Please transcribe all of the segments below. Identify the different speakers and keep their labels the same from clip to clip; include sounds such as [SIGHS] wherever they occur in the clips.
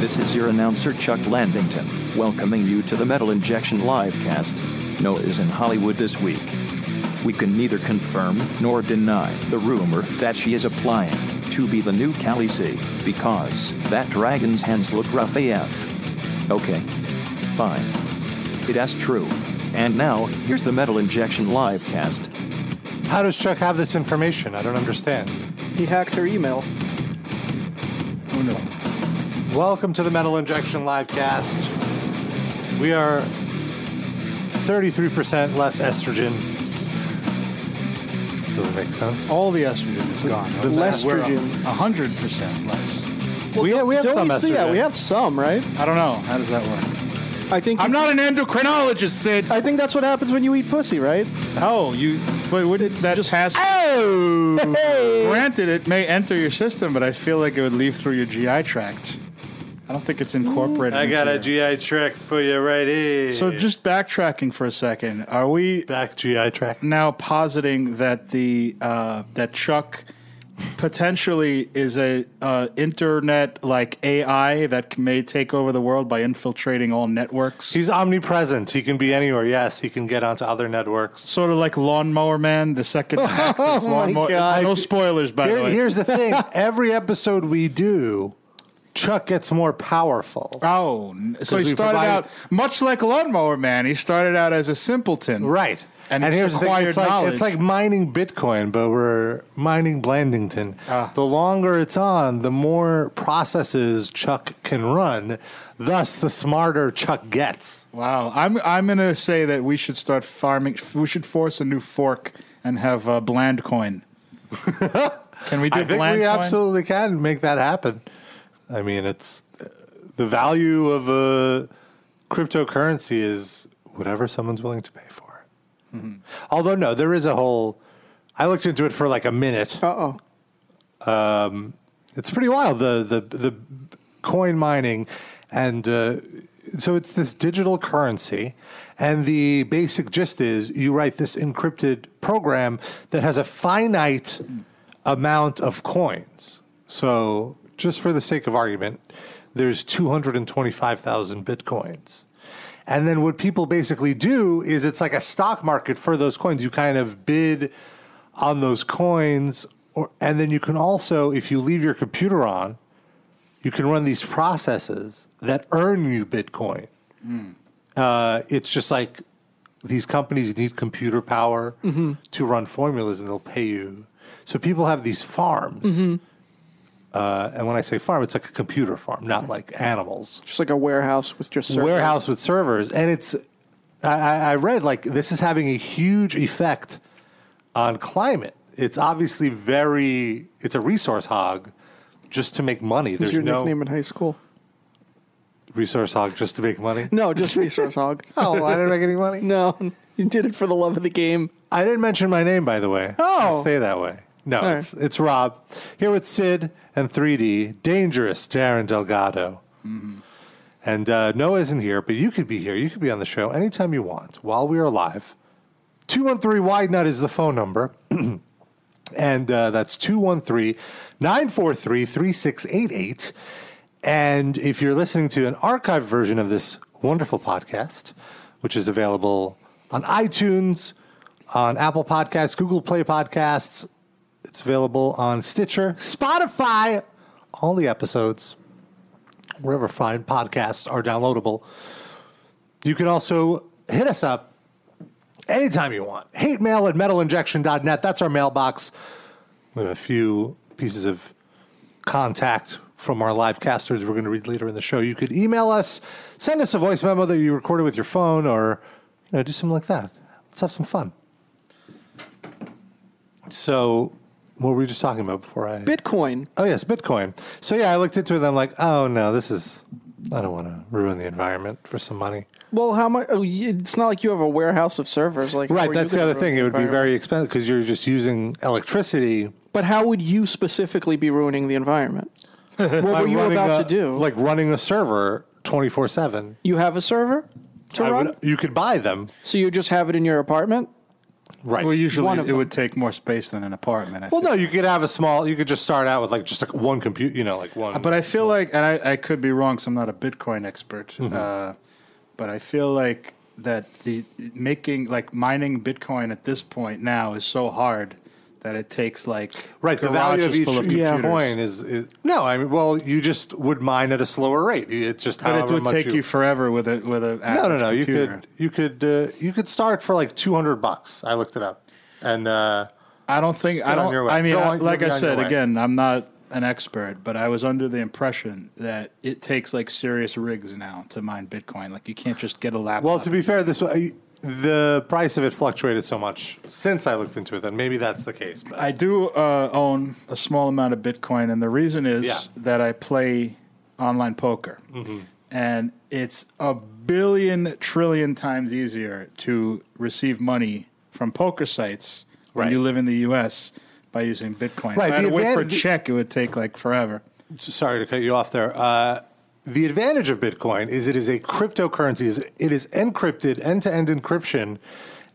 Speaker 1: This is your announcer Chuck Landington, welcoming you to the Metal Injection Livecast. Noah is in Hollywood this week. We can neither confirm nor deny the rumor that she is applying to be the new Cali C, because that dragon's hands look rough AF. Okay. Fine. It is true. And now, here's the Metal Injection Livecast.
Speaker 2: How does Chuck have this information? I don't understand.
Speaker 3: He hacked her email.
Speaker 4: Oh no.
Speaker 2: Welcome to the Metal Injection Livecast. We are 33% less estrogen. Doesn't make sense.
Speaker 4: All the estrogen is gone.
Speaker 3: the
Speaker 4: We're
Speaker 3: lestrogen.
Speaker 4: a hundred percent less.
Speaker 2: we, have, we have
Speaker 3: Don't
Speaker 2: some
Speaker 3: we
Speaker 2: estrogen.
Speaker 3: still- yeah, we have some, right?
Speaker 4: I don't know. How does that work?
Speaker 3: I think
Speaker 4: I'm not an endocrinologist, Sid.
Speaker 3: I think that's what happens when you eat pussy, right?
Speaker 4: Oh, you. But wouldn't that just has?
Speaker 3: Oh!
Speaker 4: [LAUGHS] Granted, it may enter your system, but I feel like it would leave through your GI tract. I don't think it's incorporated.
Speaker 2: I
Speaker 4: into
Speaker 2: got a
Speaker 4: your-
Speaker 2: GI tract for you right here.
Speaker 4: So just backtracking for a second, are we
Speaker 2: back GI tract.
Speaker 4: now positing that the uh, that Chuck potentially is a uh, internet like AI that c- may take over the world by infiltrating all networks?
Speaker 2: He's omnipresent. He can be anywhere. Yes, he can get onto other networks.
Speaker 4: sort of like Lawnmower Man,
Speaker 2: [LAUGHS]
Speaker 4: the second act of
Speaker 3: my
Speaker 4: Lawnmower.
Speaker 3: God.
Speaker 4: No spoilers, by the
Speaker 2: Oh Here-
Speaker 4: way.
Speaker 2: here's
Speaker 4: [LAUGHS]
Speaker 2: the thing every episode we do, Chuck gets more powerful.
Speaker 4: Oh, n- so he
Speaker 2: we
Speaker 4: started
Speaker 2: provide-
Speaker 4: out much like Lawnmower Man. He started out as a simpleton,
Speaker 2: Right.
Speaker 4: And
Speaker 2: And,
Speaker 4: it's
Speaker 2: here's the thing:
Speaker 4: acquired
Speaker 2: it's like,
Speaker 4: knowledge.
Speaker 2: it's like mining Bitcoin, but we're mining Blandington.
Speaker 4: Ah.
Speaker 2: The longer it's on, the more processes Chuck can run. Thus, the smarter Chuck gets.
Speaker 4: Wow, I'm I'm gonna say that we should start farming. We should force a new fork and have uh, bland coin. Can we do
Speaker 2: I think
Speaker 4: bland
Speaker 2: we
Speaker 4: coin?
Speaker 2: absolutely can make that happen. I mean, it's the value of a cryptocurrency is whatever someone's willing to pay for. Although, no, there is a whole. I looked into it for like a minute. Um,
Speaker 3: Uh oh.
Speaker 2: it's pretty wild the the the coin mining and uh, so it's this digital currency and the basic gist is you write this encrypted program that has a finite amount of coins so just for the sake of argument there's 225,000 bitcoins and then what people basically do is it's like a stock market for those coins. You kind of bid on those coins, or, and then you can also, if you leave your computer on, you can run these processes that earn you Bitcoin.
Speaker 4: Mm.
Speaker 2: Uh, it's just like these companies need computer power
Speaker 3: Mm-hmm.
Speaker 2: to run formulas, and they'll pay you. So people have these farms.
Speaker 3: mm-hmm.
Speaker 2: Uh, and when I say farm, it's like a computer farm, not like animals
Speaker 3: Just like a warehouse with just servers.
Speaker 2: warehouse with servers, and it's I- I, I read like this is having a huge effect on climate. It's obviously very it's a resource hog just to make money.
Speaker 3: Was
Speaker 2: There's
Speaker 3: your
Speaker 2: no
Speaker 3: nickname in high [LAUGHS] school?
Speaker 2: resource hog just to make money.
Speaker 3: No, just resource hog.
Speaker 2: [LAUGHS] Oh, I didn't make any money.
Speaker 3: No, [LAUGHS] you did it for the love of the game.
Speaker 2: I didn't mention my name by the way.
Speaker 3: Oh.
Speaker 2: I stay that way. No,
Speaker 3: right.
Speaker 2: it's it's Rob here with Sid and 3D Dangerous Darren Delgado.
Speaker 4: Mm-hmm.
Speaker 2: And uh, Noah isn't here, but you could be here. You could be on the show anytime you want while we are live. 213 Wide Nut is the phone number. [CLEARS THROAT] and uh, that's 213 943 3688. And if you're listening to an archived version of this wonderful podcast, which is available on iTunes, on Apple Podcasts, Google Play Podcasts, it's available on Stitcher, Spotify, all the episodes, wherever fine podcasts are downloadable. You can also hit us up anytime you want. Hate mail at metalinjection.net. That's our mailbox. We have a few pieces of contact from our live casters we're going to read later in the show. You could email us, send us a voice memo that you recorded with your phone, or you know, do something like that. Let's have some fun. So, what were we just talking about before I?
Speaker 3: Bitcoin.
Speaker 2: Oh yes, Bitcoin. So yeah, I looked into it and I'm like, oh no, this is I don't want to ruin the environment for some money.
Speaker 3: Well, how much? Oh, you- it's not like you have a warehouse of servers. Like, how are
Speaker 2: Right,
Speaker 3: you
Speaker 2: that's the
Speaker 3: gonna
Speaker 2: other
Speaker 3: ruin
Speaker 2: thing.
Speaker 3: the
Speaker 2: It would be
Speaker 3: environment?
Speaker 2: very expensive because you're just using electricity.
Speaker 3: But how would you specifically be ruining
Speaker 2: [LAUGHS]
Speaker 3: the environment? [LAUGHS] What were you
Speaker 2: running
Speaker 3: about
Speaker 2: a-
Speaker 3: to do?
Speaker 2: Like running a server 24/7.
Speaker 3: you have a server to
Speaker 2: I
Speaker 3: run,
Speaker 2: would- you could buy them.
Speaker 3: so you just have it in your apartment.
Speaker 2: Right.
Speaker 4: Well,
Speaker 3: One
Speaker 4: usually
Speaker 3: of
Speaker 4: it would take more space than an apartment. I
Speaker 2: Well,
Speaker 4: feel.
Speaker 2: no, you could have a small. You could just start out with like just like one compute. You know, like
Speaker 3: Uh,
Speaker 2: one.
Speaker 4: Uh, But I feel like, and I, I could be wrong, so I'm not a Bitcoin expert.
Speaker 2: Mm-hmm.
Speaker 4: Uh, but I feel like that the making like mining Bitcoin at this point now is so hard that it takes like
Speaker 2: right. The value of
Speaker 4: garages
Speaker 2: each
Speaker 4: full
Speaker 2: yeah,
Speaker 4: computers.
Speaker 2: coin is, is no. I mean, well, you just would mine at a slower rate. It's just
Speaker 4: But it
Speaker 2: however
Speaker 4: would
Speaker 2: much
Speaker 4: take you, forever with a with a
Speaker 2: no, no,
Speaker 4: average
Speaker 2: no. You
Speaker 4: computer.
Speaker 2: could you could uh, you could start for like two hundred bucks. I looked it up, and uh,
Speaker 4: I don't think I
Speaker 2: on
Speaker 4: don't.
Speaker 2: your way.
Speaker 4: I mean,
Speaker 2: Go
Speaker 4: I-
Speaker 2: on- you'll
Speaker 4: like
Speaker 2: be
Speaker 4: I
Speaker 2: on your
Speaker 4: said
Speaker 2: way.
Speaker 4: again, I'm not an expert, but I was under the impression that it takes like serious rigs now to mine Bitcoin. Like you can't just get a laptop.
Speaker 2: well, to be fair, this I- the price of it fluctuated so much since I looked into it. Then maybe that's the case. But
Speaker 4: I do uh, own a small amount of Bitcoin, and the reason is
Speaker 2: Yeah.
Speaker 4: that I play online poker,
Speaker 5: Mm-hmm.
Speaker 4: and it's a billion trillion times easier to receive money from poker sites when
Speaker 2: Right.
Speaker 4: you live in the U.S. by using Bitcoin.
Speaker 2: Right,
Speaker 4: If I had
Speaker 2: the
Speaker 4: to wait for a
Speaker 2: advantage-
Speaker 4: check, it would take like forever.
Speaker 2: sorry to cut you off there. Uh, the advantage of Bitcoin is it is a cryptocurrency. Is- It is encrypted, end to end encryption,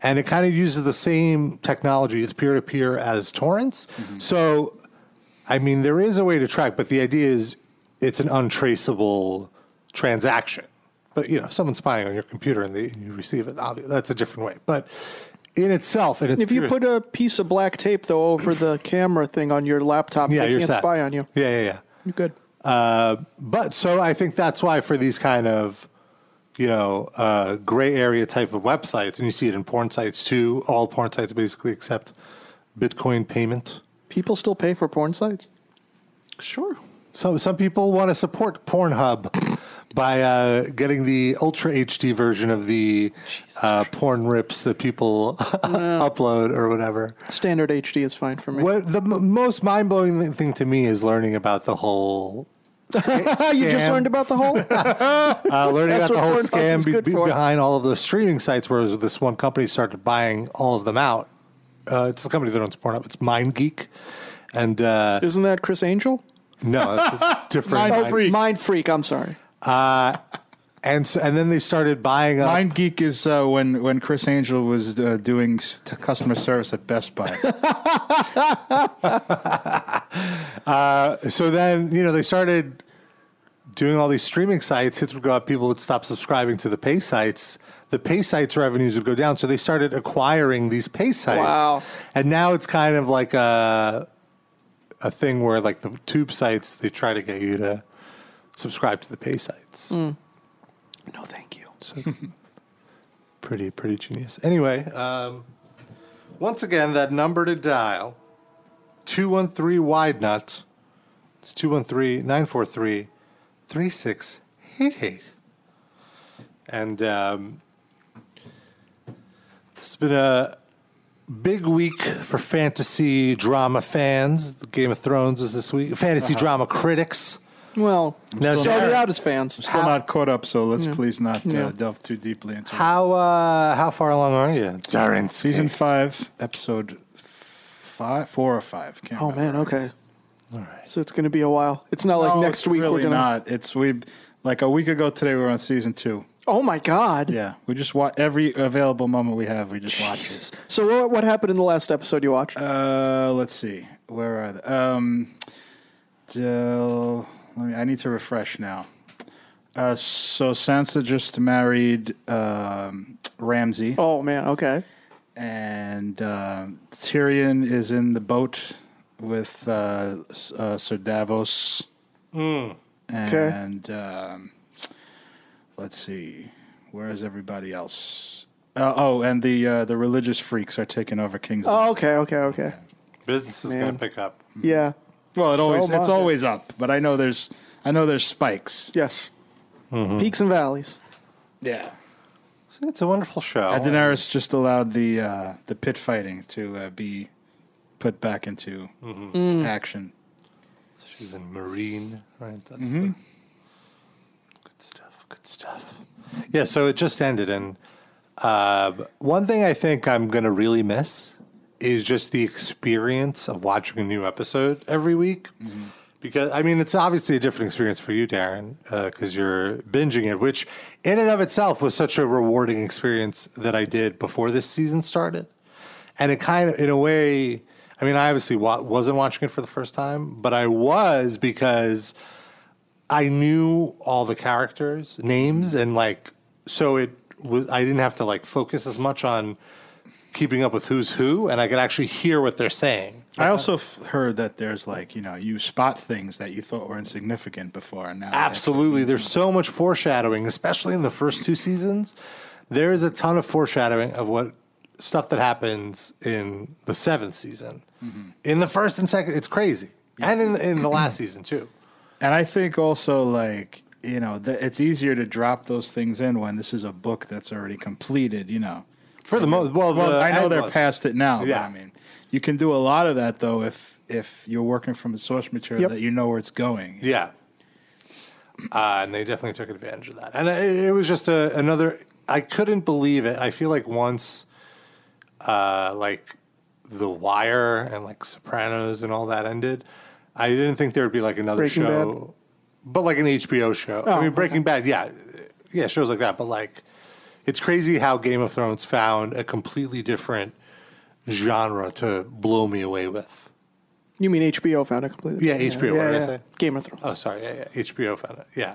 Speaker 2: and it kind of uses the same technology. It's peer to peer as torrents.
Speaker 3: Mm-hmm.
Speaker 2: So, I mean, there is a way to track, but the idea is it's an untraceable transaction. But you know, if someone's spying on your computer and, they, you receive it, obvi- that's a different way. But in itself, and it's
Speaker 3: If you
Speaker 2: peer-
Speaker 3: put a piece of black tape though
Speaker 2: [CLEARS THROAT]
Speaker 3: over the camera thing on your laptop,
Speaker 2: yeah,
Speaker 3: they
Speaker 2: you're
Speaker 3: can't
Speaker 2: set.
Speaker 3: spy
Speaker 2: [LAUGHS]
Speaker 3: on you.
Speaker 2: Yeah, yeah, yeah.
Speaker 3: You're good.
Speaker 2: But so I think that's why for these kind of you know uh, gray area type of websites, and you see it in porn sites too. All porn sites basically accept Bitcoin payment.
Speaker 3: People still pay for porn sites.
Speaker 2: Sure. Some some people want to support Pornhub [LAUGHS] by uh, getting the ultra HD version of the uh, porn rips that people [LAUGHS] upload or whatever.
Speaker 3: Standard HD is fine for me.
Speaker 2: What the m- most mind blowing thing to me is learning about the whole. sca-
Speaker 3: [LAUGHS] you just
Speaker 2: scam.
Speaker 3: learned about
Speaker 2: [LAUGHS]
Speaker 3: the whole.
Speaker 2: uh, learning about
Speaker 3: That's
Speaker 2: the
Speaker 3: what
Speaker 2: whole
Speaker 3: Pornhub
Speaker 2: scam
Speaker 3: is
Speaker 2: be-
Speaker 3: good
Speaker 2: be-
Speaker 3: for.
Speaker 2: behind all of the streaming sites, whereas this one company started buying all of them out. Uh, it's the company that owns Pornhub. It's MindGeek, and uh,
Speaker 3: Isn't that Chris Angel?
Speaker 2: no, it's
Speaker 3: [LAUGHS]
Speaker 2: a different.
Speaker 4: Mind
Speaker 2: Mind- Uh,
Speaker 4: Freak.
Speaker 3: Mind Freak. I'm sorry.
Speaker 2: and so, and then they started buying up.
Speaker 4: Mind Geek is uh, when when Chris Angel was uh, doing s- t- customer service at
Speaker 2: [LAUGHS]
Speaker 4: Best Buy.
Speaker 2: Uh, so then you know they started doing all these streaming sites hits would go up people would stop subscribing to the pay sites the pay sites revenues would go down so they started acquiring these pay sites
Speaker 3: Wow.
Speaker 2: and now it's kind of like a a thing where like the tube sites they try to get you to subscribe to the pay sites
Speaker 3: Hmm. No, thank you.
Speaker 2: pretty pretty genius anyway um, once again that number to dial 213 wide nut it's 213 943 3688 and um, it's been a big week for fantasy drama fans the game of thrones is this week fantasy
Speaker 4: Uh-huh.
Speaker 2: drama critics
Speaker 3: Well,
Speaker 2: Now,
Speaker 3: started
Speaker 2: Jared-
Speaker 3: out as fans.
Speaker 4: Still not caught up, so let's please not uh,
Speaker 3: Yeah.
Speaker 4: delve too deeply into it.
Speaker 2: how uh, how far along are you Darren
Speaker 4: Season five, episode five, four or five. Can't
Speaker 3: Oh
Speaker 4: remember.
Speaker 3: man, okay.
Speaker 2: all right
Speaker 3: So it's going to be a while. It's not like
Speaker 4: No,
Speaker 3: next
Speaker 4: it's
Speaker 3: week
Speaker 4: Really
Speaker 3: we're going to.
Speaker 4: not. It's we like a week ago today. We were on season two.
Speaker 3: Oh my God.
Speaker 4: Yeah, we just watch every available moment we have. We just watch it.
Speaker 3: Jesus. So what, what happened in the last episode you watched?
Speaker 4: Uh, let's see. Where are they? Um, Dill. Let me. I need to refresh now. Uh, so Sansa just married um, Ramsey,
Speaker 3: oh man, okay.
Speaker 4: and um Tyrion is in the boat with uh, S- uh, Sir Davos.
Speaker 2: Mm.
Speaker 3: Okay.
Speaker 4: And um, let's see. Where is everybody else? Uh, oh, and the uh, the religious freaks are taking over King's.
Speaker 3: Oh, okay, okay, okay.
Speaker 2: business is going
Speaker 3: Man.
Speaker 2: to pick up
Speaker 3: Yeah.
Speaker 4: Well, it
Speaker 3: So
Speaker 4: always
Speaker 3: much.
Speaker 4: it's always up, but I know there's I know there's spikes.
Speaker 3: Yes. Peaks and valleys.
Speaker 4: Yeah.
Speaker 2: Mm. It's a wonderful show.
Speaker 4: Uh, Daenerys just allowed the uh, the pit fighting to uh, be put back into Mm. action.
Speaker 2: She's in Marine, right? That's
Speaker 4: Mm-hmm.
Speaker 2: the good stuff. Good stuff. Yeah. So it just ended, and uh, one thing I think I'm gonna really miss is just the experience of watching a new episode every week. Because I mean, it's obviously a different experience for you, Darren, because you're binging it, which in and of itself was such a rewarding experience that I did before this season started. and it kind of in a way. I mean, I obviously wa- wasn't watching it for the first time, but I was because I knew all the characters' names and like so it was I didn't have to like focus as much on keeping up with who's who and I could actually hear what they're saying.
Speaker 4: I also f- heard that there's like you know you spot things that you thought were insignificant before and now
Speaker 2: Absolutely. There's so much foreshadowing, especially in the first two seasons. There is a ton of foreshadowing of what stuff that happens in the seventh season. In the first and second, it's crazy. And in, in the last season, too.
Speaker 4: And I think also like you know th- it's easier to drop those things in when this is a book that's already completed. You know,
Speaker 2: For the most, well,
Speaker 4: well,
Speaker 2: the
Speaker 4: I know
Speaker 2: end
Speaker 4: they're
Speaker 2: was.
Speaker 4: past it now.
Speaker 2: Yeah.
Speaker 4: but I mean, you can do a lot of that though if if you're working from a source material
Speaker 2: Yep.
Speaker 4: that you know where it's going.
Speaker 2: Yeah. Uh, and they definitely took advantage of that. And it, it was just a, another, I couldn't believe it. I feel like once, uh, like, The Wire and, like, Sopranos and all that ended, I didn't think there would be, like, another
Speaker 3: Breaking
Speaker 2: show, but, like, an HBO show. I
Speaker 3: Oh,
Speaker 2: mean, Breaking Bad, yeah. Yeah, shows like that. But, like, it's crazy how Game of Thrones found a completely different genre to blow me away with.
Speaker 3: You mean HBO found it completely?
Speaker 2: Yeah, HBO, what did I say?
Speaker 3: Game of Thrones.
Speaker 2: Oh, sorry. Yeah, yeah. HBO found it. Yeah.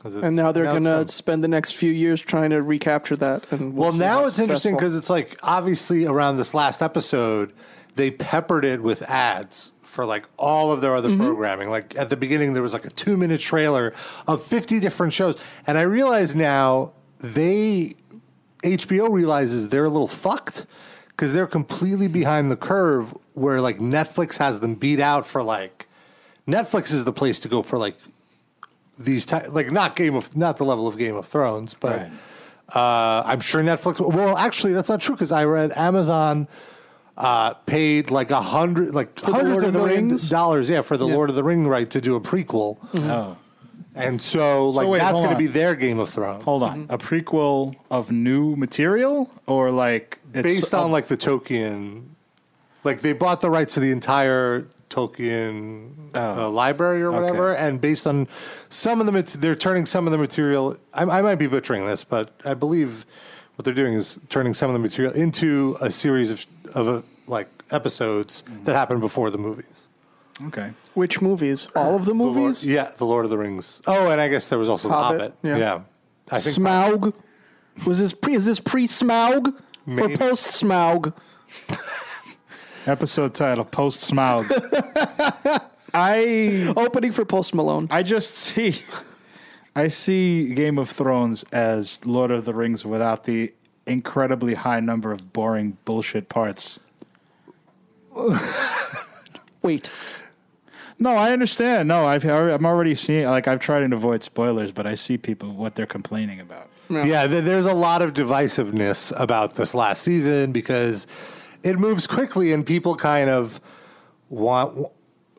Speaker 2: 'Cause it's-
Speaker 3: and now they're
Speaker 2: it's
Speaker 3: gonna
Speaker 2: done.
Speaker 3: spend the next few years trying to recapture that. And we'll,
Speaker 2: Well,
Speaker 3: see
Speaker 2: now
Speaker 3: how
Speaker 2: it's interesting
Speaker 3: successful.
Speaker 2: because it's like obviously around this last episode, they peppered it with ads for like all of their other
Speaker 3: Mm-hmm.
Speaker 2: programming. Like at the beginning, there was like a two minute trailer of 50 different shows. And I realize now they, HBO realizes they're a little fucked because they're completely behind the curve where like Netflix has them beat out for like, Netflix is the place to go for like these ty- like not Game of not the level of Game of Thrones, but
Speaker 4: Right.
Speaker 2: uh, I'm sure Netflix. Well, actually, that's not true because I read Amazon uh, paid like a hundred like
Speaker 3: The
Speaker 2: hundreds
Speaker 3: Lord
Speaker 2: of,
Speaker 3: of the
Speaker 2: millions
Speaker 3: Rings?
Speaker 2: of dollars, yeah, for the
Speaker 3: Yeah.
Speaker 2: Lord of the Ring right to do a prequel,
Speaker 4: Oh,
Speaker 2: and so like
Speaker 4: wait,
Speaker 2: that's
Speaker 4: hold
Speaker 2: going to
Speaker 4: on.
Speaker 2: be their Game of Thrones
Speaker 4: hold on, a prequel of new material or like it's
Speaker 2: based
Speaker 4: a-
Speaker 2: on like the Tolkien, like they bought the rights to the entire Tolkien uh, library or whatever, and based on some of the mat- they're turning some of the material. I, I might be butchering this, but I believe what they're doing is turning some of the material into a series of of uh, like episodes that happened before the movies.
Speaker 4: okay.
Speaker 3: which movies? All of the
Speaker 2: The Lord-
Speaker 3: movies?
Speaker 2: yeah, the Lord of the Rings. Oh, and I guess there was also
Speaker 3: Hobbit,
Speaker 2: the Hobbit.
Speaker 3: yeah.
Speaker 2: I think
Speaker 3: Smaug. Was this pre? Is this pre Smaug or
Speaker 2: Maybe.
Speaker 3: post Smaug?
Speaker 4: Episode title: Post
Speaker 3: [LAUGHS]
Speaker 4: Smaug. I
Speaker 3: Opening for Post Malone.
Speaker 4: I just see, I see Game of Thrones as Lord of the Rings without the incredibly high number of boring bullshit parts.
Speaker 3: [LAUGHS] Wait,
Speaker 4: No, I understand. No, I've I'm already seeing. Like I've tried to avoid spoilers, but I see people what they're complaining about.
Speaker 2: Yeah, th- there's a lot of divisiveness about this last season because it moves quickly and people kind of want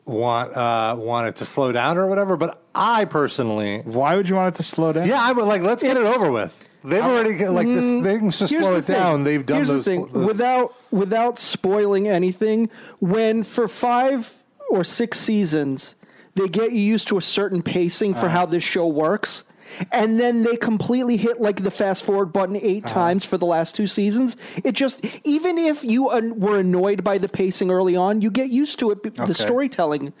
Speaker 2: want uh, want it to slow down or whatever. But I personally,
Speaker 4: Why would you want it to slow down?
Speaker 2: yeah, I would like let's get it
Speaker 3: It's- Mm-hmm.
Speaker 2: over with. They've already got, like this. They can just slow
Speaker 3: Mm, the
Speaker 2: it down.
Speaker 3: thing.
Speaker 2: They've done
Speaker 3: Here's
Speaker 2: those.
Speaker 3: the thing.
Speaker 2: those-
Speaker 3: without without spoiling anything. When for five or six seasons, they get you used to a certain pacing
Speaker 2: Uh-huh.
Speaker 3: for how this show works. And then they completely hit like the fast forward button 8
Speaker 2: Uh-huh.
Speaker 3: times for the last two seasons. It just even if you an- were annoyed by the pacing early on, you get used to it. b-
Speaker 4: Okay.
Speaker 3: The storytelling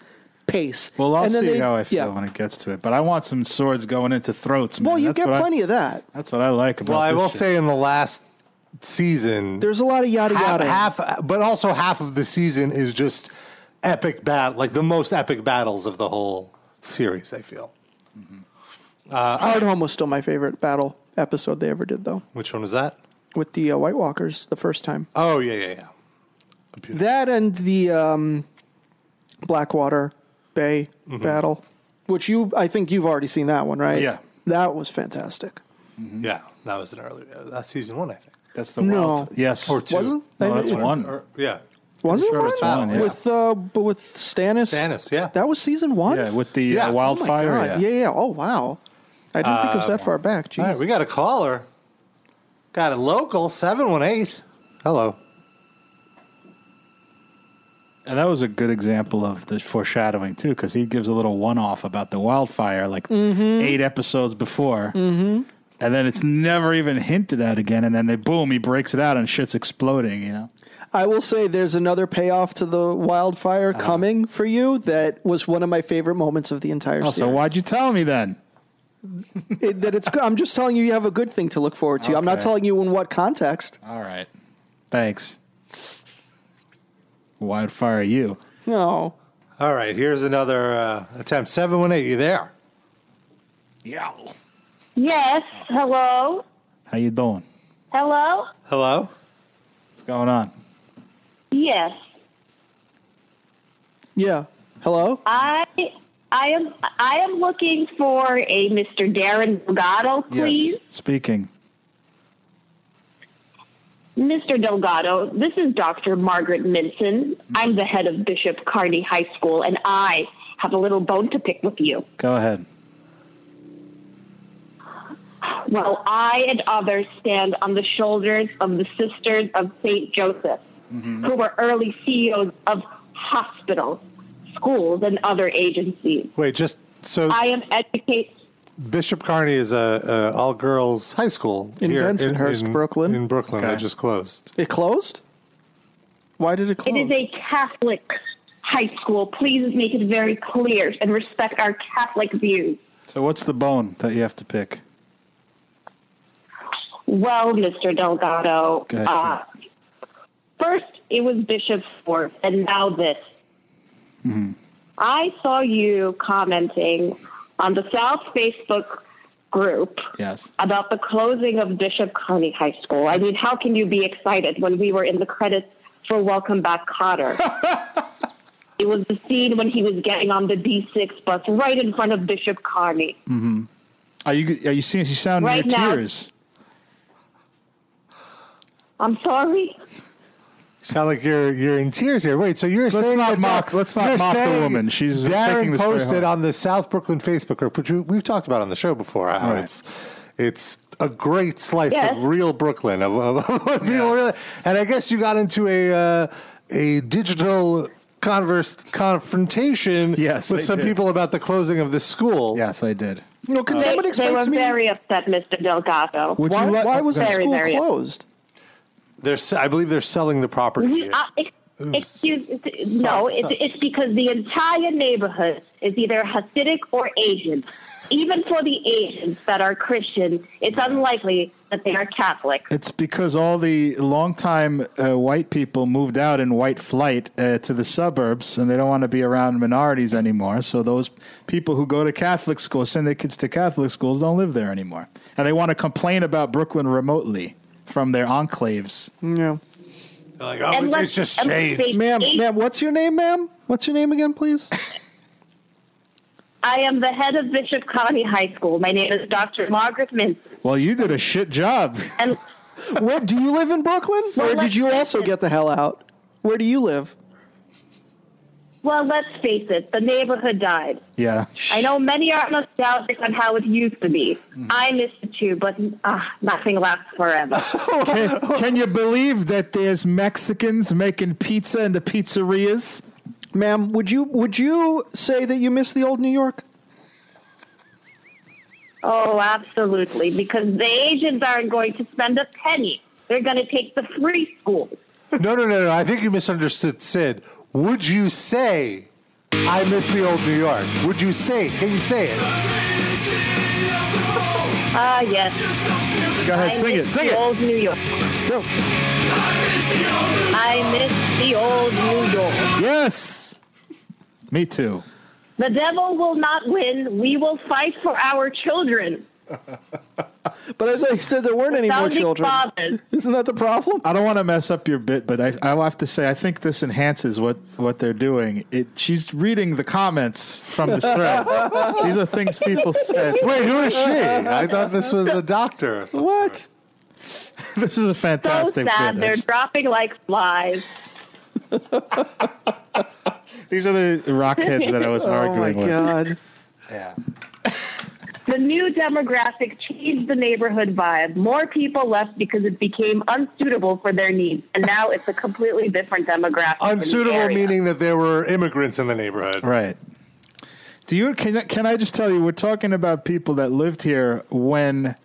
Speaker 3: pace.
Speaker 4: Well, I'll
Speaker 3: And
Speaker 4: see
Speaker 3: then they-
Speaker 4: how I feel
Speaker 3: yeah.
Speaker 4: when it gets to it. But I want some swords going into throats. Man.
Speaker 3: Well, you
Speaker 4: That's
Speaker 3: get
Speaker 4: what I-
Speaker 3: plenty of that.
Speaker 4: that's what I like about.
Speaker 2: well, I
Speaker 4: this
Speaker 2: will
Speaker 4: shit.
Speaker 2: say in the last season,
Speaker 3: There's a lot of yada
Speaker 2: half,
Speaker 3: yada.
Speaker 2: half, but also half of the season is just epic bat, like the most epic battles of the whole series. I feel. Uh,
Speaker 3: Hard Home was still my favorite battle episode they ever did, though.
Speaker 2: Which one was that?
Speaker 3: with the uh, White Walkers the first time.
Speaker 2: Oh yeah, yeah, yeah.
Speaker 3: That and the um, Blackwater Bay
Speaker 2: Mm-hmm.
Speaker 3: battle, which you I think you've already seen that one, right?
Speaker 4: Yeah.
Speaker 3: that was fantastic.
Speaker 2: Yeah, that was an early. Uh, Mm-hmm. that's season one, I think.
Speaker 4: that's the
Speaker 3: No.
Speaker 4: world. Yes,
Speaker 2: Or two.
Speaker 3: Wasn't-
Speaker 4: No, that's
Speaker 3: Or-
Speaker 4: one.
Speaker 2: Or- yeah.
Speaker 3: Was it
Speaker 2: Sure,
Speaker 3: one?
Speaker 2: it's one, yeah.
Speaker 3: with uh, but with Stannis?
Speaker 2: Stannis, yeah.
Speaker 3: that was season one.
Speaker 4: Yeah, with the
Speaker 2: Yeah.
Speaker 4: Uh,
Speaker 2: Oh my
Speaker 3: oh my
Speaker 4: wildfire.
Speaker 3: God. yeah, yeah. Oh wow, I didn't think it was that
Speaker 2: Um,
Speaker 3: far back. Jeez.
Speaker 2: All right, we got a caller. Got a local seven one eight. Hello.
Speaker 4: And that was a good example of the foreshadowing too, because he gives a little one-off about the wildfire, like
Speaker 2: Mm-hmm.
Speaker 3: Mm-hmm.
Speaker 4: eight episodes before, mm-hmm. and then it's never even hinted at again. And then they boom, he breaks it out and shit's exploding. You know,
Speaker 3: I will say there's another payoff to the wildfire
Speaker 2: Uh-huh.
Speaker 3: coming for you that was one of my favorite moments of the entire
Speaker 4: Oh,
Speaker 3: series.
Speaker 4: so why'd you tell me then?
Speaker 3: It- [LAUGHS] that it's good. I'm just telling you you have a good thing to look forward to. I'm not
Speaker 4: Okay.
Speaker 3: telling you in what context.
Speaker 4: All right. Thanks. Wildfire you.
Speaker 3: No.
Speaker 2: All right, here's another uh, attempt. 718, you there?
Speaker 4: Yeah.
Speaker 6: Yes. Hello.
Speaker 4: How you doing?
Speaker 6: Hello.
Speaker 2: Hello?
Speaker 4: What's going on?
Speaker 6: Yes.
Speaker 3: Yeah. Hello?
Speaker 6: I I am I am looking for a Mr. Darren Delgado, please.
Speaker 4: Yes. Speaking.
Speaker 6: Mr. Delgado, this is Dr. Margaret Minson. I'm the head of Bishop Carney High School, and I have a little bone to pick with you.
Speaker 4: Go ahead.
Speaker 6: Well, I and others stand on the shoulders of the Sisters of St. Joseph,
Speaker 2: Mm-hmm.
Speaker 6: who were early CEOs of hospitals, schools, and other agencies.
Speaker 2: Wait, just so
Speaker 6: I am educated.
Speaker 2: Bishop Carney is a, a all girls high school
Speaker 3: In
Speaker 2: here
Speaker 3: Bensonhurst, Brooklyn.
Speaker 2: In Brooklyn,
Speaker 4: Okay.
Speaker 2: that just closed.
Speaker 3: It closed? Why did it
Speaker 6: It
Speaker 3: close?
Speaker 6: is a Catholic high school. Please make it very clear and respect our Catholic views.
Speaker 4: So what's the bone that you have to pick?
Speaker 6: Well, Mr. Delgado,
Speaker 4: Go ahead.
Speaker 6: uh, first it was Bishop Ford, and now this.
Speaker 2: Mm-hmm.
Speaker 6: I saw you commenting on the South Facebook group
Speaker 4: Yes.
Speaker 6: about the closing of Bishop Carney High School. I mean, how can you be excited when we were in the credits for Welcome
Speaker 4: [LAUGHS]
Speaker 6: Back Cotter? it was the scene when he was getting on the B6 bus right in front of Bishop Carney.
Speaker 4: Mm-hmm. Are you are you seeing you sound
Speaker 6: Right
Speaker 4: in your
Speaker 6: now-
Speaker 4: tears?
Speaker 6: I'm sorry.
Speaker 2: Sound like you're you're in tears here. Wait, so you're saying
Speaker 4: not
Speaker 2: that
Speaker 4: mock-
Speaker 2: Dar-
Speaker 4: let's not
Speaker 2: you're
Speaker 4: mock the
Speaker 2: saying
Speaker 4: woman. She's taking
Speaker 2: Darren
Speaker 4: this very
Speaker 2: posted
Speaker 4: hard.
Speaker 2: on the South Brooklyn Facebook group, which we- we've talked about on the show before. How
Speaker 4: Right.
Speaker 2: It's it's a great slice
Speaker 6: Yes.
Speaker 2: of real Brooklyn of, of, of what people really. And I guess you got into a uh, a digital converse confrontation
Speaker 4: Yes, I
Speaker 2: with some
Speaker 4: did.
Speaker 2: people about the closing of the school.
Speaker 4: Yes, I did.
Speaker 3: no, can
Speaker 6: They,
Speaker 3: somebody
Speaker 6: they
Speaker 3: explain
Speaker 6: were
Speaker 3: to me
Speaker 6: very upset, Mr. Delgado.
Speaker 4: Would
Speaker 3: why,
Speaker 4: you let-
Speaker 3: why was the
Speaker 6: Very,
Speaker 3: school
Speaker 6: very-
Speaker 3: closed? Mm-hmm.
Speaker 2: They're se- I believe they're selling the property.
Speaker 6: We- uh, ex- Excuse no,
Speaker 2: Sorry,
Speaker 6: it's,
Speaker 2: sorry.
Speaker 6: it's because the entire neighborhood is either Hasidic or Asian. Even for the Asians that are Christian, it's unlikely that they are Catholic.
Speaker 4: It's because all the longtime uh, white people moved out in white flight uh, to the suburbs, and they don't want to be around minorities anymore. So those people who go to Catholic schools, send their kids to Catholic schools, don't live there anymore, and they want to complain about Brooklyn remotely from their enclaves.
Speaker 3: No.
Speaker 2: They're like, oh,
Speaker 6: Unless-
Speaker 2: it's just
Speaker 6: unless
Speaker 2: changed.
Speaker 6: they-
Speaker 3: Ma'am,
Speaker 6: Eight-
Speaker 3: ma'am, what's your name, ma'am? What's your name again, please?
Speaker 6: I am the head of Bishop Connie High School. My name is Dr. Margaret Minson.
Speaker 4: Well, you did a shit job.
Speaker 6: And
Speaker 3: Where do you live in Brooklyn?
Speaker 6: Well,
Speaker 3: Or did
Speaker 6: let's
Speaker 3: you
Speaker 6: face
Speaker 3: also
Speaker 6: it.
Speaker 3: get the hell out? Where do you live?
Speaker 6: well, let's face it, the neighborhood died.
Speaker 4: Yeah.
Speaker 6: I know many are nostalgic on how it used to be.
Speaker 4: Mm-hmm.
Speaker 6: I miss it too, but uh, nothing lasts
Speaker 4: [LAUGHS]
Speaker 6: forever.
Speaker 4: Can, can you believe that there's
Speaker 3: [LAUGHS]
Speaker 4: Mexicans making pizza in the pizzerias?
Speaker 3: Ma'am, would you would you say that you miss the old New York?
Speaker 6: Oh, absolutely, because the Asians aren't going to spend a penny. They're going to take the free school.
Speaker 2: No, no, no, no. I think you misunderstood Sid. Would you say, I miss the old New York? Would you say, can you say it?
Speaker 6: Ah, yes.
Speaker 4: Go ahead,
Speaker 6: I
Speaker 4: sing
Speaker 6: miss
Speaker 4: it, sing
Speaker 6: the
Speaker 4: it.
Speaker 6: old New York. I miss the old New York.
Speaker 4: Yes. Me too.
Speaker 6: The devil will not win. We will fight for our children.
Speaker 3: But I thought you said there weren't any more
Speaker 6: Founding
Speaker 3: children.
Speaker 6: fathers.
Speaker 3: Isn't that the problem?
Speaker 4: I don't want to mess up your bit, but I, I will have to say I think this enhances what, what they're doing. It she's reading the comments from this
Speaker 3: [LAUGHS]
Speaker 4: thread. These are things people said.
Speaker 2: Wait, who is she? I thought this was the doctor. Or something.
Speaker 3: What?
Speaker 4: [LAUGHS] This is a
Speaker 6: So
Speaker 4: fantastic
Speaker 6: sad.
Speaker 4: bit.
Speaker 6: They're
Speaker 4: I just-
Speaker 6: dropping like flies.
Speaker 4: These are the rockheads that I was
Speaker 3: [LAUGHS] Oh my
Speaker 4: arguing with.
Speaker 3: god.
Speaker 4: Yeah.
Speaker 6: The new demographic changed the neighborhood vibe. More people left because it became unsuitable for their needs, and now it's a completely different demographic. in the
Speaker 2: Unsuitable
Speaker 6: area.
Speaker 2: meaning that there were immigrants in the neighborhood.
Speaker 4: Right. Do you can I- can I just tell you we're talking about people that lived here when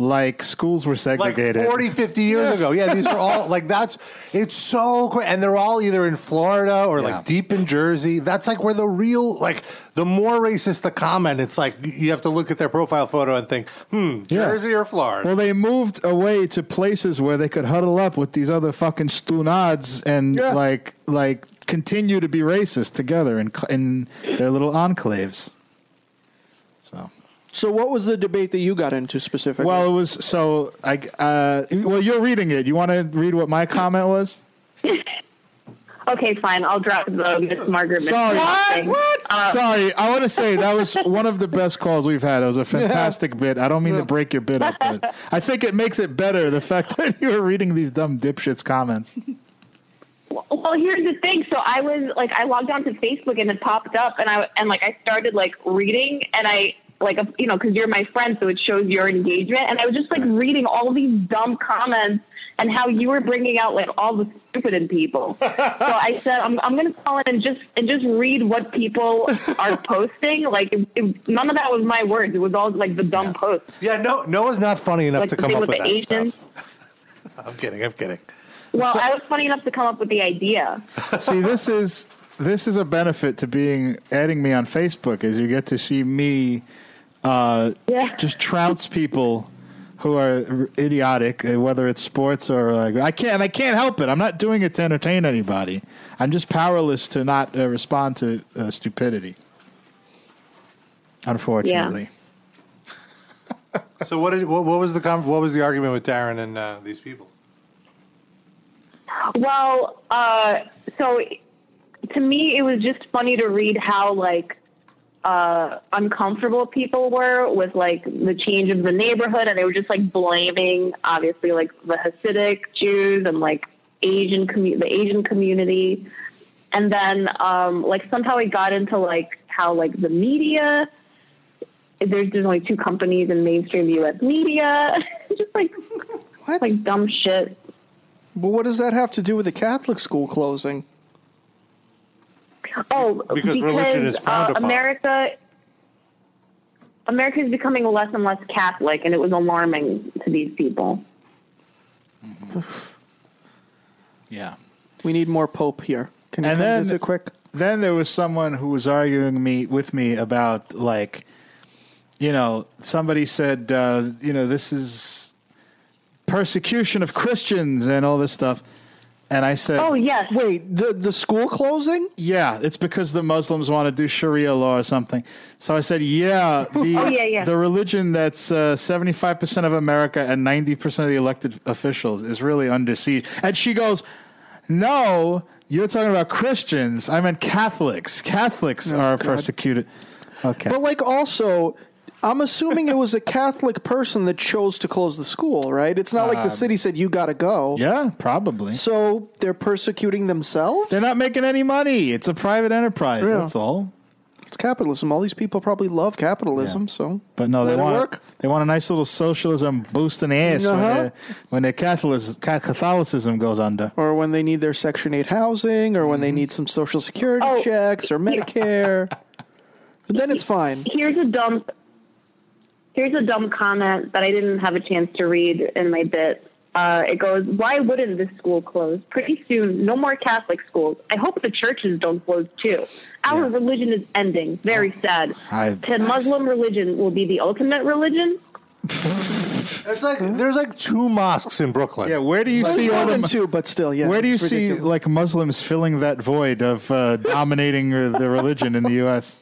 Speaker 4: like schools were
Speaker 2: like
Speaker 4: segregated.
Speaker 2: 40, 50 years ago. Yeah, these are
Speaker 4: [LAUGHS]
Speaker 2: all like that's it's so great, and they're all either in Florida or
Speaker 4: Yeah.
Speaker 2: like deep in Jersey. That's like where the real like the more racist the comment, it's like you- you have to look at their profile photo and think, hmm,
Speaker 4: Yeah.
Speaker 2: Jersey or Florida.
Speaker 4: Well, they moved away to places where they could huddle up with these other fucking stunads and
Speaker 2: Yeah.
Speaker 4: like like continue to be racist together in cl- in their little enclaves. So.
Speaker 3: So, what was the debate that you got into specifically?
Speaker 4: Well, it was so. I uh, well, you're reading it. You want to read what my comment was?
Speaker 6: [LAUGHS] Okay, fine. I'll drop the Miss Margaret. Miss
Speaker 4: Sorry.
Speaker 6: Margaret thing. Uh,
Speaker 4: Sorry, I want to say that was one of the best calls we've had. It was a fantastic bit. I don't mean to break your bit up, but I think it makes it better the fact [LAUGHS] that you were reading these dumb dipshits comments.
Speaker 6: Well, here's the thing. So I was like, I logged onto Facebook and it popped up, and I and like I started like reading, and I like you know because you're my friend, so it shows your engagement, and I was just like reading all these dumb comments and how you were bringing out like all the stupid in people. so I said, I'm I'm gonna call in and just and just read what people are posting. Like it, it- none of that was my words. It was all like the dumb posts.
Speaker 2: yeah, no, Noah's not funny enough
Speaker 6: Like
Speaker 2: to
Speaker 6: the
Speaker 2: come
Speaker 6: thing
Speaker 2: up
Speaker 6: with
Speaker 2: with
Speaker 6: the
Speaker 2: that
Speaker 6: Asians.
Speaker 2: stuff. [LAUGHS] I'm kidding. I'm kidding.
Speaker 6: Well, I was funny enough to come up with the idea.
Speaker 4: See, this is this is a benefit to being adding me on Facebook is you get to see me uh,
Speaker 6: Yeah.
Speaker 4: just trounce people who are r- idiotic, uh, whether it's sports or like I can't I can't help it. I'm not doing it to entertain anybody. I'm just powerless to not uh, respond to uh, stupidity. Unfortunately.
Speaker 2: So what did what, what was the con what was the argument with Darren and uh, these people?
Speaker 6: Well, uh, so to me, it was just funny to read how like uh, uncomfortable people were with like the change of the neighborhood, and they were just like blaming, obviously, like the Hasidic Jews and like Asian commu- the Asian community, and then um, like somehow it got into like how like the media. There's just only two companies in mainstream U.S. media, [LAUGHS] just like
Speaker 3: what?
Speaker 6: like dumb shit.
Speaker 3: but what does that have to do with the Catholic school closing?
Speaker 6: Oh, uh,
Speaker 2: Because religion is frowned upon.
Speaker 6: America, America is becoming less and less Catholic, and it was alarming to these people.
Speaker 4: [SIGHS] Yeah.
Speaker 3: We need more Pope here. Can you
Speaker 4: And
Speaker 3: come
Speaker 4: then-
Speaker 3: visit quick?
Speaker 4: then there was someone who was arguing me with me about like you know somebody said uh, you know this is persecution of christians and all this stuff and i said
Speaker 6: Oh yes,
Speaker 3: Wait, the the school closing?
Speaker 4: yeah it's because the muslims want to do sharia law or something so i said
Speaker 6: [LAUGHS]
Speaker 4: yeah the,
Speaker 6: Oh, yeah, yeah.
Speaker 4: the religion that's uh, 75% of america and 90% of the elected officials is really under siege and she goes no you're talking about christians i meant catholics catholics are
Speaker 3: God.
Speaker 4: persecuted okay
Speaker 3: But like also I'm assuming it was a Catholic person that chose to close the school, right? It's not like the city said you got to go.
Speaker 4: Uh, yeah probably
Speaker 3: So they're persecuting themselves?
Speaker 4: they're not making any money it's a private enterprise
Speaker 3: Yeah.
Speaker 4: that's all
Speaker 3: It's capitalism. All these people probably love capitalism, so
Speaker 4: But no, they
Speaker 3: Let it
Speaker 4: want
Speaker 3: work.
Speaker 4: they want a nice little socialism boost in the ass
Speaker 3: Uh-huh.
Speaker 4: when, their, when their Catholic, Ca- Catholicism goes under.
Speaker 3: or when they need their Section 8 housing, or
Speaker 4: Mm-hmm.
Speaker 3: when they need some Social Security
Speaker 6: Oh, [LAUGHS]
Speaker 3: checks, or Medicare. but then it's fine.
Speaker 6: here's a dumb. Here's a dumb comment that I didn't have a chance to read in my bit. Uh, it goes, "Why wouldn't this school close pretty soon? No more Catholic schools. I hope the churches don't close too. Our
Speaker 4: Yeah.
Speaker 6: religion is ending. Very
Speaker 2: Oh,
Speaker 6: sad.
Speaker 4: I-
Speaker 6: Can Muslim religion will be the ultimate religion?
Speaker 2: It's like there's like two mosques in Brooklyn.
Speaker 4: Yeah, where do you see
Speaker 3: It's
Speaker 4: all the
Speaker 3: more than
Speaker 4: mu-
Speaker 3: two, but still, yeah.
Speaker 4: where do you
Speaker 3: it's ridiculous.
Speaker 4: see like Muslims filling that void of
Speaker 3: [LAUGHS]
Speaker 4: uh, dominating the religion in the U.S.?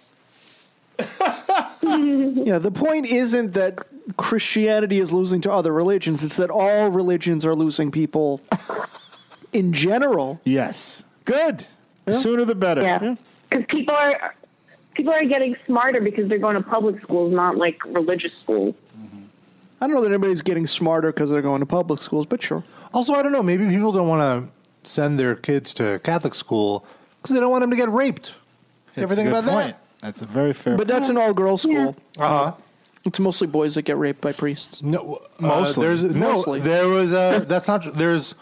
Speaker 3: Yeah, the point isn't that Christianity is losing to other religions, it's that all religions are losing people in general.
Speaker 4: Yes, good. The sooner the better.
Speaker 6: Yeah, because people are people are getting smarter because they're going to public schools, not like religious schools.
Speaker 3: I don't know that anybody's getting smarter because they're going to public schools, but sure.
Speaker 2: Also, I don't know. Maybe people don't want to send their kids to Catholic school because they don't want them to get raped. You ever
Speaker 4: That's a
Speaker 2: think
Speaker 4: good
Speaker 2: about
Speaker 4: point. That's a very fair.
Speaker 3: But that's an all girls school.
Speaker 2: that? Uh huh.
Speaker 3: It's mostly boys that get raped by priests.
Speaker 2: No, uh,
Speaker 4: Mostly.
Speaker 2: there's, no,
Speaker 3: Mostly.
Speaker 2: there was a. That's not. There's.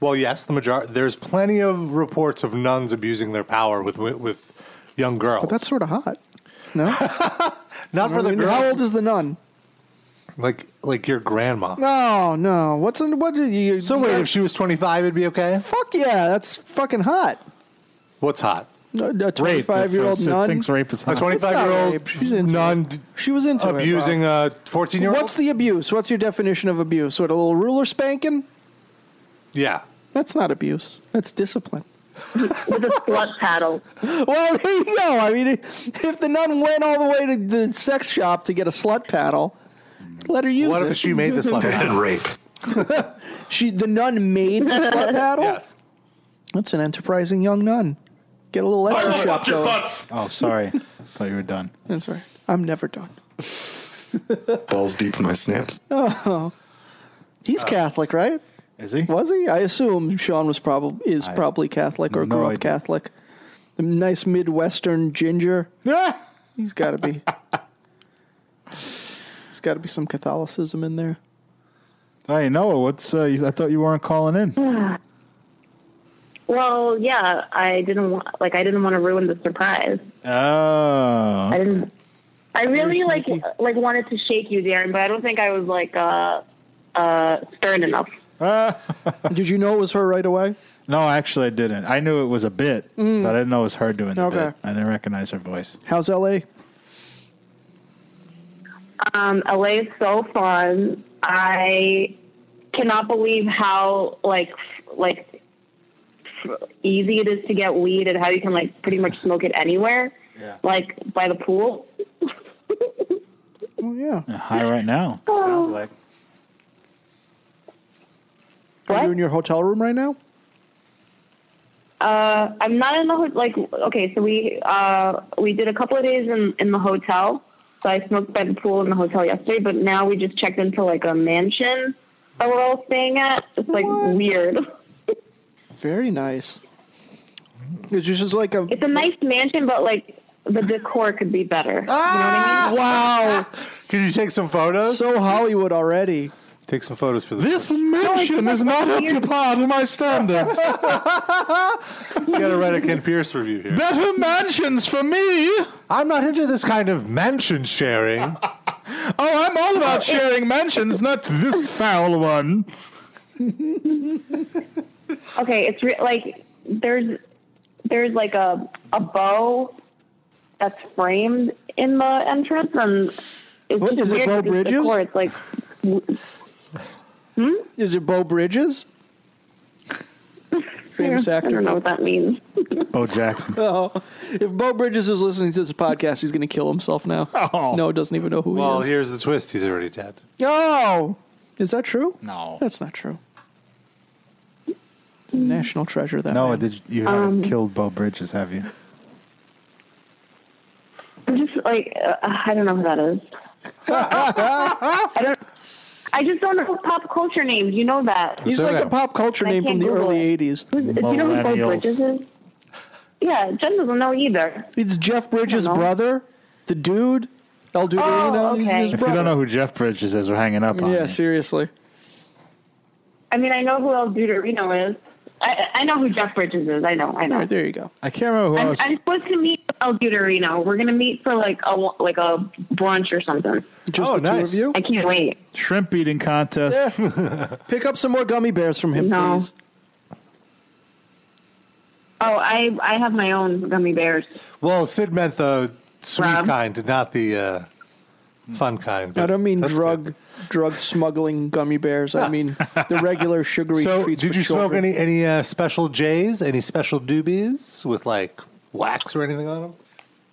Speaker 2: Well, yes, the majority. There's plenty of reports of nuns abusing their power with with, with young girls. [LAUGHS]
Speaker 3: But that's sort of hot. No?
Speaker 2: not for the
Speaker 3: How
Speaker 2: girls.
Speaker 3: old is the nun?
Speaker 2: like like your grandma.
Speaker 3: No, no. What's in what did you?
Speaker 2: So wait, if she was twenty five, it'd be okay.
Speaker 3: fuck yeah, that's fucking hot.
Speaker 2: What's hot?
Speaker 3: A
Speaker 4: Rape.
Speaker 3: twenty-five year old
Speaker 4: It
Speaker 3: nun.
Speaker 4: Thinks rape is
Speaker 2: A
Speaker 4: hot.
Speaker 2: twenty five year
Speaker 3: rape. She's
Speaker 2: old
Speaker 3: into
Speaker 2: non
Speaker 3: She was into it, bro.
Speaker 2: abusing a fourteen year old.
Speaker 3: What's the abuse? What's your definition of abuse? What a little ruler spanking?
Speaker 2: yeah?
Speaker 3: That's not abuse. That's discipline.
Speaker 6: [LAUGHS] with a slut paddle.
Speaker 3: Well, there you go. I mean, if the nun went all the way to the sex shop to get a slut paddle, let her use
Speaker 2: What
Speaker 3: it.
Speaker 2: if she made this
Speaker 3: [LAUGHS]
Speaker 2: one?
Speaker 7: and rape.
Speaker 3: She, the nun made the slut paddle.
Speaker 2: yes.
Speaker 3: That's an enterprising young nun. Get a little extra shop going.
Speaker 4: Oh, sorry. Thought you were done.
Speaker 3: That's right. I'm never done.
Speaker 7: [LAUGHS] Balls deep in my snaps.
Speaker 3: Oh. He's Catholic, right?
Speaker 4: Uh, Is he?
Speaker 3: Was he? I assume Sean was probably is
Speaker 4: I-
Speaker 3: probably Catholic or
Speaker 4: No
Speaker 3: grew up
Speaker 4: idea.
Speaker 3: Catholic. The nice Midwestern ginger.
Speaker 4: Ah!
Speaker 3: He's got
Speaker 4: [LAUGHS]
Speaker 3: to be. There's got to be some Catholicism in there.
Speaker 4: Hey Noah, what's? Uh, you- I thought you weren't calling in.
Speaker 6: Well, yeah, I didn't want like I didn't want to ruin the surprise.
Speaker 4: Oh,
Speaker 6: I didn't. I really like
Speaker 3: sneaky.
Speaker 6: like wanted to shake you, Darren, but I don't think I was like uh uh stern enough.
Speaker 3: Did you know it was her right away? Mm.
Speaker 4: No, actually, I didn't. I knew it was a bit, but I didn't know it was her doing the
Speaker 3: Okay.
Speaker 4: bit. I didn't recognize her voice.
Speaker 3: How's LA?
Speaker 6: Um, LA is so fun. I cannot believe how like f- like f- easy it is to get weed and how you can like pretty much smoke it anywhere.
Speaker 4: Yeah.
Speaker 6: Like by the pool.
Speaker 3: Oh yeah.
Speaker 4: High right now. Sounds like.
Speaker 3: Are you
Speaker 6: What?
Speaker 3: in your hotel room right now?
Speaker 6: Uh, I'm not in the ho- like. Okay, so we uh, we did a couple of days in in the hotel. So I smoked by the pool in the hotel yesterday, but now we just checked into like a mansion that we're all staying at. It's like
Speaker 3: What?
Speaker 6: weird.
Speaker 3: Very nice. It's just like a
Speaker 6: It's a nice mansion, but like the decor could be better.
Speaker 3: Ah!
Speaker 2: [LAUGHS]
Speaker 3: wow.
Speaker 2: Can you take some photos?
Speaker 3: So Hollywood already.
Speaker 2: take some photos for the
Speaker 4: This mansion
Speaker 6: No, it's
Speaker 4: is not up
Speaker 6: like
Speaker 4: to
Speaker 6: weird.
Speaker 4: par to my standards.
Speaker 2: [LAUGHS] You gotta write a Ken Pierce review here.
Speaker 4: Better mansions for me. Oh,
Speaker 2: I'm not into this kind of mansion
Speaker 4: [LAUGHS]
Speaker 2: sharing.
Speaker 4: Oh, I'm all about sharing mansions, not this foul one.
Speaker 6: [LAUGHS] Okay, it's re- like there's there's like a a bow that's framed in the entrance, and it's
Speaker 3: What,
Speaker 6: just
Speaker 3: is it
Speaker 6: weird
Speaker 3: Beau
Speaker 6: with
Speaker 3: Bridges?
Speaker 6: this Decor. It's
Speaker 3: [LAUGHS]
Speaker 6: like Hmm?
Speaker 3: Is it Bo
Speaker 6: [LAUGHS]
Speaker 3: Bridges? Famous
Speaker 6: I don't
Speaker 3: actor.
Speaker 6: know what that means.
Speaker 4: Bo Jackson.
Speaker 3: Oh, if Bo Bridges is listening to this podcast, he's going to kill himself now.
Speaker 4: Oh.
Speaker 3: No, doesn't even know who
Speaker 2: Well,
Speaker 3: he is.
Speaker 2: here's the twist. He's already dead.
Speaker 3: Oh, is that true?
Speaker 4: No.
Speaker 3: That's not true. It's a national treasure that
Speaker 4: Noah,
Speaker 3: man.
Speaker 4: did you, you
Speaker 6: Um,
Speaker 4: haven't killed Bo Bridges, have you?
Speaker 6: I'm just like uh, I don't know who
Speaker 3: [LAUGHS]
Speaker 6: that is. I don't. I just don't know pop culture names. You know that.
Speaker 3: He's
Speaker 2: What's
Speaker 3: like
Speaker 2: that?
Speaker 3: a pop culture
Speaker 6: I
Speaker 3: name from
Speaker 6: can't
Speaker 3: the
Speaker 6: Google
Speaker 3: early
Speaker 6: it.
Speaker 3: '80s.
Speaker 6: Who's, do you know who Bo
Speaker 4: Millennials.
Speaker 6: Bridges is? Yeah, Jen doesn't know either.
Speaker 3: It's Jeff Bridges'
Speaker 6: know.
Speaker 3: brother, the dude, El Duderino.
Speaker 6: Oh,
Speaker 3: He's
Speaker 6: okay.
Speaker 3: his
Speaker 6: If
Speaker 4: If you
Speaker 3: brother.
Speaker 4: don't know who Jeff Bridges is, we're hanging up on
Speaker 3: yeah,
Speaker 4: you.
Speaker 3: seriously.
Speaker 6: I mean, I know who El Duderino is. I, I know who Jeff Bridges is. I know. I
Speaker 3: All
Speaker 6: know.
Speaker 3: right, there you go.
Speaker 4: I can't remember who
Speaker 6: I'm,
Speaker 4: else.
Speaker 6: I'm supposed to meet El Duderino. We're gonna meet for like a like a brunch or something.
Speaker 3: Just
Speaker 2: Oh,
Speaker 3: the
Speaker 2: nice.
Speaker 3: two of
Speaker 6: I
Speaker 3: you.
Speaker 6: can't wait.
Speaker 4: Shrimp eating contest.
Speaker 3: Pick up some more gummy bears from him,
Speaker 6: No.
Speaker 3: please.
Speaker 6: Oh, I I have my own gummy bears.
Speaker 2: Well, Sid meant the sweet
Speaker 6: Rob?
Speaker 2: kind, not the uh, fun kind. but
Speaker 3: I don't mean
Speaker 2: that's
Speaker 3: drug
Speaker 2: good.
Speaker 3: drug smuggling gummy
Speaker 2: [LAUGHS]
Speaker 3: bears. I mean the regular sugary
Speaker 2: So,
Speaker 3: treats.
Speaker 2: did you
Speaker 3: for
Speaker 2: smoke
Speaker 3: children.
Speaker 2: any any uh, special J's? Any special doobies with like wax or anything on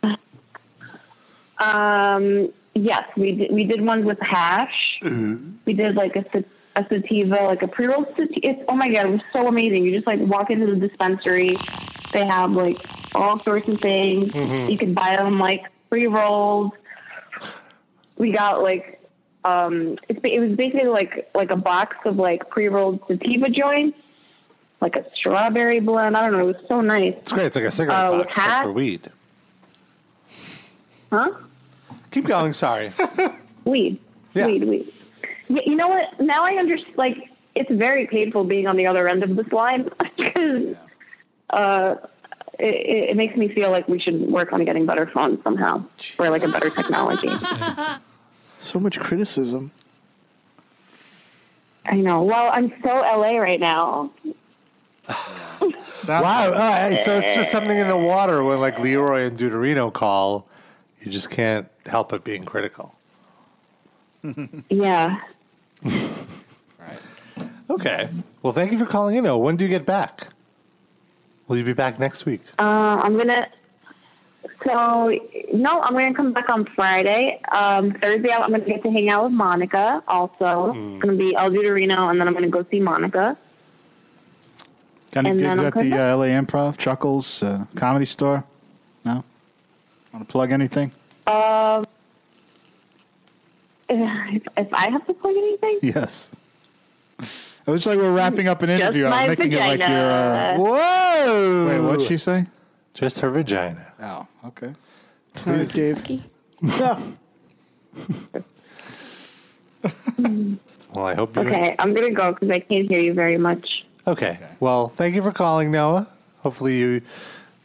Speaker 2: them?
Speaker 6: Um, yes, we did, we did ones with hash. We did like a, sa- a sativa, like a pre roll sativa. It's, oh my god, it was so amazing! You just like walk into the dispensary, they have like all sorts of things.
Speaker 2: Mm-hmm.
Speaker 6: You can buy them like pre rolls. We got like um, it's, ba- it was basically like like a box of like pre rolled sativa joints, like a strawberry blend. I don't know. It was so nice,
Speaker 2: It's great. It's like a cigarette
Speaker 6: Uh,
Speaker 2: box but
Speaker 6: hat?
Speaker 2: for weed.
Speaker 6: huh?
Speaker 2: Keep going. Sorry.
Speaker 6: [LAUGHS] weed,
Speaker 2: Yeah.
Speaker 6: weed, weed. Y- You know what? Now I understand. Like, it's very painful being on the other end of this line [LAUGHS] because uh, it, it it makes me feel like we should work on getting better phones somehow or like a better technology.
Speaker 3: So much criticism.
Speaker 6: I know. Well, I'm so LA right now.
Speaker 4: Sounds-
Speaker 2: Wow. All right. So it's just something in the water when like Leroy and Deuterino call, you just can't help it being critical.
Speaker 6: Yeah.
Speaker 2: Okay. Well, thank you for calling in. Oh, when do you get back? Will you be back next week?
Speaker 6: Uh, I'm gonna. So no, I'm gonna come back on Friday. Um, Thursday, I'm gonna get to hang out with Monica. Also, it's gonna be El Dorino, and then I'm gonna go see Monica.
Speaker 4: Got any
Speaker 6: And
Speaker 4: gigs
Speaker 6: then
Speaker 4: at
Speaker 6: I'll
Speaker 4: the
Speaker 6: come
Speaker 4: uh, LA Improv, Chuckles, uh, Comedy Store? No? Want to plug anything?
Speaker 6: Um, if, if I have to plug anything,
Speaker 4: [LAUGHS] Yes. It was like we're wrapping up an interview.
Speaker 6: my
Speaker 4: I'm making it like you're. Uh,
Speaker 6: vagina.
Speaker 2: Whoa!
Speaker 4: wait, what'd she say?
Speaker 2: Just her vagina.
Speaker 4: Oh,
Speaker 6: [LAUGHS]
Speaker 4: okay.
Speaker 8: Sucky.
Speaker 2: Well, I hope you.
Speaker 6: okay, I'm gonna go because I can't hear you very much.
Speaker 2: Okay. Well, thank you for calling, Noah. Hopefully you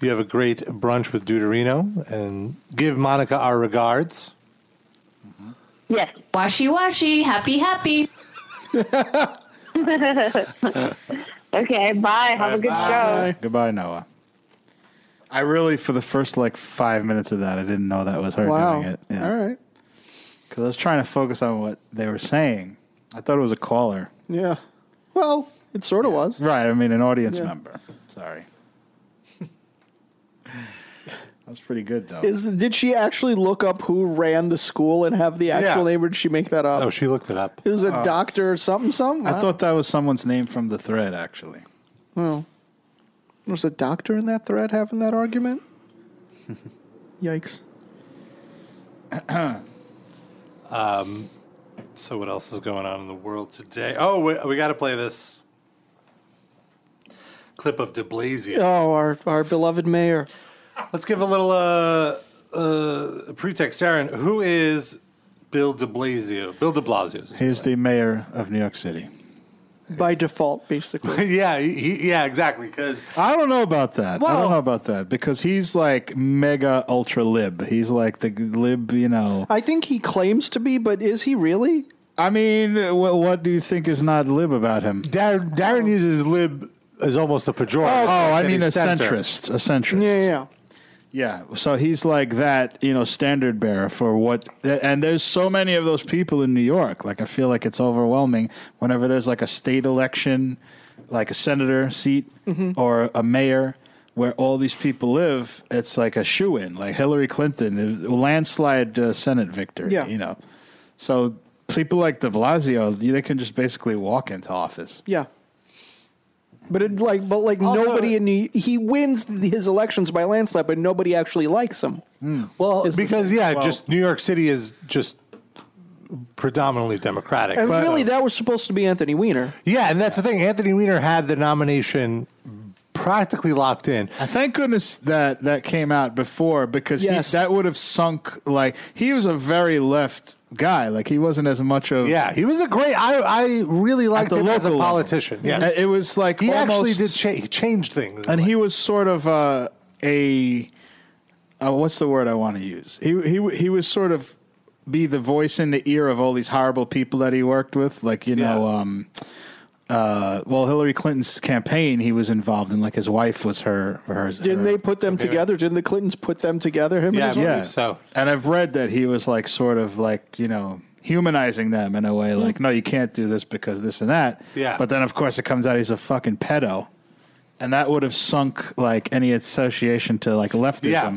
Speaker 2: you have a great brunch with Deuterino and give Monica our
Speaker 4: [CLEARS THROAT]
Speaker 2: regards.
Speaker 6: Yes.
Speaker 8: Washy washy, happy happy.
Speaker 6: [LAUGHS] Okay. Bye. Have a good show.
Speaker 4: Goodbye, Noah. I really, for the first like five minutes of that, I didn't know that was her
Speaker 3: Wow.
Speaker 4: doing it.
Speaker 3: All right.
Speaker 4: Because I was trying to focus on what they were saying. I thought it was a caller.
Speaker 3: Yeah. Well, it sort of was.
Speaker 4: Right. I mean, an audience
Speaker 3: Yeah.
Speaker 4: member. Sorry. [LAUGHS] That's pretty good, though.
Speaker 3: Is did she actually look up who ran the school and have the actual
Speaker 2: Yeah.
Speaker 3: name, or did she make that up?
Speaker 2: Oh, she looked it up.
Speaker 3: it was
Speaker 4: Uh,
Speaker 3: a doctor or something. Something.
Speaker 4: I thought that was someone's name from the thread, actually.
Speaker 3: was a doctor in that thread having that [LAUGHS] argument. Yikes.
Speaker 2: Um, So what else is going on in the world today? Oh, we, we got to play this clip of De Blasio.
Speaker 3: Oh, our our beloved mayor.
Speaker 2: Let's give a little uh, uh, pretext, Aaron. Who is Bill De Blasio? Bill De Blasio. [LAUGHS] is-
Speaker 4: He's the mayor of New York City.
Speaker 3: By default, basically.
Speaker 2: yeah, he, he- yeah, exactly. Because
Speaker 4: I don't know about that. I
Speaker 2: Well-
Speaker 4: don't know about that because he's like mega ultra lib. He's like the lib, you know.
Speaker 3: I think he claims to be, but is he really?
Speaker 4: I mean, what, what do you think is not lib about him?
Speaker 2: Darren, Darren uses lib as almost a pejorative.
Speaker 4: Oh, I
Speaker 2: And
Speaker 4: mean, a
Speaker 2: he's center.
Speaker 4: centrist. A centrist.
Speaker 3: Yeah, yeah.
Speaker 4: Yeah, so he's like that, you know, standard bearer for what. And there's so many of those people in New York. Like, I feel like it's overwhelming whenever there's like a state election, like a senator seat or a mayor where all these people live. It's like a shoe in, like Hillary Clinton, a landslide uh, Senate victory,
Speaker 3: Yeah.
Speaker 4: you know. So people like de Blasio, they can just basically walk into office.
Speaker 3: Yeah. But it like, but like
Speaker 2: Also-
Speaker 3: nobody in New, he wins his elections by landslide, but nobody actually likes him.
Speaker 2: Well,
Speaker 3: Is the-
Speaker 2: because yeah,
Speaker 4: hmm. well-
Speaker 2: just New York City is just predominantly Democratic.
Speaker 3: And
Speaker 2: But-
Speaker 3: really, that was supposed to be Anthony Weiner.
Speaker 2: yeah, and that's the thing. Anthony Weiner had the nomination practically locked in.
Speaker 4: I thank goodness that that came out before because
Speaker 3: Yes.
Speaker 4: he, that would have sunk. Like he was a very left guy. Like he wasn't as much of
Speaker 2: Yeah, he was a great. I I really liked
Speaker 4: the
Speaker 2: him as a
Speaker 4: local level.
Speaker 2: politician. Yeah,
Speaker 4: It was like
Speaker 2: he actually
Speaker 4: almost-
Speaker 2: did cha- he changed things.
Speaker 4: and he was sort of uh, a uh, what's the word I want to use? He he he was sort of be the voice in the ear of all these horrible people that he worked with, like you know.
Speaker 2: Yeah.
Speaker 4: Um, uh, well, Hillary Clinton's campaign, he was involved in. Like his wife was her. her
Speaker 3: Didn't
Speaker 4: her-
Speaker 3: they put them together? Didn't the Clintons put them together? Him
Speaker 2: Yeah,
Speaker 3: and his
Speaker 2: yeah.
Speaker 3: wife?
Speaker 4: Yeah.
Speaker 2: So-
Speaker 4: and I've read that he was like sort of like you know humanizing them in a way,
Speaker 3: Mm-hmm.
Speaker 4: like no, you can't do this because this and that.
Speaker 2: Yeah.
Speaker 4: But then of course it comes out he's a fucking pedo, and that would have sunk like any association to like leftism.
Speaker 2: Yeah.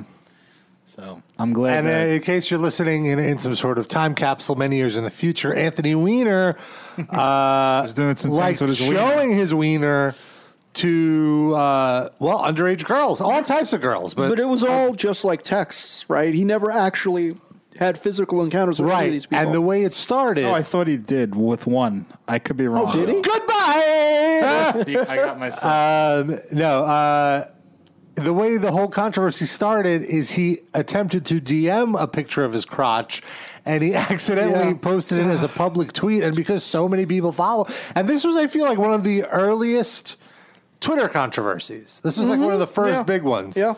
Speaker 4: So I'm glad.
Speaker 2: And uh,
Speaker 4: that,
Speaker 2: in case you're listening in, in some sort of time capsule many years in the future, Anthony
Speaker 4: [LAUGHS]
Speaker 2: Weiner uh,
Speaker 4: Was doing some
Speaker 2: liked
Speaker 4: things with his wiener.
Speaker 2: showing his wiener to uh, well underage girls, all types of girls, but,
Speaker 3: But it was all just like texts, right? He never actually had physical encounters with any of
Speaker 2: right.
Speaker 3: these people.
Speaker 2: And the way it started.
Speaker 4: oh, I thought he did with one. I could be wrong.
Speaker 3: Oh, did he?
Speaker 2: Goodbye.
Speaker 4: [LAUGHS] he? Ah, I got myself.
Speaker 2: um, no, uh, the way the whole controversy started is he attempted to DM a picture of his crotch, and he [LAUGHS] accidentally
Speaker 3: Yeah.
Speaker 2: posted it as a public tweet. And because so many people follow, and this was, I feel like, one of the earliest Twitter controversies. This was like one of the first
Speaker 3: Mm-hmm. Yeah.
Speaker 2: big ones.
Speaker 3: Yeah.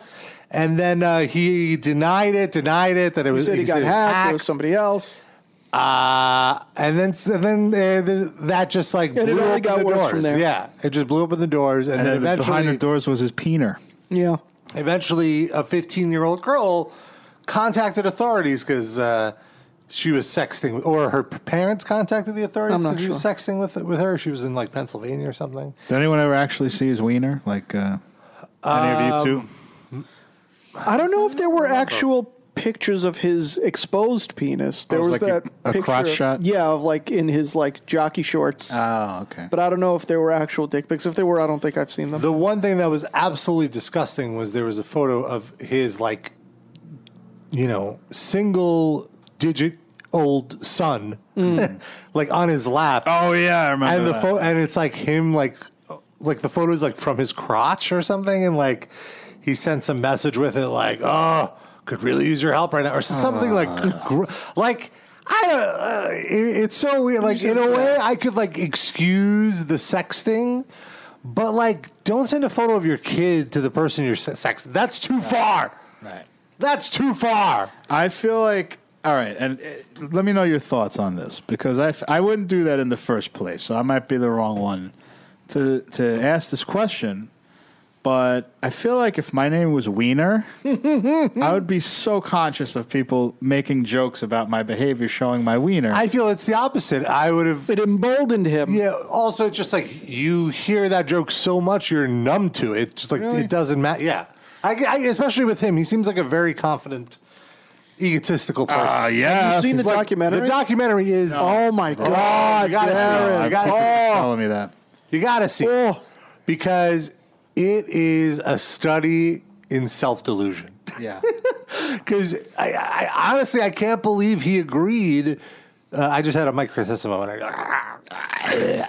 Speaker 2: And then uh, he denied it, denied it that it was
Speaker 3: said he got
Speaker 2: it was
Speaker 3: hacked. It was
Speaker 2: hacked.
Speaker 3: somebody else.
Speaker 2: Uh, and then and then uh, th- that just like
Speaker 3: it
Speaker 2: blew
Speaker 3: only
Speaker 2: open
Speaker 3: got
Speaker 2: the
Speaker 3: worse
Speaker 2: doors.
Speaker 3: from there.
Speaker 2: Yeah, it just blew open the doors, and,
Speaker 4: And,
Speaker 2: then
Speaker 4: then
Speaker 2: eventually,
Speaker 4: behind the doors was his peener.
Speaker 3: Yeah.
Speaker 2: eventually, a 15 year old girl contacted authorities because uh, she was sexting, with, or her p- parents contacted the authorities
Speaker 3: I'm not
Speaker 2: because she was
Speaker 3: sure.
Speaker 2: sexting with with her. She was in like Pennsylvania or something.
Speaker 4: Did anyone ever actually see his wiener? Like uh, any
Speaker 2: Um,
Speaker 4: of you two?
Speaker 3: I don't know if there were actual pictures of his exposed penis. There
Speaker 4: Oh, it
Speaker 3: was,
Speaker 4: was like
Speaker 3: that
Speaker 4: a- a
Speaker 3: picture,
Speaker 4: crotch shot?
Speaker 3: Yeah, of like in his like jockey shorts.
Speaker 4: Oh, okay.
Speaker 3: but I don't know if there were actual dick pics. If there were, I don't think I've seen them.
Speaker 2: The one thing that was absolutely disgusting was there was a photo of his like, you know, single digit old son, [LAUGHS] like on his lap,
Speaker 4: oh yeah, I remember.
Speaker 2: and the
Speaker 4: that.
Speaker 2: photo, and it's like him like, like the photo is like from his crotch or something, and like he sent some message with it like, oh, could really use your help right now, or something
Speaker 4: Ah.
Speaker 2: like, gr- like. I don't, uh, it, it's so weird. Like in a way, I could like excuse the sexting, but like, don't send a photo of your kid to the person you're se- sexting. That's too far.
Speaker 4: right.
Speaker 2: That's too far.
Speaker 4: I feel like all right, and uh, let me know your thoughts on this because I, f- I wouldn't do that in the first place, so I might be the wrong one to to ask this question. But I feel like if my name was Wiener,
Speaker 2: [LAUGHS]
Speaker 4: I would be so conscious of people making jokes about my behavior, showing my wiener.
Speaker 2: I feel it's the opposite. I would have.
Speaker 3: it emboldened him.
Speaker 2: Yeah. Also, it's just like you hear that joke so much, you're numb to it. Just like
Speaker 4: Really?
Speaker 2: it doesn't matter. Yeah. I, I- especially with him, he seems like a very confident, egotistical person.
Speaker 4: Ah, yeah.
Speaker 3: Have you seen the
Speaker 2: Like,
Speaker 3: documentary?
Speaker 2: The documentary is.
Speaker 3: Oh my god,
Speaker 2: you gotta see it.
Speaker 3: Darren.
Speaker 2: You
Speaker 4: I
Speaker 2: gotta
Speaker 4: appreciate
Speaker 2: see
Speaker 4: you
Speaker 2: it. Oh.
Speaker 4: telling me that.
Speaker 2: You gotta see
Speaker 3: Oh.
Speaker 2: it. because it is a study in self delusion. [LAUGHS]
Speaker 4: Yeah.
Speaker 2: Because I, I honestly I can't believe he agreed. Uh, I just had a microcosm moment.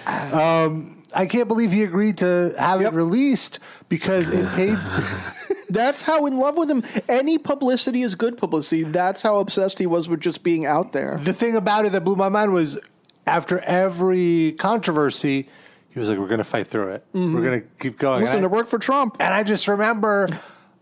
Speaker 2: um, I can't believe he agreed to have it released because it paid.
Speaker 3: [LAUGHS]
Speaker 2: [LAUGHS]
Speaker 3: That's how in love with him. Any publicity is good publicity. That's how obsessed he was with just being out there.
Speaker 2: the thing about it that blew my mind was after every controversy, he was like, "We're going to fight through it. We're going to keep going."
Speaker 3: Mm-hmm. Listen,
Speaker 2: And
Speaker 3: it
Speaker 2: I-
Speaker 3: worked for Trump.
Speaker 2: And I just remember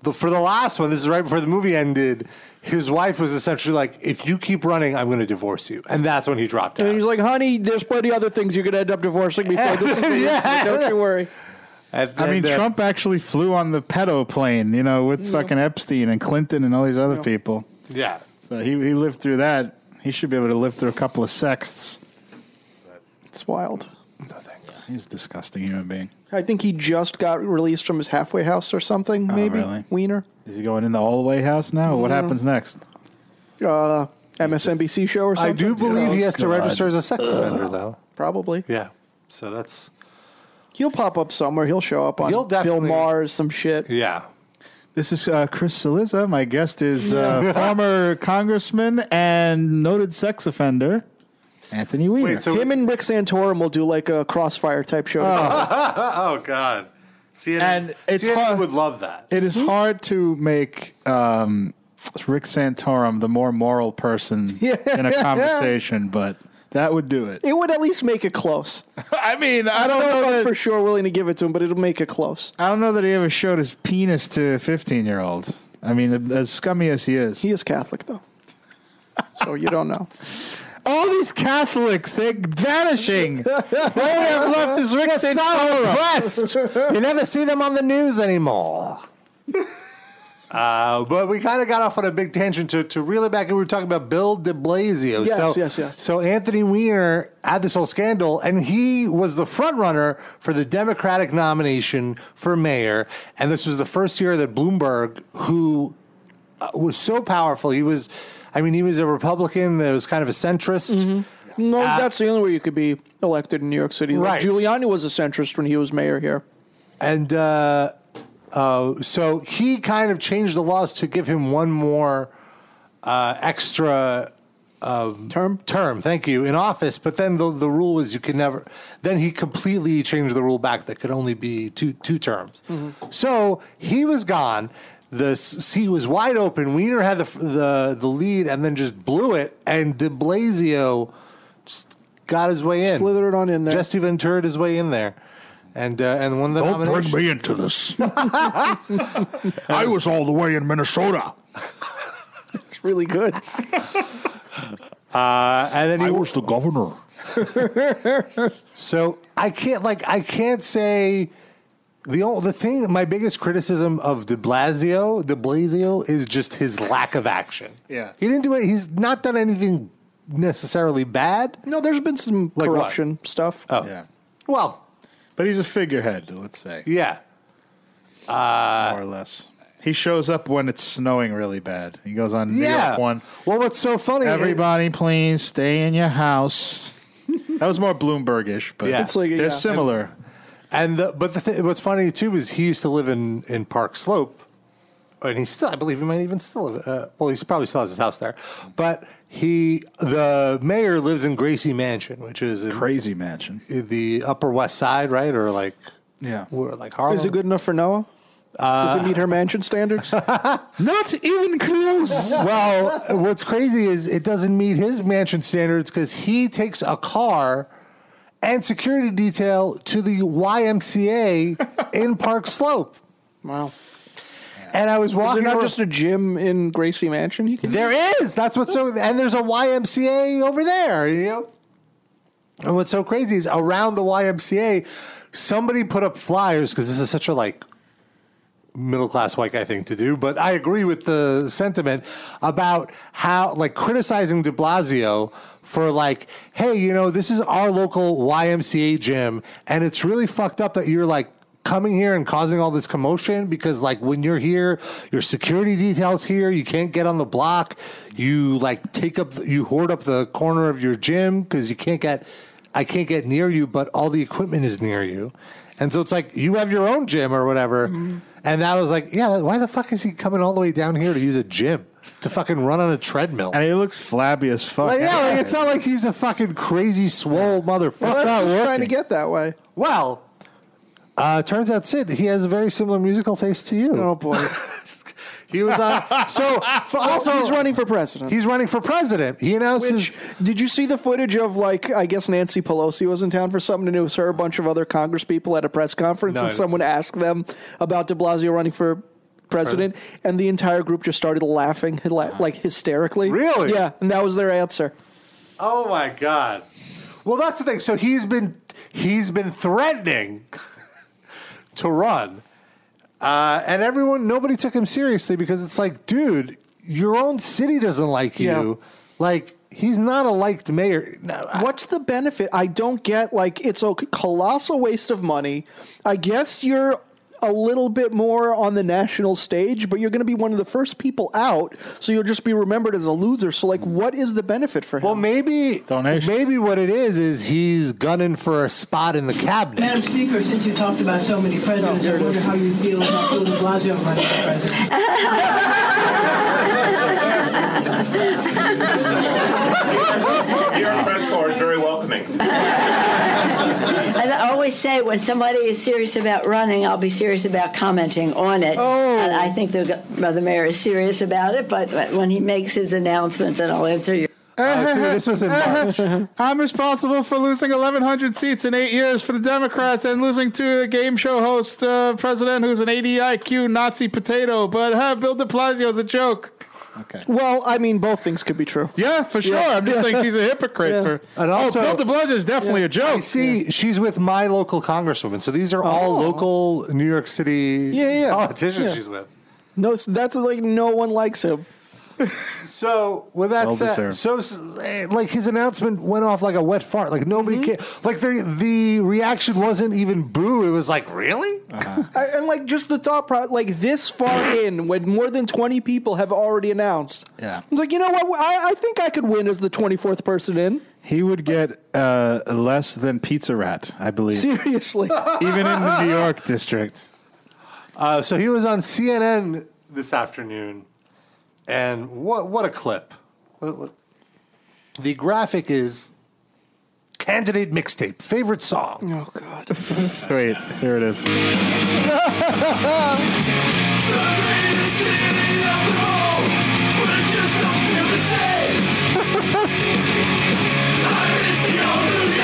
Speaker 2: the, for the last one, this is right before the movie ended, his wife was essentially like, if you keep running, I'm going to divorce you. And that's when he dropped out.
Speaker 3: And he's like, honey, there's plenty other things you're going to end up divorcing
Speaker 2: [LAUGHS]
Speaker 3: before this is the incident. Don't you worry.
Speaker 2: And
Speaker 4: I mean,
Speaker 2: then, uh,
Speaker 4: Trump actually flew on the pedo plane, you know, with fucking Epstein and Clinton and all these other people.
Speaker 2: Yeah.
Speaker 4: So he, he lived through that. He should be able to live through a couple of sexts.
Speaker 3: It's wild.
Speaker 2: No thanks.
Speaker 4: He's a disgusting human being.
Speaker 3: I think he just got released from his halfway house or something, maybe.
Speaker 4: Oh, really?
Speaker 3: Wiener.
Speaker 4: Is he going in the hallway house now? What happens next?
Speaker 3: Uh, MSNBC show or
Speaker 2: I
Speaker 3: something.
Speaker 2: do believe he has to
Speaker 4: Oh, God.
Speaker 2: register as a sex offender, though.
Speaker 3: Probably.
Speaker 2: Yeah. So that's,
Speaker 3: He'll pop up somewhere. He'll show up on
Speaker 2: He'll
Speaker 3: Bill
Speaker 2: definitely-
Speaker 3: Maher's, some shit.
Speaker 2: yeah.
Speaker 4: This is uh, Chris Saliza. My guest is [LAUGHS]
Speaker 3: [LAUGHS]
Speaker 4: uh, former congressman and noted sex offender, Anthony Weiner.
Speaker 2: Wait, so
Speaker 3: Him and Rick Santorum will do like a crossfire type show. [LAUGHS]
Speaker 2: [LAUGHS] oh, God. CNN,
Speaker 4: And it's
Speaker 2: CNN
Speaker 4: hard-
Speaker 2: would love that.
Speaker 4: it is hard to make um, Rick Santorum the more moral
Speaker 3: [LAUGHS]
Speaker 4: person in a conversation, but that would do it.
Speaker 3: It would at least make it close.
Speaker 4: I mean, I don't
Speaker 3: I'm
Speaker 4: know [LAUGHS] that
Speaker 3: for sure willing to give it to him, but it'll make it close.
Speaker 4: I don't know that he ever showed his penis to 15 year olds. I mean, as scummy as he is.
Speaker 3: He is
Speaker 4: [LAUGHS]
Speaker 3: Catholic, though. So you don't know.
Speaker 4: All these Catholics, they're vanishing.
Speaker 3: [LAUGHS]
Speaker 2: Uh,
Speaker 4: All we have left is Rick Santorum.
Speaker 2: you never see them on the news anymore. Uh, but we kind of got off on a big tangent to, to reel it back, and we were talking about Bill de Blasio.
Speaker 3: Yes,
Speaker 2: so,
Speaker 3: yes, yes.
Speaker 2: So Anthony Weiner had this whole scandal, and he was the front runner for the Democratic nomination for mayor. And this was the first year that Bloomberg, who uh, was so powerful, he was, I mean, he was a Republican that was kind of a centrist.
Speaker 4: Mm-hmm.
Speaker 3: [LAUGHS] No, that's the only way you could be elected in New York City. Like
Speaker 2: Uh, Right.
Speaker 3: Giuliani was a centrist when he was mayor here.
Speaker 2: And uh, uh, so he kind of changed the laws to give him one more uh, extra um,
Speaker 3: Term?
Speaker 2: term, thank you, in office. But then the, the rule was you could never, then he completely changed the rule back that could only be two, two terms. So he was gone. The s- seat was wide open. Wiener had the, f- the, the lead and then just blew it. And de Blasio just got his way in.
Speaker 3: Slithered on in there.
Speaker 2: Jesse Ventura his way in there. And, uh, and one of the nominations-
Speaker 9: me into this.
Speaker 2: Mm-hmm.
Speaker 4: [LAUGHS]
Speaker 9: I was all the way in Minnesota.
Speaker 3: It's really good.
Speaker 2: [LAUGHS] Uh, and then he
Speaker 9: I was the governor.
Speaker 2: [LAUGHS] So I can't like I can't say the ol- the thing my biggest criticism of De Blasio De Blasio is just his lack of action.
Speaker 4: Yeah.
Speaker 2: he didn't do it. He's not done anything necessarily bad.
Speaker 3: No, there's been some
Speaker 2: Like what?
Speaker 3: corruption stuff.
Speaker 2: Oh
Speaker 4: Yeah.
Speaker 2: well,
Speaker 4: But he's a figurehead, let's say,
Speaker 2: yeah. Uh,
Speaker 4: more or less. He shows up when it's snowing really bad. He goes on New
Speaker 2: yeah.
Speaker 4: York one.
Speaker 2: Well, what's so funny? is-
Speaker 4: Everybody, please stay in your house. That was more Bloombergish, but
Speaker 2: Yeah. It's
Speaker 3: like-
Speaker 4: they're
Speaker 3: yeah.
Speaker 4: similar.
Speaker 2: and the, but the th- what's funny too is he used to live in in Park Slope, and he still I believe he might even still live. Uh, well, he probably still has his house there, but he the mayor lives in Gracie Mansion, which is in,
Speaker 4: Crazy mansion.
Speaker 2: the Upper West Side, right, or like
Speaker 4: Yeah.
Speaker 2: or like Harlem.
Speaker 3: Is it good enough for Noah? Does
Speaker 2: Uh,
Speaker 3: it meet her mansion standards?
Speaker 4: Not even close.
Speaker 2: well, what's crazy is it doesn't meet his mansion standards because he takes a car and security detail to the YMCA in Park Slope,
Speaker 3: wow.
Speaker 2: and I was
Speaker 3: Is there
Speaker 2: walking.
Speaker 3: not
Speaker 2: over-
Speaker 3: just a gym in Gracie Mansion? You can
Speaker 2: There is. That's what's so. And there's a YMCA over there. You know. And what's so crazy is around the YMCA, somebody put up flyers because this is such a like middle class white guy thing to do. But I agree with the sentiment about how like criticizing De Blasio for like, hey, you know, this is our local YMCA gym, and it's really fucked up that you're like coming here and causing all this commotion because like when you're here your security details here you can't get on the block you like take up you hoard up the corner of your gym because you can't get i can't get near you but all the equipment is near you and so it's like you have your own gym or whatever.
Speaker 3: Mm-hmm.
Speaker 2: And that was like, yeah, why the fuck is he coming all the way down here to use a gym to fucking run on a treadmill?
Speaker 4: And he looks flabby as fuck.
Speaker 2: Like, yeah, like, it's not like he's a fucking crazy swole motherfucker.
Speaker 3: just trying to get that way.
Speaker 2: well, uh, turns out Sid, he has a very similar musical taste to you.
Speaker 3: Oh boy.
Speaker 2: [LAUGHS]
Speaker 3: [LAUGHS]
Speaker 2: He was on. so for also,
Speaker 3: Oh, he's running for president.
Speaker 2: He's running for president. He announces.
Speaker 3: Which, did you see the footage of like I guess Nancy Pelosi was in town for something, and it was her a bunch of other Congress people at a press conference,
Speaker 2: No, I
Speaker 3: and
Speaker 2: didn't
Speaker 3: someone asked them about De Blasio running for president, and the entire group just started laughing hila- like hysterically.
Speaker 2: Really?
Speaker 3: Yeah, and that was their answer.
Speaker 2: oh my god. Well, that's the thing. So he's been he's been threatening [LAUGHS] to run. Uh, and everyone, nobody took him seriously because it's like, dude, your own city doesn't like you.
Speaker 3: Yeah.
Speaker 2: Like, he's not a liked mayor. No, I-
Speaker 3: What's the benefit? I don't get like it's a colossal waste of money. I guess you're a little bit more on the national stage, but you're going to be one of the first people out, so you'll just be remembered as a loser. So like, what is the benefit for him?
Speaker 2: well, maybe
Speaker 4: Donation.
Speaker 2: maybe what it is is he's gunning for a spot in the cabinet.
Speaker 10: Madam Speaker, since you talked about so many presidents, I wonder how you feel about Bill de Blasio running for president.
Speaker 5: Your press corps is very welcoming.
Speaker 11: As I always say, when somebody is serious about running, I'll be serious about commenting on it. Oh. And I think the, g- the mayor is serious about it, but when he makes his announcement, then I'll answer
Speaker 2: [LAUGHS]
Speaker 11: your
Speaker 2: Uh, dude, this was in March.
Speaker 4: [LAUGHS] I'm responsible for losing 1,100 seats in eight years for the Democrats and losing to a game show host uh, president who's an 80 IQ Nazi potato. But uh, Bill de Blasio is a joke. Okay.
Speaker 3: Well, I mean, both things could be true.
Speaker 4: Yeah, [LAUGHS] for sure. I'm just saying she's a hypocrite for.
Speaker 2: [LAUGHS] And also-
Speaker 4: oh, Bill de Blasio is definitely a
Speaker 2: I
Speaker 4: joke.
Speaker 2: see she's with my local congresswoman. So these are all
Speaker 3: Oh.
Speaker 2: local New York City
Speaker 3: Yeah, yeah, yeah.
Speaker 2: politicians
Speaker 3: Yeah.
Speaker 2: she's with.
Speaker 3: No, s- that's like no one likes him.
Speaker 2: So with that
Speaker 4: Well
Speaker 2: said,
Speaker 4: deserved.
Speaker 2: so eh, like his announcement went off like a wet fart. Like nobody
Speaker 3: Mm-hmm.
Speaker 2: cared. Like the the reaction wasn't even boo. It was like really.
Speaker 3: I, and like just the thought pro like this far in, when more than twenty people have already announced.
Speaker 4: Yeah.
Speaker 3: it's like you know what? I, I think I could win as the twenty fourth person in.
Speaker 4: He would get uh, less than Pizza Rat, I believe,
Speaker 3: Seriously,
Speaker 4: [LAUGHS] even in the New York district.
Speaker 2: Uh, so he was on CNN this afternoon, and what what a clip! What- what- The graphic is candidate mixtape favorite song.
Speaker 3: oh god.
Speaker 4: Wait, here it
Speaker 2: [LAUGHS]
Speaker 4: is.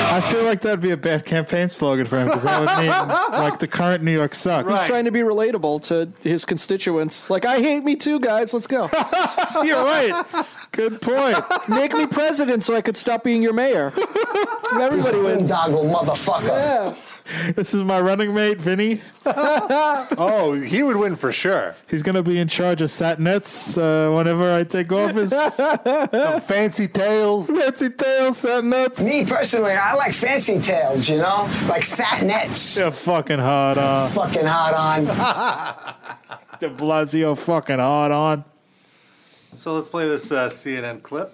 Speaker 4: I feel like that'd be a bad campaign slogan for him because that would mean like the current New York sucks.
Speaker 3: He's trying to be relatable to his constituents. Like, I hate me too, guys. Let's go.
Speaker 4: [LAUGHS] You're right.
Speaker 3: Good point. Make me president so I could stop being your mayor. And everybody wins.
Speaker 4: motherfucker. This is my running mate, Vinny.
Speaker 2: [LAUGHS] oh, he would win for sure.
Speaker 4: He's going to be in charge of satinettes uh, whenever I
Speaker 2: [LAUGHS]
Speaker 4: take office. Some
Speaker 2: fancy tails.
Speaker 4: Fancy tails, satinettes.
Speaker 12: Me personally, I like fancy tails, you know? Like satinettes.
Speaker 4: You're fucking hard on.
Speaker 12: Fucking hot on.
Speaker 4: [LAUGHS] De Blasio fucking hard on.
Speaker 2: So let's play this uh, CNN clip.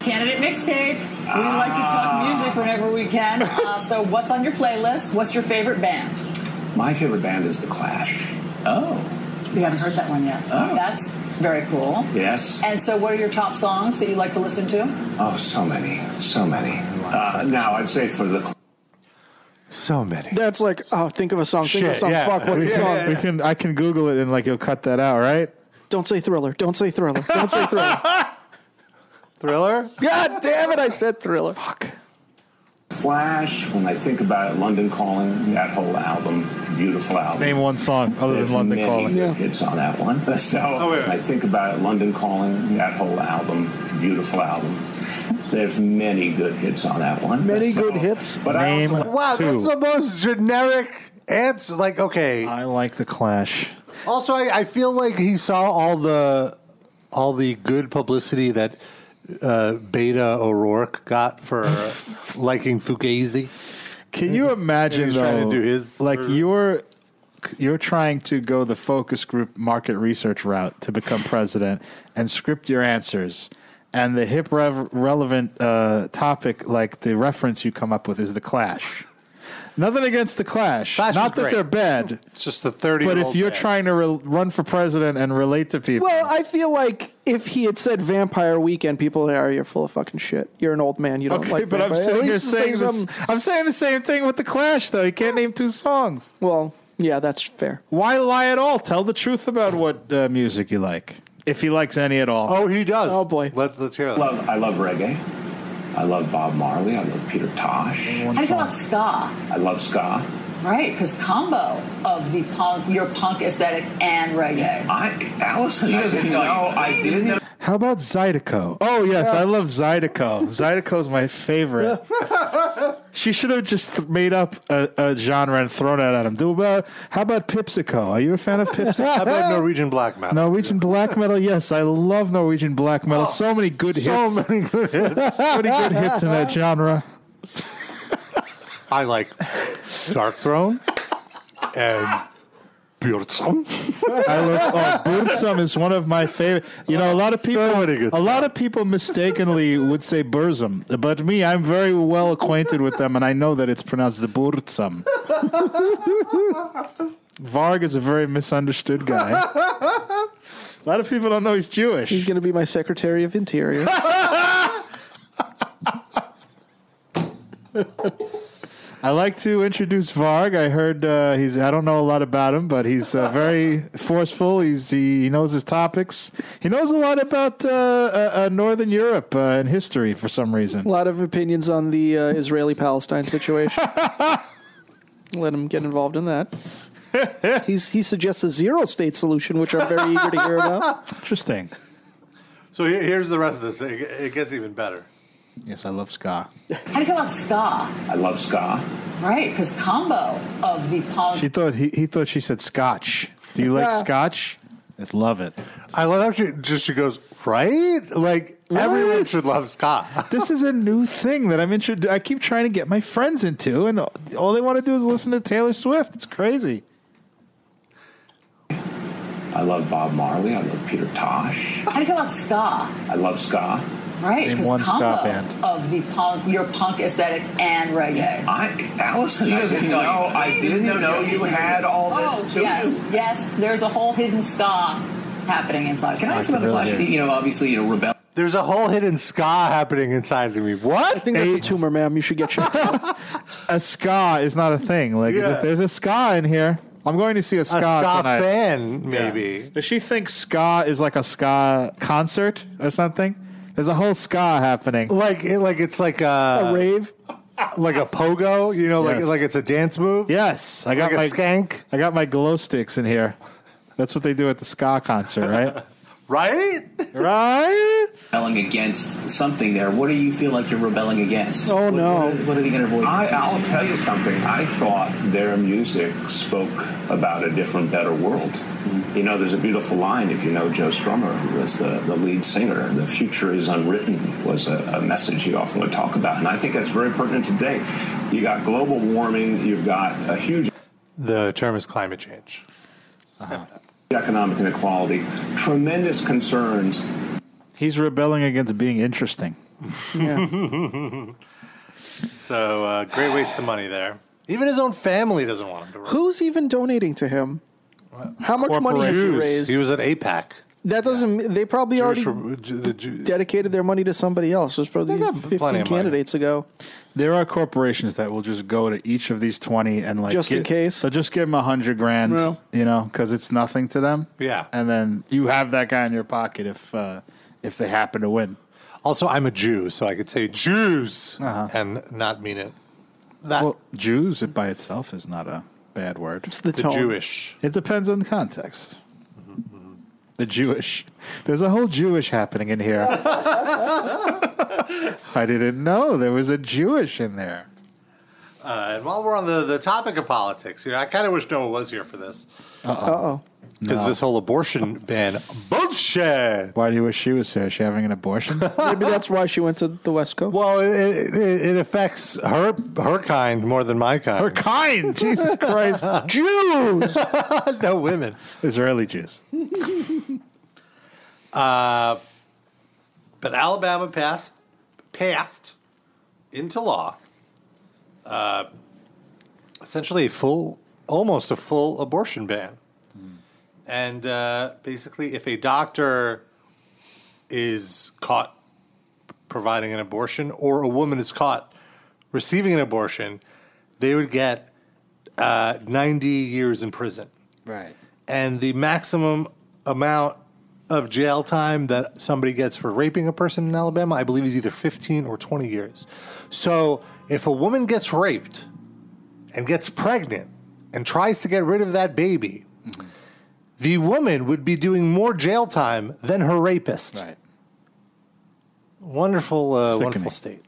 Speaker 13: Candidate mixtape. We like to
Speaker 14: Ah.
Speaker 13: talk music whenever we can. Uh, so, what's on your playlist? What's your favorite band?
Speaker 14: My favorite band is The Clash. Oh.
Speaker 13: We haven't heard that one yet.
Speaker 14: Oh.
Speaker 13: That's very cool.
Speaker 14: Yes.
Speaker 13: And so, what are your top songs that you like to listen to?
Speaker 14: Oh, so many. So many. Uh, now, I'd say for The
Speaker 2: So many.
Speaker 3: That's like, oh, think of a song. Think of a
Speaker 4: Shit,
Speaker 3: song.
Speaker 4: yeah.
Speaker 3: Fuck, what's
Speaker 4: we,
Speaker 3: the song?
Speaker 4: we can, I can Google it and like you'll cut that out, right?
Speaker 3: Don't say Thriller. Don't say Thriller. Don't say Thriller.
Speaker 2: Thriller?
Speaker 3: God
Speaker 14: [LAUGHS]
Speaker 3: damn it, I said Thriller.
Speaker 14: Clash, when I think about it, London Calling, that whole album, beautiful album.
Speaker 4: Name one song other
Speaker 14: There's
Speaker 4: than London
Speaker 14: many
Speaker 4: Calling.
Speaker 14: good hits on that one. [LAUGHS] So
Speaker 4: Oh, wait, wait.
Speaker 14: when I think about it, London Calling, that whole album, beautiful album. There's many good hits on that one.
Speaker 2: Many
Speaker 14: So-
Speaker 2: good hits?
Speaker 14: But I also,
Speaker 2: wow, that's the most generic answer. Like, okay.
Speaker 4: I like The Clash.
Speaker 2: Also, I, I feel like he saw all the all the good publicity that uh, Beta O'Rourke got
Speaker 4: [LAUGHS]
Speaker 2: for liking Fugazi.
Speaker 4: Can you imagine
Speaker 2: He's
Speaker 4: though,
Speaker 2: trying to do his
Speaker 4: like you're you're trying to go the focus group market research route to become president and script your answers and the hip rev- relevant uh, topic like the reference you come up with is the clash nothing against the clash,
Speaker 2: Clash was
Speaker 4: not that
Speaker 2: great.
Speaker 4: they're bad
Speaker 2: It's just the thirty.
Speaker 4: but if you're trying to re- run for president and relate to people
Speaker 3: Well, I feel like if he had said Vampire Weekend, people are "Oh, you're full of fucking shit. You're an old man. You don't
Speaker 4: Okay,
Speaker 3: like
Speaker 4: but I'm
Speaker 3: vampire." At
Speaker 4: saying, you're
Speaker 3: least the
Speaker 4: saying
Speaker 3: same
Speaker 4: this,
Speaker 3: something-
Speaker 4: I'm saying the same thing with the Clash, though. You can't name two songs.
Speaker 3: Well, yeah, that's fair.
Speaker 4: Why lie at all? Tell the truth about what uh, music you like, if he likes any at all.
Speaker 2: Oh, he does.
Speaker 3: Oh boy.
Speaker 2: Let's let's hear
Speaker 14: I love, I love reggae. I love Bob Marley. I love Peter Tosh.
Speaker 13: How do you feel about ska?
Speaker 14: I love ska.
Speaker 13: Right, because combo of the punk, your punk aesthetic and reggae.
Speaker 14: I, Allison,
Speaker 13: She
Speaker 14: I
Speaker 13: doesn't
Speaker 14: didn't
Speaker 13: like-
Speaker 14: know.
Speaker 13: [LAUGHS]
Speaker 14: I did know.
Speaker 4: How about Zydeco? Oh yes, I love Zydeco. Zydeco is my favorite. She should have just th- made up a, a genre and thrown it at him. Do about how about Pipsico? Are you a fan of Pipsico?
Speaker 2: [LAUGHS] [LAUGHS] How about Norwegian black metal?
Speaker 4: Norwegian black metal, yes, I love Norwegian black metal. so many good
Speaker 2: Oh. so
Speaker 4: hits.
Speaker 2: many good hits.
Speaker 4: so many good hits in
Speaker 2: [LAUGHS]
Speaker 4: that genre.
Speaker 2: I like Dark Throne and Bjornsson.
Speaker 4: I love oh, Burzum is one of my favorite. You know, a lot of people, a lot of people mistakenly would say Burzum, but me, I'm very well acquainted with them, and I know that it's pronounced the Burzum. Varg is a very misunderstood guy. A lot of people don't know he's Jewish.
Speaker 3: He's going to be my Secretary of Interior.
Speaker 4: [LAUGHS] I like to introduce Varg. I heard uh, he's. I don't know a lot about him, but he's uh, very forceful. He's he, he knows his topics. He knows a lot about uh, uh, uh, Northern Europe uh, and history for some reason.
Speaker 3: A lot of opinions on the uh, Israeli Palestine situation.
Speaker 4: [LAUGHS]
Speaker 3: Let him get involved in that. He's, he suggests a zero state solution, which I'm very eager to hear about.
Speaker 4: Interesting.
Speaker 2: So here- here's the rest of this. It, it gets even better.
Speaker 4: Yes, I love ska.
Speaker 13: How do you feel about ska?
Speaker 14: I love ska.
Speaker 13: Right, because combo of the punk.
Speaker 4: She thought he, he thought she said Scotch. Do you like Scotch? I love it.
Speaker 2: I love how she just she goes right. Like everyone should love Scott.
Speaker 4: this is a new thing that I'm introdu- I keep trying to get my friends into, and all they want to do is listen to Taylor Swift. It's crazy.
Speaker 14: I love Bob Marley. I love Peter Tosh.
Speaker 13: How do you feel about ska?
Speaker 14: I love ska.
Speaker 13: Right,
Speaker 14: Name
Speaker 13: because
Speaker 14: one ska
Speaker 13: combo
Speaker 14: band.
Speaker 13: of the punk, your punk aesthetic and reggae.
Speaker 14: I, Allison,
Speaker 13: She
Speaker 14: I
Speaker 13: doesn't
Speaker 14: didn't know.
Speaker 13: know.
Speaker 14: I didn't know you had all this
Speaker 13: Oh,
Speaker 14: too.
Speaker 13: yes, yes. There's a whole hidden ska happening inside.
Speaker 2: Oh,
Speaker 14: Can I ask about the Clash? You know, obviously, you know, rebel.
Speaker 2: There's a whole hidden ska happening inside of me. What?
Speaker 3: I think that's a tumor, ma'am. You should get
Speaker 2: [LAUGHS]
Speaker 3: checked out.
Speaker 4: a ska is not a thing. Like
Speaker 2: Yeah.
Speaker 4: if there's a ska in here, I'm going to see a ska,
Speaker 2: a ska
Speaker 4: tonight.
Speaker 2: fan, maybe.
Speaker 4: Does she think ska is like a ska concert or something? There's a whole ska happening.
Speaker 2: Like it, like it's like a,
Speaker 3: a rave.
Speaker 2: like a pogo, you know, like
Speaker 4: Yes.
Speaker 2: like it's a dance move.
Speaker 4: Yes, I got
Speaker 2: like
Speaker 4: my
Speaker 2: a skank.
Speaker 4: I got my glow sticks in here. That's what they do at the ska concert, right?
Speaker 2: right?
Speaker 4: Right?
Speaker 15: Rebelling against something there. What do you feel like you're rebelling against? Oh, no. What are, what are the inner voices?
Speaker 14: I, I'll tell you something. I thought their music spoke about a different, better world.
Speaker 15: Mm-hmm.
Speaker 14: You know, there's a beautiful line if you know Joe Strummer, who was the, the lead singer. The future is unwritten was a, a message he often would talk about. And I think that's very pertinent today. You got global warming, you've got a huge
Speaker 2: The term is climate change.
Speaker 14: economic inequality, [LAUGHS] tremendous concerns.
Speaker 4: He's rebelling against being interesting.
Speaker 2: [LAUGHS] so uh, great waste of money there. Even his own family doesn't want him to.
Speaker 3: Who's even donating to him? How much money has he
Speaker 2: Corporations.
Speaker 3: raised?
Speaker 2: He was at APAC.
Speaker 3: That doesn't. They probably
Speaker 2: Jewish
Speaker 3: already
Speaker 2: Re- Ju- the Ju-
Speaker 3: dedicated their money to somebody else. There's probably
Speaker 4: plenty
Speaker 3: 15
Speaker 4: of money.
Speaker 3: candidates ago.
Speaker 4: There are corporations that will just go to each of these twenty and like
Speaker 3: Just in
Speaker 4: case. So just give them a hundred grand,
Speaker 3: No.
Speaker 4: you know, because it's nothing to them.
Speaker 2: Yeah,
Speaker 4: and then you have that guy in your pocket if uh, if they happen to win.
Speaker 2: Also, I'm a Jew, so I could say Jews
Speaker 3: Uh-huh.
Speaker 2: and not mean it.
Speaker 4: well, Jews it by itself is not a bad word. It's
Speaker 2: the The tone. Jewish.
Speaker 4: It depends on the context. The Jewish. There's a whole Jewish happening in here. I didn't know there was a Jewish in there.
Speaker 2: Uh, and while we're on the, the topic of politics, you know, I kind of wish Noah was here for this
Speaker 4: Uh oh.
Speaker 2: because this whole abortion ban bullshit.
Speaker 4: Why do you wish she was here? Is she having an abortion?
Speaker 3: Maybe that's why she went to the West Coast.
Speaker 2: Well, it, it, it affects her her kind more than my kind. Her
Speaker 4: kind,
Speaker 2: [LAUGHS]
Speaker 4: Jesus Christ,
Speaker 2: Jews, [LAUGHS] no women,
Speaker 4: Israeli Jews.
Speaker 2: [LAUGHS] Uh, but Alabama passed passed into law uh, essentially a full, almost a full abortion ban.
Speaker 4: Hmm.
Speaker 2: And uh, basically, if a doctor is caught providing an abortion, or a woman is caught receiving an abortion, they would get uh, ninety years in prison
Speaker 4: Right.
Speaker 2: and the maximum amount of jail time that somebody gets for raping a person in Alabama, I believe, is either 15 or 20 years. So if a woman gets raped and gets pregnant and tries to get rid of that baby, the woman would be doing more jail time than her rapist. Right. Wonderful, uh, wonderful state.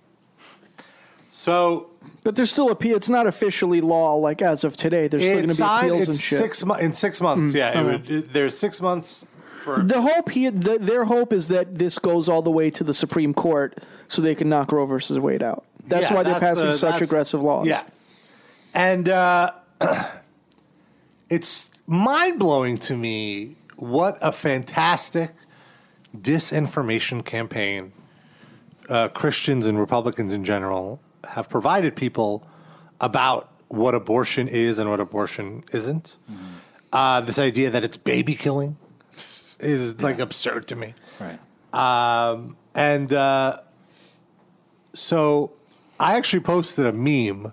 Speaker 2: So,
Speaker 3: but there's still a. pe- It's not officially law like as of today. There's
Speaker 2: It's
Speaker 3: still going to be
Speaker 2: signed-
Speaker 3: appeals
Speaker 2: it's
Speaker 3: and shit.
Speaker 2: Six mo- in six months,
Speaker 3: Mm,
Speaker 2: yeah. It
Speaker 3: okay.
Speaker 2: would, it- there's six months for
Speaker 3: The hope he, the, their hope is that this goes all the way to the Supreme Court, so they can knock Roe versus Wade out. That's
Speaker 2: Yeah,
Speaker 3: why they're
Speaker 2: that's
Speaker 3: passing
Speaker 2: the-
Speaker 3: such
Speaker 2: that's-
Speaker 3: aggressive laws.
Speaker 2: Yeah. And uh, [CLEARS THROAT] it's mind blowing to me what a fantastic disinformation campaign uh, Christians and Republicans in general have provided people about what abortion is and what abortion isn't. Uh, this idea that it's baby killing is like absurd to me.
Speaker 4: Right.
Speaker 2: Um, and uh, so I actually posted a meme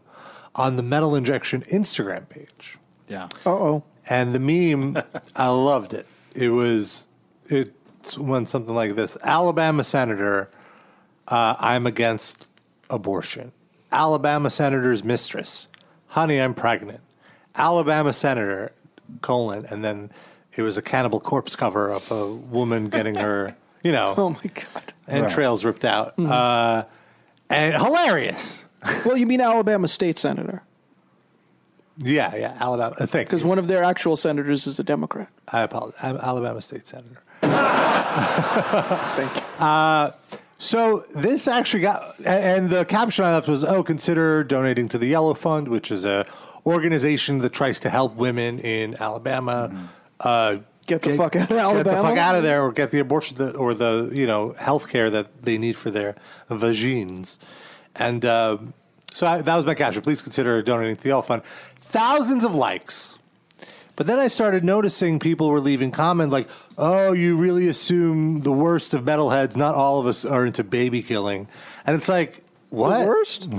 Speaker 2: on the Metal Injection Instagram page.
Speaker 4: Yeah.
Speaker 3: Uh oh.
Speaker 2: And the meme, [LAUGHS] I loved it. It was, it went something like this Alabama Senator, uh, I'm against abortion. Alabama Senator's mistress, honey, I'm pregnant. Alabama Senator, colon. And then it was a cannibal corpse cover of a woman getting her, you know,
Speaker 3: [LAUGHS] Oh my god. Mm-hmm.
Speaker 2: entrails ripped out. Uh, and hilarious.
Speaker 3: [LAUGHS] well, you mean Alabama state senator?
Speaker 2: Yeah, yeah, Alabama. uh, Thank
Speaker 3: Because one of their actual senators is a Democrat.
Speaker 2: I apologize. I'm Alabama state senator. Thank you. Uh, so this actually got, a- and the caption I left was, "Oh, consider donating to the Yellow Fund, which is a organization that tries to help women in Alabama uh,
Speaker 3: Mm-hmm. Get the fuck out of
Speaker 2: Get the
Speaker 3: Alabama.
Speaker 2: fuck out of there, or get the abortion that, or the you know health care that they need for their vagines." And uh, so I, that was my caption. Please consider donating to the Yellow Fund. Thousands of likes. But then I started noticing people were leaving comments like, "Oh, you really assume the worst of metalheads. Not all of us are into baby killing." And it's like, what
Speaker 3: worst?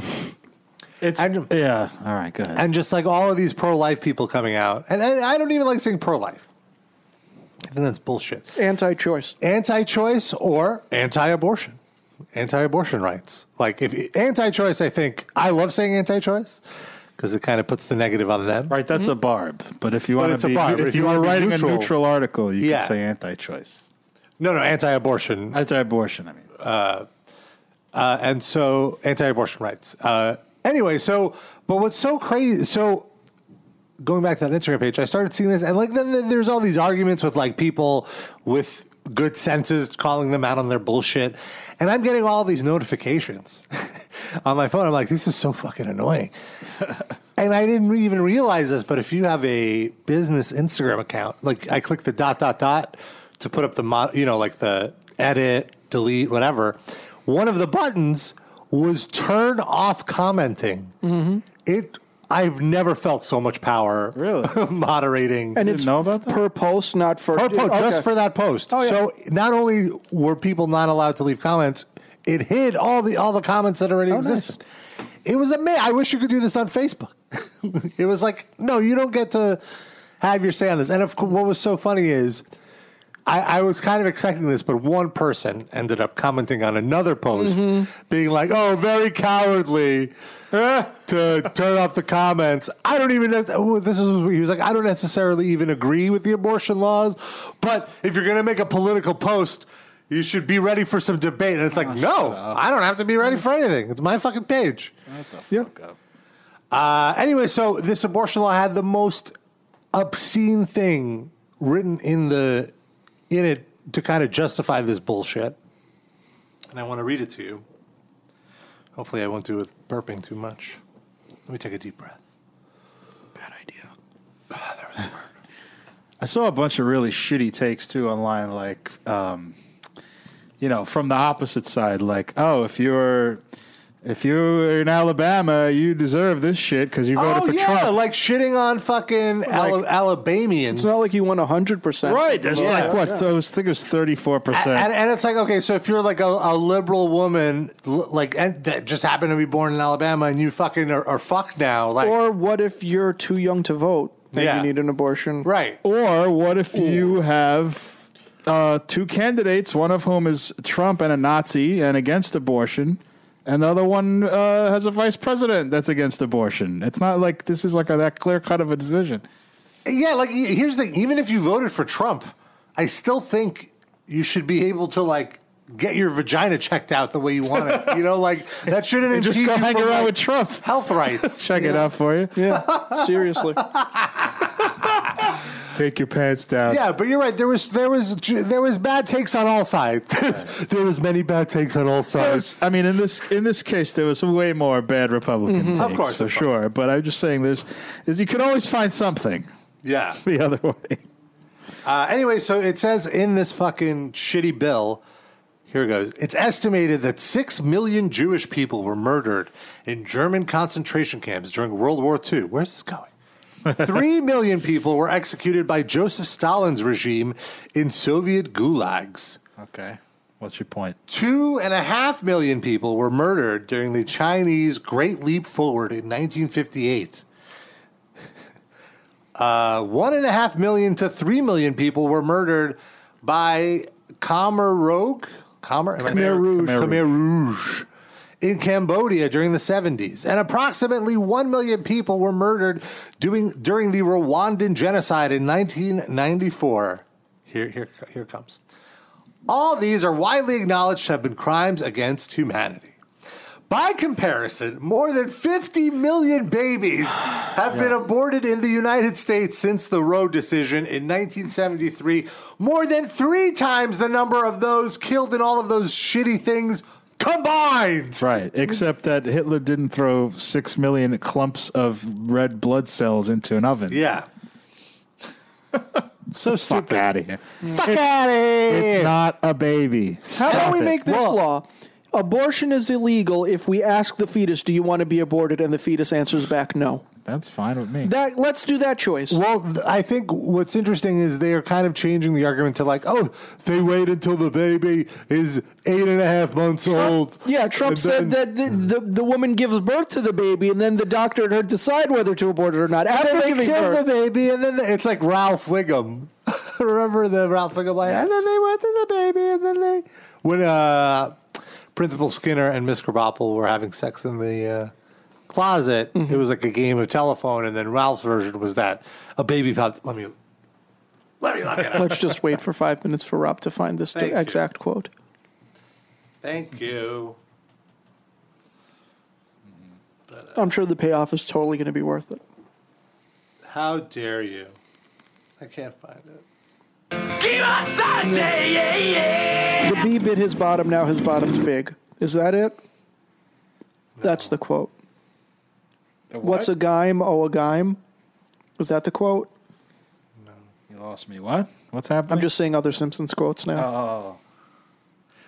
Speaker 4: It's yeah. All right, go ahead.
Speaker 2: And just like all of these pro-life people coming out, and, and I don't even like saying pro-life. I think that's bullshit.
Speaker 3: Anti-choice,
Speaker 2: anti-choice, or anti-abortion. anti-abortion rights. Like if anti-choice, I think I love saying anti-choice because it kind of puts the negative on them.
Speaker 4: Right, that's a barb. But if you want
Speaker 2: it's
Speaker 4: to
Speaker 2: a
Speaker 4: be,
Speaker 2: barb.
Speaker 4: if, you are
Speaker 2: wanna be
Speaker 4: writing a neutral article, you
Speaker 2: Yeah.
Speaker 4: can say anti-choice.
Speaker 2: No, no, anti-abortion.
Speaker 4: Anti-abortion. I mean,
Speaker 2: uh, uh, and so anti-abortion rights. Uh, anyway, so but what's so crazy? So going back to that Instagram page, I started seeing this, and like then th- there's all these arguments with like people with good senses calling them out on their bullshit, and I'm getting all these notifications [LAUGHS] on my phone. I'm like, this is so fucking annoying. And I didn't even realize this, but if you have a business Instagram account, like I click the dot dot dot to put up the mod, you know, like the edit, delete, whatever. One of the buttons was turn off commenting. It. I've never felt so much power. Really, [LAUGHS] moderating,
Speaker 3: And it's per post, not for
Speaker 2: per post,
Speaker 3: Okay.
Speaker 2: just for that post.
Speaker 3: Oh, yeah.
Speaker 2: So not only were people not allowed to leave comments, it hid all the all the comments that
Speaker 3: Oh,
Speaker 2: already existed. It was amazing. I wish you could do this on Facebook. [LAUGHS] it was like, no, you don't get to have your say on this. And of course, what was so funny is. I, I was kind of expecting this, but one person ended up commenting on another
Speaker 3: Mm-hmm.
Speaker 2: post, being like, "Oh, very
Speaker 4: [LAUGHS]
Speaker 2: cowardly to turn off the comments." I don't even. oh, This is he was like, "I don't necessarily even agree with the abortion laws, but if you're going to make a political post, you should be ready for some debate." And it's
Speaker 4: Oh,
Speaker 2: like, no, I don't have to be ready for anything. It's my fucking page.
Speaker 4: What the fuck up?
Speaker 2: Uh, anyway, so this abortion law had the most obscene thing written in the in it to kind of justify this bullshit. And I want to read it to you. Hopefully, I won't do it burping too much. Let me take a deep breath.
Speaker 4: I saw a bunch of really shitty takes too online, like, um, you know, from the opposite side, like, oh, if you're if you're in Alabama, you deserve this shit because you voted
Speaker 2: oh
Speaker 4: for
Speaker 2: yeah,
Speaker 4: Trump.
Speaker 2: like shitting on fucking Ala- Alabamians.
Speaker 3: It's not like you won hundred percent,
Speaker 4: Right, there's
Speaker 2: Yeah.
Speaker 4: like what
Speaker 2: Yeah.
Speaker 4: those I think it was thirty four
Speaker 2: And,
Speaker 4: percent.
Speaker 2: and it's like okay, so if you're like a, a liberal woman, l- like and that just happened to be born in Alabama, and you fucking are, are fucked now, like
Speaker 3: or what if you're too young to vote and
Speaker 2: Yeah.
Speaker 3: you need an abortion?
Speaker 2: Right.
Speaker 4: Or what if you have uh, two candidates, one of whom is Trump and a Nazi and against abortion, and the other one uh, has a vice president that's against abortion? It's not like this is like a, that clear cut of a decision.
Speaker 2: Yeah, like y- here's the thing. Even if you voted for Trump, I still think you should be able to like get your vagina checked out the way you want it. you know, like that shouldn't
Speaker 4: [LAUGHS] And
Speaker 2: impede
Speaker 4: just go
Speaker 2: you
Speaker 4: hang
Speaker 2: from,
Speaker 4: around
Speaker 2: like,
Speaker 4: with Trump. [LAUGHS]
Speaker 2: Health rights.
Speaker 4: Check it out for you.
Speaker 2: [LAUGHS]
Speaker 3: Yeah, seriously.
Speaker 4: [LAUGHS] Take your pants down.
Speaker 2: Yeah, but you're right. There was there was there was bad takes on all sides. there was many bad takes on all sides.
Speaker 4: I mean, in this in this case, there was way more bad Republican
Speaker 2: Mhm.
Speaker 4: takes,
Speaker 2: Of course,
Speaker 4: for
Speaker 2: of course.
Speaker 4: sure. But I'm just saying, there's is you can always find something
Speaker 2: Yeah.
Speaker 4: [LAUGHS] the other way.
Speaker 2: Uh, anyway, so it says in this fucking shitty bill, here it goes. It's estimated that six million Jewish people were murdered in German concentration camps during World War II. Where's this
Speaker 4: [LAUGHS]
Speaker 2: going? Three million people were executed by Joseph Stalin's regime in Soviet gulags.
Speaker 4: Okay, what's your point?
Speaker 2: Two and a half million people were murdered during the Chinese Great Leap Forward in 1958. [LAUGHS] Uh, one and a half million to three million people were murdered by Khmer Rouge, Khmer, am I saying-
Speaker 4: Khmer Rouge.
Speaker 2: Khmer Rouge in Cambodia during the 70s, and approximately one million people were murdered doing, during the Rwandan genocide in 1994. Here, here, here it comes. All these are widely acknowledged to have been crimes against humanity. By comparison, more than 50 million
Speaker 3: [SIGHS]
Speaker 2: babies have been aborted in the United States since the Roe decision in 1973, more than three times the number of those killed in all of those shitty things combined.
Speaker 4: Right, except that Hitler didn't throw six million clumps of red blood cells into an oven. [LAUGHS]
Speaker 2: Yeah. so
Speaker 4: Fuck out of here.
Speaker 2: Fuck out of here.
Speaker 4: It's not a baby.
Speaker 3: How about
Speaker 4: Stop
Speaker 3: we
Speaker 4: it.
Speaker 3: make this law? Abortion is illegal if we ask the fetus, "Do you want to be aborted?" and the fetus answers back, "No."
Speaker 4: That's fine with me.
Speaker 3: That let's do that choice.
Speaker 2: Well, th- I think what's interesting is they are kind of changing the argument to like, oh, they wait until the baby is eight and a half months old.
Speaker 3: yeah, Trump
Speaker 2: and
Speaker 3: said
Speaker 2: then-
Speaker 3: that the, the the woman gives birth to the baby, and then the doctor and her decide whether to abort it or not. After
Speaker 2: And then they
Speaker 3: giving
Speaker 2: killed
Speaker 3: birth.
Speaker 2: the baby, and then it's like Ralph Wiggum. [LAUGHS] Remember the Ralph Wiggum line? And then they went to the baby, and then they when uh, Principal Skinner and Miss Krabappel were having sex in the uh, closet.
Speaker 3: Mm-hmm.
Speaker 2: It was like a game of telephone, and then Ralph's version was that a baby popped. Let me let me look it up.
Speaker 3: Let's just wait for five minutes for Rob to find this
Speaker 2: Thank you.
Speaker 3: exact quote.
Speaker 2: Thank you.
Speaker 3: I'm sure the payoff is totally going to be worth it.
Speaker 2: How dare you? I can't find it.
Speaker 16: Keep on Sanjay, yeah, yeah.
Speaker 3: The bee bit his bottom, now his bottom's big. Is that it? That's the quote. What's a gime? Oh, a gime? Is that the quote?
Speaker 4: You lost me. What? What's happening?
Speaker 3: I'm just saying other Simpsons quotes now.
Speaker 4: Oh.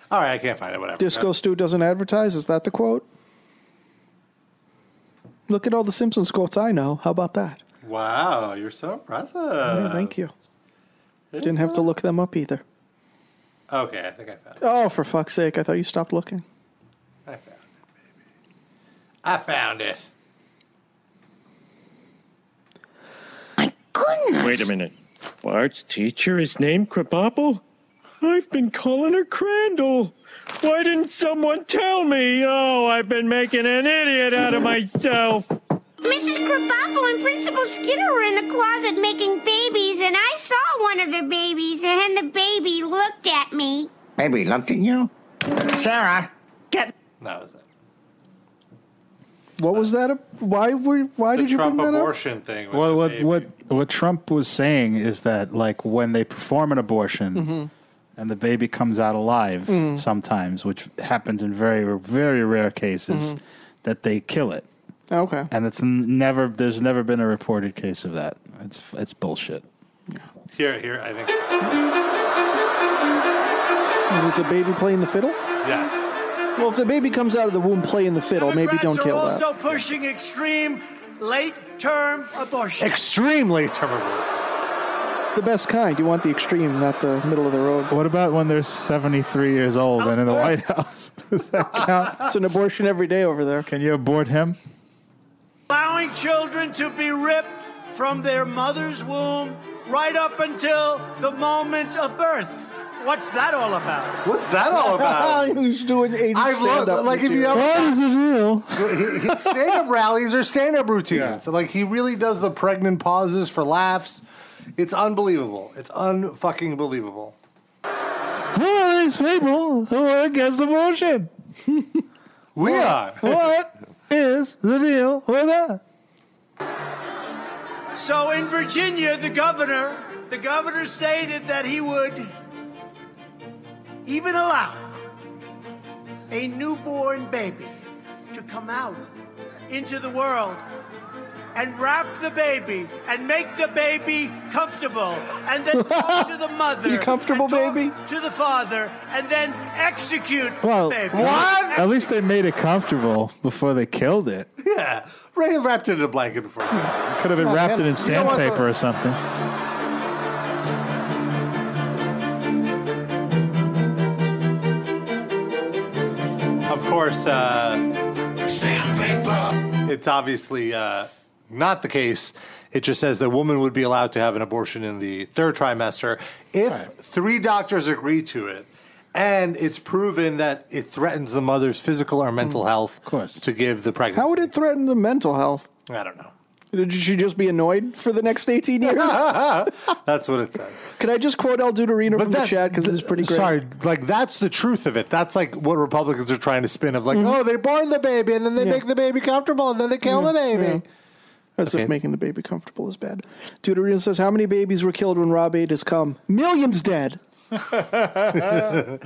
Speaker 2: All right, I can't find it. Whatever.
Speaker 3: Disco Stew doesn't advertise. Is that the quote? Look at all the Simpsons quotes I know. How about that?
Speaker 2: Wow, you're so impressive.
Speaker 4: Uh,
Speaker 3: Yeah, thank you. Didn't have to look them up either.
Speaker 2: Okay, I think I found.
Speaker 3: Oh, for fuck's sake! I thought you stopped looking.
Speaker 2: I found it, baby. I found it.
Speaker 10: Wait a minute. Bart's teacher is named Krabappel? I've been calling her Crandall. Why didn't someone tell me? Oh, I've been making an idiot out of myself.
Speaker 6: Mrs. Krabappel and Principal Skinner were in the closet making babies, and I saw one of the babies, and the baby looked at me.
Speaker 17: Baby looked at you? Sarah, get.
Speaker 2: That was it.
Speaker 3: What was that? Why were? Why
Speaker 2: the
Speaker 3: did you
Speaker 2: Trump
Speaker 3: bring that up?
Speaker 2: abortion thing.
Speaker 4: What what what what Trump was saying is that like when they perform an abortion
Speaker 2: Mm-hmm.
Speaker 3: Mhm.
Speaker 4: and the baby comes out alive
Speaker 3: Mhm.
Speaker 4: sometimes, which happens in very very rare cases,
Speaker 3: Mhm.
Speaker 4: that they kill it.
Speaker 3: Okay.
Speaker 4: And it's n- never there's never been a reported case of that. It's it's bullshit.
Speaker 2: Here, here, I think.
Speaker 3: Is it the baby playing the fiddle?
Speaker 2: Yes.
Speaker 3: Well, if the baby comes out of the womb playing the fiddle, maybe don't kill
Speaker 18: are also
Speaker 3: that.
Speaker 18: pushing extreme late-term abortion.
Speaker 2: Extremely terrible.
Speaker 3: It's the best kind. You want the extreme, not the middle of the road. Oh,
Speaker 4: What about when they're 73 years old and in the White House? [LAUGHS] Does
Speaker 3: [LAUGHS]
Speaker 4: that count?
Speaker 3: it's an abortion every day over there.
Speaker 4: Can you abort him?
Speaker 18: Allowing children to be ripped from their mother's womb right up until the moment of birth. What's that all about?
Speaker 2: What's that
Speaker 18: [LAUGHS]
Speaker 2: all
Speaker 3: [LAUGHS]
Speaker 2: about?
Speaker 3: Who's doing 80
Speaker 2: I've looked
Speaker 18: stand-up
Speaker 2: like if you ever
Speaker 18: material. What
Speaker 3: is the deal?
Speaker 2: stand up rallies or stand up routines. So, like he really does the pregnant pauses for laughs. It's unbelievable. It's unfucking believable.
Speaker 4: Who are these people who are against abortion?
Speaker 2: [LAUGHS] We are.
Speaker 4: what is the deal with
Speaker 2: [LAUGHS]
Speaker 4: that?
Speaker 18: So in Virginia, the governor, the governor stated that he would even allow a newborn baby to come out into the world and wrap the baby and make the baby comfortable and then talk to the mother
Speaker 3: You comfortable, baby?
Speaker 18: to the father and then execute
Speaker 4: Well,
Speaker 18: the baby
Speaker 4: At least they made it comfortable before they killed it.
Speaker 2: Yeah, Ray wrapped it in a blanket before.
Speaker 4: Could
Speaker 3: Oh,
Speaker 4: have been wrapped it in sandpaper or something.
Speaker 2: Of course, uh, it's obviously uh, not the case. It just says that women would be allowed to have an abortion in the third trimester if three doctors agree to it. And it's proven that it threatens the mother's physical or mental
Speaker 3: Mm.
Speaker 2: health of course. to give the pregnancy.
Speaker 3: How would it threaten the mental health?
Speaker 2: I don't
Speaker 3: [LAUGHS]
Speaker 2: know.
Speaker 3: Did she just be annoyed for the next
Speaker 2: [LAUGHS]
Speaker 3: 18 years?
Speaker 2: That's what it says.
Speaker 3: Could I just quote El Duderino from the chat because this is pretty great?
Speaker 2: Sorry, like that's the truth of it. That's like what Republicans are trying to spin of like, oh, they born the baby and then they
Speaker 3: Mm-hmm. Yeah.
Speaker 2: make the baby comfortable and then they kill
Speaker 3: Yeah,
Speaker 2: the baby.
Speaker 3: yeah. As
Speaker 2: Okay.
Speaker 3: if making the baby comfortable is bad. Deuterino says, How many babies were killed when Rob ate his cum? Millions dead.
Speaker 2: [LAUGHS] I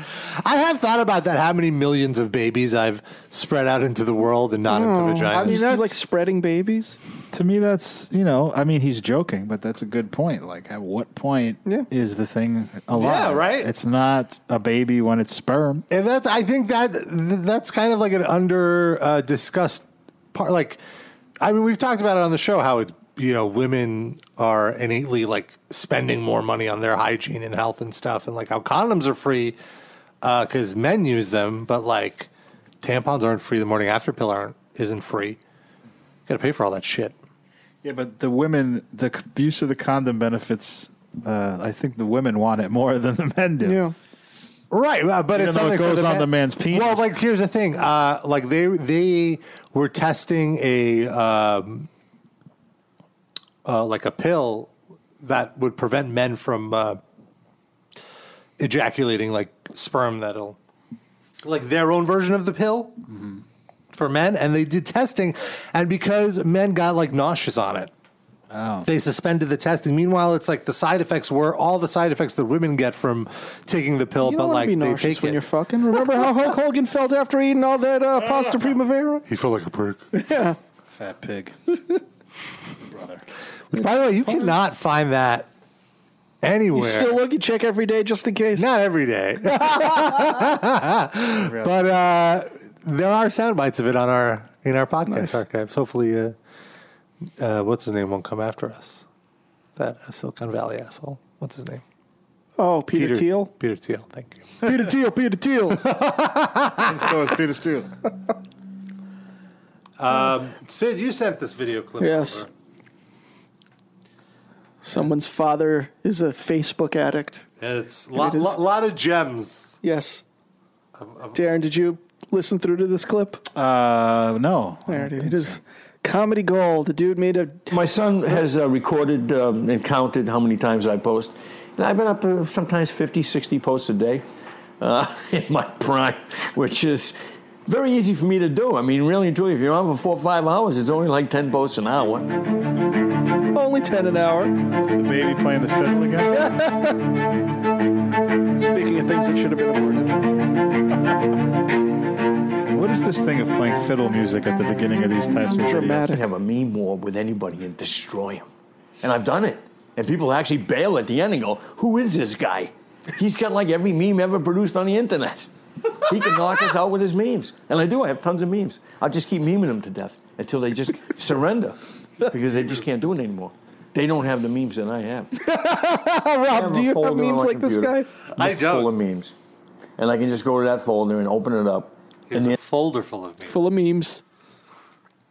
Speaker 2: have thought about that. How many millions of babies I've spread out into the world and not into vaginas?
Speaker 4: Oh, Hmm. I mean, that's
Speaker 3: like spreading babies.
Speaker 4: To me, that's you know, I mean, he's joking, but that's a good point. Like, at what point is the thing alive?
Speaker 2: Yeah, right?
Speaker 4: It's not a baby when it's sperm.
Speaker 2: and that's I think that th- that's kind of like an under uh, discussed part. Like, I mean, we've talked about it on the show how it's you know women are innately like spending more money on their hygiene and health and stuff, and like how condoms are free because men use them, but like tampons aren't free. The morning after pill aren't isn't free. Got to pay for all that shit.
Speaker 4: Yeah, but the women, the c- [LAUGHS] use of the condom benefits. Uh, I think the women want it more than the men do.
Speaker 3: Yeah.
Speaker 2: Right, uh, but
Speaker 4: Even
Speaker 2: it's
Speaker 4: though it
Speaker 2: something for
Speaker 4: goes on
Speaker 2: ma-
Speaker 4: the man's penis.
Speaker 2: Well, like here's the thing: uh, like they they were testing a um, uh, like a pill that would prevent men from uh, ejaculating like sperm that'll like their own version of the pill
Speaker 19: Mm-hmm.
Speaker 2: for men, and they did testing, and because men got like nauseous on it.
Speaker 19: Oh.
Speaker 2: They suspended the testing. Meanwhile, it's like the side effects were all the side effects that women get from taking the pill,
Speaker 19: You
Speaker 2: but
Speaker 19: don't wanna
Speaker 2: like
Speaker 19: be
Speaker 2: they
Speaker 19: nauseous
Speaker 2: take
Speaker 19: when
Speaker 2: it.
Speaker 19: you're fucking. Remember
Speaker 2: [LAUGHS]
Speaker 19: how Hulk Hogan felt after eating all that uh, pasta primavera?
Speaker 2: He felt like a prick.
Speaker 19: Yeah.
Speaker 4: Fat pig.
Speaker 2: Which, by the way, you cannot find that anywhere.
Speaker 19: You still look, you check every day just in case.
Speaker 2: Not every
Speaker 19: [LAUGHS]
Speaker 2: day. [LAUGHS] but uh, there are sound bites of it on our in our podcast archives. Hopefully, uh, uh, what's his name won't come after us. That Silicon Valley asshole. What's his name?
Speaker 19: Oh, Peter, Thiel?
Speaker 2: Peter Thiel. Thank you.
Speaker 19: [LAUGHS] Peter Thiel, Peter
Speaker 4: [LAUGHS]
Speaker 19: Thiel.
Speaker 4: so is Peter Steele.
Speaker 2: Um, Sid, you sent this video clip.
Speaker 19: Yes. Someone's father is a Facebook addict.
Speaker 2: It's a
Speaker 19: lot- It is- lot-
Speaker 2: of gems.
Speaker 19: Yes. Darren, did you listen through to this clip?
Speaker 4: Uh, no.
Speaker 19: There it is. It is comedy gold. The dude made a.
Speaker 20: My son has uh, recorded um, and counted how many times I post. And I've been up uh, sometimes 50, 60 posts a day uh, [LAUGHS] in my prime, which is very easy for me to do. I mean, really and truly, if you're on for four or five hours, it's only like 10 posts an hour.
Speaker 19: Only 10 an hour.
Speaker 4: Is the baby playing the fiddle
Speaker 3: [LAUGHS]
Speaker 4: again?
Speaker 19: Speaking of things that should have been aborted.
Speaker 4: What is this thing of playing fiddle music at the beginning of these types of
Speaker 20: I have a meme war with anybody and destroy him. And I've done it. And people actually bail at the end and go, Who is this guy? He's got like every meme ever produced on the internet. He can knock us out with his memes. And I do, I have tons of memes. I'll just keep memeing them to death until they just surrender because they just can't do it anymore. They don't have the memes that I have. I
Speaker 19: [LAUGHS] Rob,
Speaker 20: a
Speaker 19: do you have
Speaker 20: folder on
Speaker 19: memes
Speaker 20: my
Speaker 19: like this
Speaker 20: computer
Speaker 19: guy?
Speaker 20: just Full of memes. And I can just go to that folder and open it up. It's
Speaker 2: a folder full of memes.
Speaker 19: Full of memes.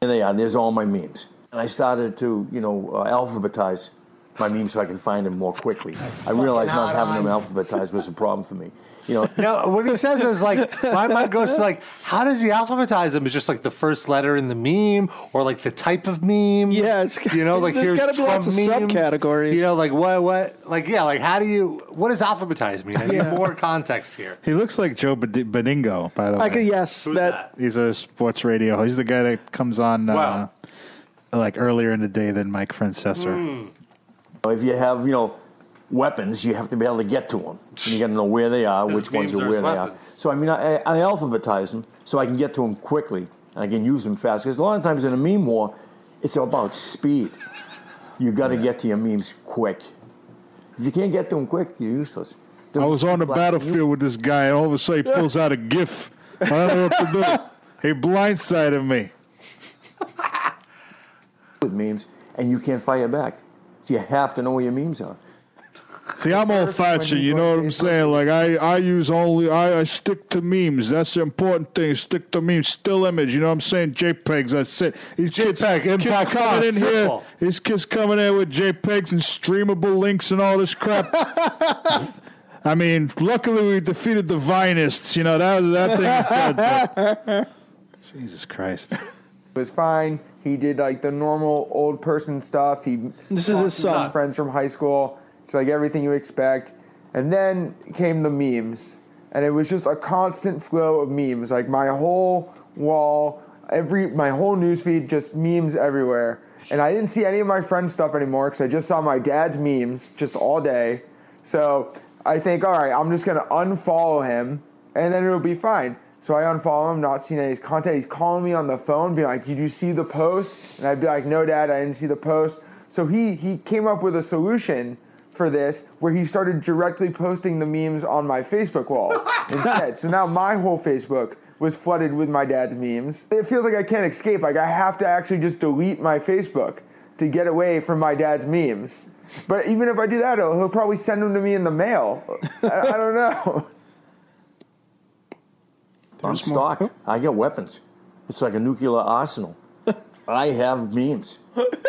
Speaker 20: And they are. There's all my memes. And I started to, you know, uh, alphabetize my memes so I can find them more quickly. I realized not having them alphabetized was a problem for me. You know,
Speaker 2: No, Uh, what he says is like my mind goes to like, how does he alphabetize them? Is just like the first letter in the meme or like the type of meme? Yeah, it's you know like here's
Speaker 19: there's gotta be
Speaker 2: Trump
Speaker 19: lots of
Speaker 2: memes.
Speaker 19: subcategories.
Speaker 2: You know, like what what like yeah, like how do you what does alphabetize mean? I need
Speaker 4: Yeah.
Speaker 2: more context here.
Speaker 4: He looks like Joe Bed- Beningo, by the way.
Speaker 19: I could, yes, that,
Speaker 4: He's a sports radio. host. He's the guy that comes on uh, like earlier in the day than Mike Francesor.
Speaker 2: Mm.
Speaker 20: Mm. if you have, you know, weapons, you have to be able to get to them. And you got to know where they are,
Speaker 4: His
Speaker 20: which ones
Speaker 4: memes
Speaker 20: are
Speaker 4: are
Speaker 20: where
Speaker 4: his
Speaker 20: they are.
Speaker 4: weapons.
Speaker 20: So I mean, I, I alphabetize them so I can get to them quickly and I can use them fast. Because a lot of times in a meme war, it's about speed. You got to get to your memes quick. If you can't get to them quick, you're useless.
Speaker 4: I was on the
Speaker 20: Black-
Speaker 4: battlefield with this guy, and all of a sudden he pulls out a GIF. I don't know what to do. He blindsided
Speaker 20: [LAUGHS]
Speaker 4: me.
Speaker 20: with memes, and you can't fire back. So you have to know where your memes are.
Speaker 4: See, I'm old fashioned. You know what I'm saying? Like I, I use only I, I stick to memes. That's the important thing. Stick to memes. Still image. You know what I'm saying? JPEGs. That's it. These kids,
Speaker 2: JPEG, impact
Speaker 4: kids coming
Speaker 2: font,
Speaker 4: in here.
Speaker 2: simple.
Speaker 4: These kids coming in with JPEGs and streamable links and all this
Speaker 19: [LAUGHS]
Speaker 4: crap. I mean, luckily we defeated the Vinists. You know that that thing is dead. [LAUGHS] Jesus Christ.
Speaker 21: It was fine. He did like the normal old person stuff. He
Speaker 19: This is
Speaker 21: talked
Speaker 19: his
Speaker 21: to
Speaker 19: son.
Speaker 21: some friends from high school. It's like everything you expect. And then came the memes, and it was just a constant flow of memes. Like my whole wall, every my whole newsfeed, just memes everywhere. And I didn't see any of my friends' stuff anymore because I just saw my dad's memes just all day. So I think, all right, I'm just gonna unfollow him, and then it'll be fine. So I unfollow him, not seeing any of his content. He's calling me on the phone, being like, "Did you see the post?" And I'd be like, "No, Dad, I didn't see the post." So he he came up with a solution for this, where he started directly posting the memes on my Facebook wall instead. So now my whole Facebook was flooded with my dad's memes. It feels like I can't escape. Like I have to actually just delete my Facebook to get away from my dad's memes. But even if I do that, he'll, he'll probably send them to me in the mail. I, I don't know.
Speaker 20: I'm stocked. I got weapons. It's like a nuclear arsenal. I have memes.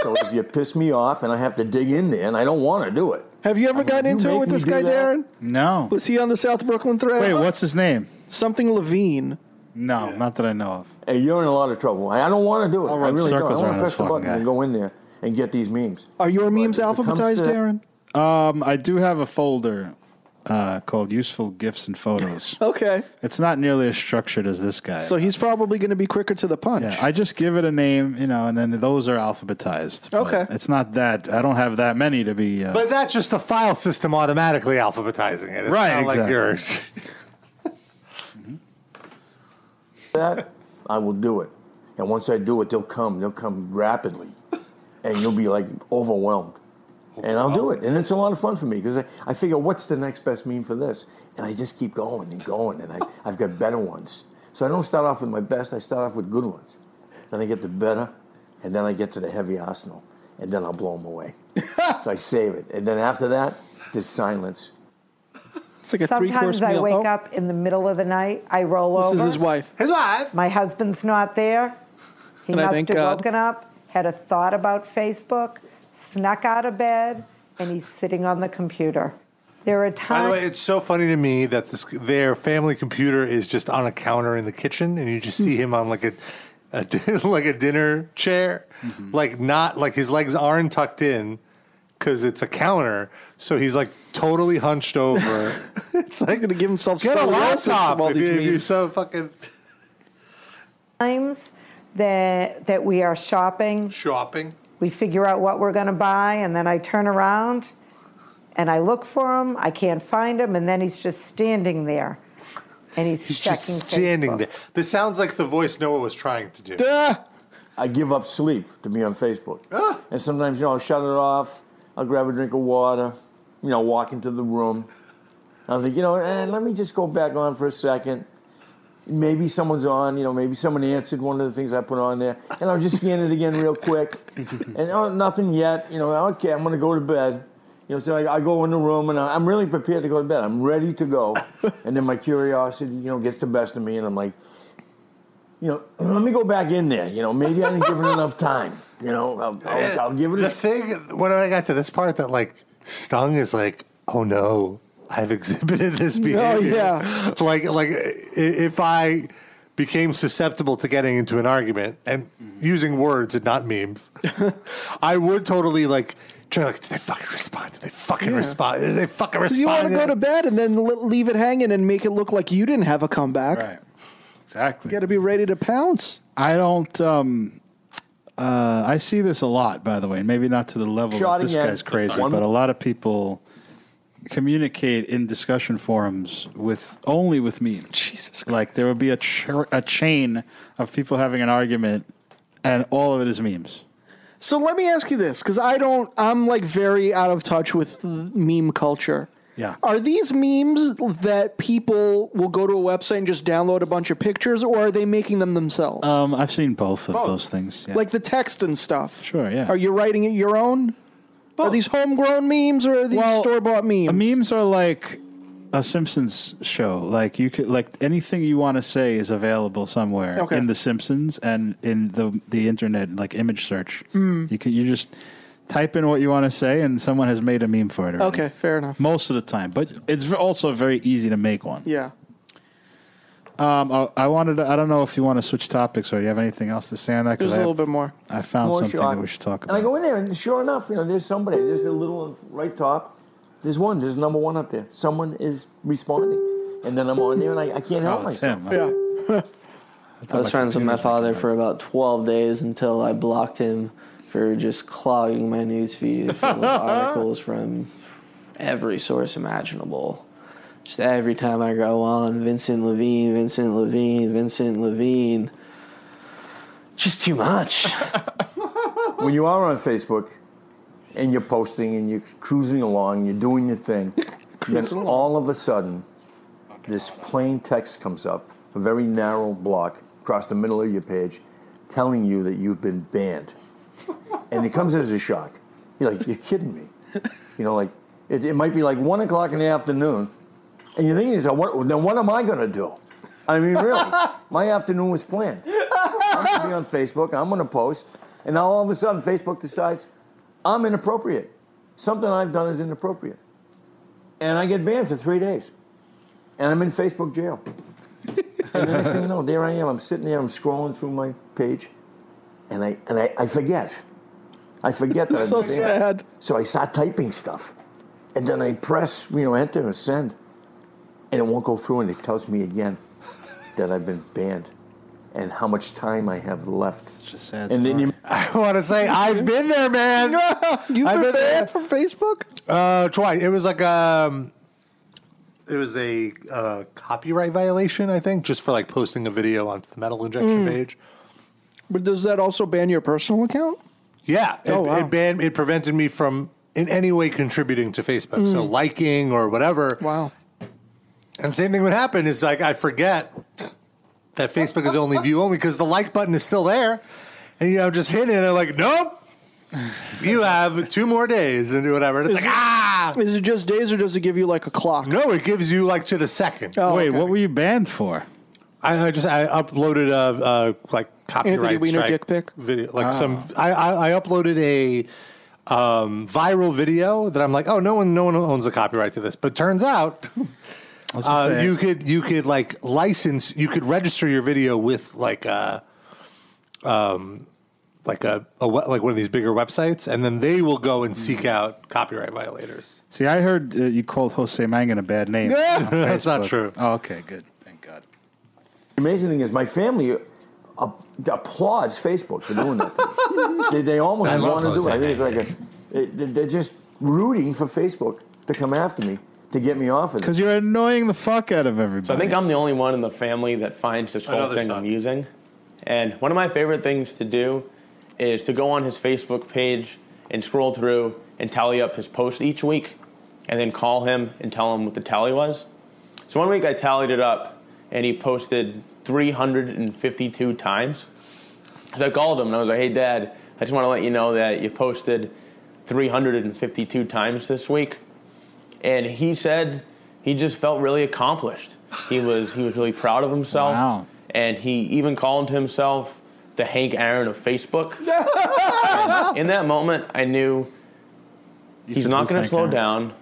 Speaker 20: So if you piss me off and I have to dig in there, and I don't want to do it,
Speaker 3: Have you ever gotten
Speaker 19: you
Speaker 3: into it
Speaker 19: make
Speaker 3: with
Speaker 19: me
Speaker 3: this
Speaker 19: do
Speaker 3: guy,
Speaker 19: that-
Speaker 3: Darren?
Speaker 4: No.
Speaker 3: Was he on the South Brooklyn thread?
Speaker 4: Wait, what's his name?
Speaker 3: Something Levine.
Speaker 4: No, not that I know of.
Speaker 20: Hey, you're in a lot of trouble. I I don't want to do it.
Speaker 4: I'll
Speaker 20: I
Speaker 4: run
Speaker 20: really
Speaker 4: circles
Speaker 20: don't. I
Speaker 4: around
Speaker 20: want
Speaker 4: this
Speaker 20: to press the
Speaker 4: fucking
Speaker 20: button
Speaker 4: guy.
Speaker 20: and go in there and get these memes.
Speaker 3: Are your memes alphabetized,
Speaker 20: to-
Speaker 3: Darren?
Speaker 4: Um, I do have a folder uh, called Useful Gifts and Photos.
Speaker 3: [LAUGHS] okay.
Speaker 4: It's not nearly as structured as this guy.
Speaker 3: So he's probably going to be quicker to the punch.
Speaker 4: yeah, I just give it a name, you know, and then those are alphabetized. but
Speaker 3: Okay.
Speaker 4: It's not that. I don't have that many to be. Uh,
Speaker 2: But that's just the file system automatically alphabetizing it. It's
Speaker 4: Right,
Speaker 2: not like
Speaker 4: exactly.
Speaker 2: you're
Speaker 20: [LAUGHS] that, I will do it. And once I do it, they'll come. They'll come rapidly, and you'll be like overwhelmed. And I'll do it, and it's a lot of fun for me because I, I figure what's the next best meme for this, and I just keep going and going, and I I've got better ones. So I don't start off with my best. I start off with good ones. Then I get the better, and then I get to the heavy arsenal, and then I'll blow them
Speaker 4: [LAUGHS]
Speaker 20: away. so I save it, and then after that, there's silence.
Speaker 3: It's like a
Speaker 1: Sometimes I
Speaker 3: Oh.
Speaker 1: wake up in the middle of the night. I roll
Speaker 20: This
Speaker 1: over.
Speaker 20: is his wife.
Speaker 1: His wife. My husband's not there. He
Speaker 3: And I
Speaker 1: must
Speaker 3: thank
Speaker 1: have
Speaker 3: God.
Speaker 1: woken up, had a thought about Facebook, snuck out of bed, and he's sitting on the computer. There are
Speaker 2: By the
Speaker 1: times.
Speaker 2: way, it's so funny to me that this their family computer is just on a counter in the kitchen, and you just see
Speaker 1: Hmm.
Speaker 2: him on like a, a din- [LAUGHS] like a dinner chair,
Speaker 1: Mm-hmm.
Speaker 2: like not like his legs aren't tucked in because it's a counter, so he's like totally hunched over.
Speaker 1: [LAUGHS]
Speaker 2: it's
Speaker 3: like going to give himself
Speaker 2: get a
Speaker 1: scoliosis from
Speaker 2: laptop
Speaker 1: all
Speaker 2: if,
Speaker 1: these
Speaker 2: you, if you're
Speaker 1: memes.
Speaker 2: so fucking
Speaker 1: times that that we are shopping.
Speaker 2: Shopping.
Speaker 1: We figure out what we're going to buy, and then I turn around and I look for him. I can't find him, and then he's just standing there, and he's,
Speaker 2: he's
Speaker 1: checking.
Speaker 2: just standing there. This sounds like the [LAUGHS] voice Noah was trying to do.
Speaker 20: I give up sleep to be on Facebook.
Speaker 2: Ah!
Speaker 20: And sometimes, you know, I'll shut it off. I'll grab a drink of water. You know, walk into the room. I'll think, you know, eh, let me just go back on for a second. Maybe someone's on. You know, maybe someone answered one of the things I put on there, and I'll just scan it again
Speaker 2: [LAUGHS]
Speaker 20: real quick. and oh, nothing yet. You know, okay, I'm gonna go to bed. You know, so I, I go in the room and I, I'm really prepared to go to bed. I'm ready
Speaker 2: [LAUGHS]
Speaker 20: to go, and then my curiosity, you know, gets the best of me, and I'm like, you know, [CLEARS THROAT] let me go back in there. You know, maybe I didn't give it enough time. You know, I'll, I'll, I'll give it.
Speaker 2: the
Speaker 20: a,
Speaker 2: thing when I got to this part that like stung is like, oh no, I've [LAUGHS] exhibited this
Speaker 9: No,
Speaker 2: behavior.
Speaker 9: yeah.
Speaker 2: like like i- if I became susceptible to getting into an argument and using words and not memes, [LAUGHS] I would totally like try like, did they fucking respond? Did they fucking
Speaker 3: Yeah.
Speaker 19: Uh,
Speaker 2: respond? Did they fucking
Speaker 3: 'Cause
Speaker 2: respond?
Speaker 3: You want to go
Speaker 2: [LAUGHS]
Speaker 3: to [LAUGHS] bed and then li- leave it hanging and make it look like you didn't have a comeback.
Speaker 4: Right. Exactly.
Speaker 3: got to be ready to pounce.
Speaker 4: I don't. Um, uh, I see this a lot, by the way. Maybe not to the level that
Speaker 20: Shot
Speaker 4: this
Speaker 20: again.
Speaker 4: guy's crazy,
Speaker 20: Sorry.
Speaker 4: but a lot of people communicate in discussion forums with only with memes. Jesus, like there would be a chur a chain of people having an argument, and all of it is memes.
Speaker 3: So let me ask you this because I don't, I'm like very out of touch with meme culture.
Speaker 4: Yeah.
Speaker 3: Are these memes that people will go to a website and just download a bunch of pictures, or are they making them themselves?
Speaker 4: Um, I've seen both of
Speaker 3: Both.
Speaker 4: those things. Yeah.
Speaker 3: Like the text and stuff.
Speaker 4: Sure, yeah.
Speaker 3: Are you writing it your own? Are these homegrown memes or are these store bought memes?
Speaker 4: Memes are like a Simpsons show. Like you could like anything you want to say is available somewhere
Speaker 3: Okay.
Speaker 4: in the Simpsons and in the the internet, like image search.
Speaker 3: Hmm.
Speaker 4: You can you just type in what you want to say, and someone has made a meme for it. Already.
Speaker 3: Okay, fair enough.
Speaker 4: Most of the time, but it's v- also very easy to make one.
Speaker 3: Yeah.
Speaker 4: Um, I, I wanted. To, I don't know if you want to switch topics or you have anything else to say on that. 'cause
Speaker 20: There's a
Speaker 4: I have-
Speaker 20: little bit more.
Speaker 4: I found
Speaker 20: More
Speaker 4: something
Speaker 20: shot.
Speaker 4: that we should talk
Speaker 20: And I go in there, and sure enough, you know, there's somebody. There's the little one right top. There's one. There's number one up there. Someone is responding, and then I'm on there, and I, I can't help
Speaker 4: Oh, it's
Speaker 20: myself.
Speaker 4: him. Okay.
Speaker 7: I was
Speaker 20: my
Speaker 7: friends with my father for about 12 days until I blocked him for just clogging
Speaker 4: [LAUGHS]
Speaker 7: my newsfeed full of articles from every source imaginable. Just every time I go on, Vincent Levine, Vincent Levine, Vincent Levine. Just too much.
Speaker 20: [LAUGHS] when you are on Facebook and you're posting and you're cruising along, you're doing your thing, then
Speaker 21: Cruising
Speaker 20: all of a sudden, this plain text comes up, a very narrow block across the middle of your page, telling you that you've been banned. And it comes as a shock. You're like, you're kidding me. You know, like, it, it might be like one o'clock in the afternoon, and you're thinking to yourself, what, then what am I going to do? I mean, really, my afternoon was planned. I'm going to be on Facebook. I'm going to post. And now all of a sudden, Facebook decides I'm inappropriate. something I've done is inappropriate. And I get banned for three days. And I'm in
Speaker 19: [LAUGHS]
Speaker 20: Facebook jail. and the next thing you know, there I am. I'm sitting there, I'm scrolling through my page, and I and I, I forget. I forget that
Speaker 19: [LAUGHS] So
Speaker 20: I'm banned.
Speaker 19: sad.
Speaker 20: So I start typing stuff. And then I press, you know, enter and send. And it won't go through, and it tells me again that I've been banned and how much time I have left. just sad and then [LAUGHS] you
Speaker 2: [LAUGHS] I want to say I've been there, man.
Speaker 19: You've
Speaker 2: I've
Speaker 19: been
Speaker 2: been there.
Speaker 19: banned from Facebook?
Speaker 2: Uh, twice. It was like um, it was a uh, copyright violation, I think, just for like posting a video on the metal injection
Speaker 19: Mm.
Speaker 2: page.
Speaker 19: But does that also ban your personal account?
Speaker 2: Yeah, it,
Speaker 19: Oh, wow.
Speaker 2: it banned. It prevented me from in any way contributing to Facebook. So
Speaker 19: Mm.
Speaker 2: liking or whatever.
Speaker 19: Wow.
Speaker 2: And same thing would happen is like I forget that Facebook is only view only because the like button is still there, and you know just hit it and I'm like nope. You have two more days and whatever. And it's like ah.
Speaker 19: Is it just days or does it give you like a clock? Oh,
Speaker 2: No, it gives you like to the second.
Speaker 4: Wait, Uh, what were you banned for?
Speaker 2: I, I just I uploaded a, uh like copyright
Speaker 4: Anthony Weiner
Speaker 2: strike
Speaker 4: dick pic?
Speaker 2: video, like
Speaker 4: Ah.
Speaker 2: some I, I I uploaded a um, viral video that I'm like, oh no one no one owns the copyright to this, but turns out [LAUGHS]
Speaker 4: was gonna
Speaker 2: uh,
Speaker 4: say-
Speaker 2: you could you could like license you could register your video with like a um like a, a we- like one of these bigger websites, and then they will go and
Speaker 4: Hmm.
Speaker 2: seek out copyright violators.
Speaker 4: See, I heard uh, you called Jose Mangan a bad name.
Speaker 2: Yeah. [LAUGHS]
Speaker 4: on
Speaker 2: That's not
Speaker 4: Facebook.
Speaker 2: true.
Speaker 4: Oh, okay, good. Thank God.
Speaker 20: The amazing thing is my family up- applauds Facebook for doing that.
Speaker 2: [LAUGHS]
Speaker 20: to us. they, they almost
Speaker 2: I love
Speaker 20: want to do it. I
Speaker 2: Jose
Speaker 20: think it's like a, it- they- they're just rooting for Facebook to come after me to get me off of it.
Speaker 4: Because you're annoying the fuck out of everybody.
Speaker 7: So I think I'm the only one in the family that finds this whole
Speaker 4: Another
Speaker 7: thing
Speaker 4: son.
Speaker 7: amusing. And one of my favorite things to do is to go on his Facebook page and scroll through and tally up his posts each week and then call him and tell him what the tally was. So one week I tallied it up and he posted 352 times. So I called him and I was like, hey, dad, I just want to let you know that you posted 352 times this week and he said he just felt really accomplished. He was he was really proud of himself, and he even called himself the Hank Aaron of Facebook. And in that moment, I knew he's
Speaker 6: should
Speaker 7: not
Speaker 6: lose
Speaker 7: going to
Speaker 6: Hank
Speaker 7: slow
Speaker 6: Aaron.
Speaker 7: down.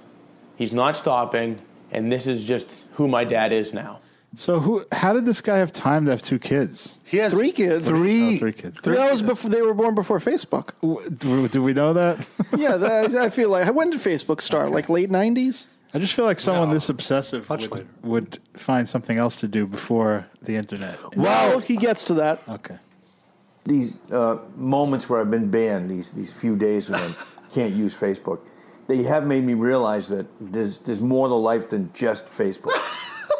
Speaker 7: He's not stopping, and this is just who my dad is now.
Speaker 4: So who? How did this guy have time to have two kids?
Speaker 2: He has
Speaker 19: three kids.
Speaker 4: Three, oh, three kids.
Speaker 19: That was before they were born before Facebook.
Speaker 4: Do, do we know that?
Speaker 19: [LAUGHS] yeah, that, I feel like when did Facebook start? Like late nineties.
Speaker 4: I just feel like someone this obsessive would, would find something else to do before the
Speaker 2: [LAUGHS]
Speaker 4: internet.
Speaker 19: Well, he gets to that.
Speaker 4: Okay.
Speaker 20: These uh, moments where I've been banned, these these few days when I can't use Facebook, they have made me realize that there's there's more to life than
Speaker 19: [LAUGHS]
Speaker 20: just Facebook.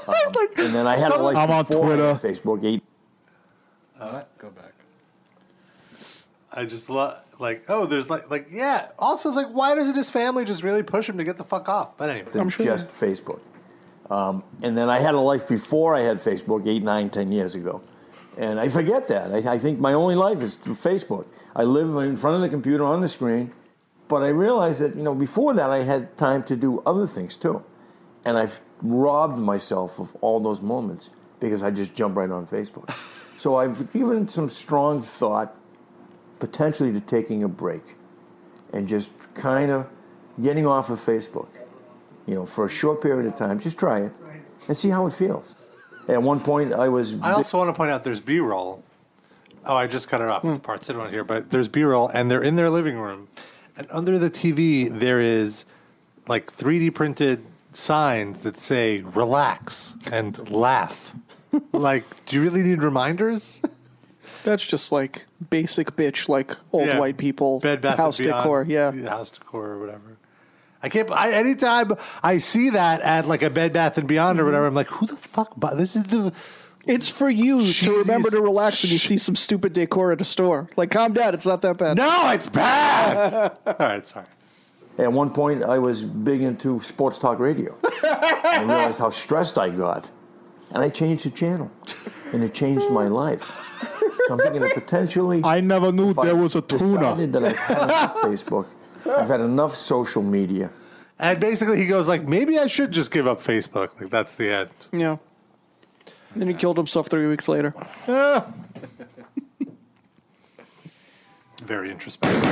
Speaker 20: Um, and then I had a
Speaker 4: Someone-
Speaker 20: life
Speaker 4: I'm on
Speaker 20: before I had
Speaker 4: Twitter.
Speaker 20: Facebook eight
Speaker 4: Go back.
Speaker 2: I just love like oh, there's like like yeah. Also, it's like why doesn't his family just really push him to get the fuck off? But anyway,
Speaker 20: than just Facebook. Um, and then I had a life before I had Facebook, eight, nine, ten years ago. And I forget that. I, I think my only life is through Facebook. I live in front of the computer on the screen, but I realized that, you know, before that I had time to do other things too. And I've robbed myself of all those moments because I just jump right
Speaker 2: [LAUGHS]
Speaker 20: on Facebook. so I've given some strong thought potentially to taking a break and just kind of getting off of Facebook, you know, for a short period of time. Just try it and see how it feels. At one point, I was.
Speaker 2: I also want to point out there's B-roll. Oh, I just cut it off. The parts that are on here, but there's B-roll, and they're in their living room, and under the TV there is like 3D printed signs that say "relax" and "laugh." [LAUGHS] like, do you really need reminders?
Speaker 19: That's just like basic bitch, like old
Speaker 2: Yeah.
Speaker 19: white people
Speaker 2: Bed Bath
Speaker 19: house
Speaker 2: and Beyond,
Speaker 19: decor. Yeah.
Speaker 2: house decor or whatever. I can't. I, anytime I see that at like a Bed Bath and Beyond or whatever, I'm like, who the fuck? bu- This is the.
Speaker 19: Mm-hmm. It's for you to remember to
Speaker 2: [LAUGHS]
Speaker 19: relax when you see some stupid decor at a store. Like, calm down. It's not that bad.
Speaker 2: No, it's bad. All right, sorry.
Speaker 20: At one point, I was big into sports talk
Speaker 2: [LAUGHS]
Speaker 20: radio. I realized how stressed I got, and I changed the channel, and it changed my life. So I'm thinking of potentially. I
Speaker 4: never knew
Speaker 20: there
Speaker 4: was a
Speaker 20: tuna. That I've had enough
Speaker 4: [LAUGHS]
Speaker 20: Facebook. I've had enough social media.
Speaker 2: And basically, he goes like, maybe I should just give up Facebook. Like that's the uh, end.
Speaker 19: Yeah. Then he killed himself three weeks later. Oh,
Speaker 2: Very introspective.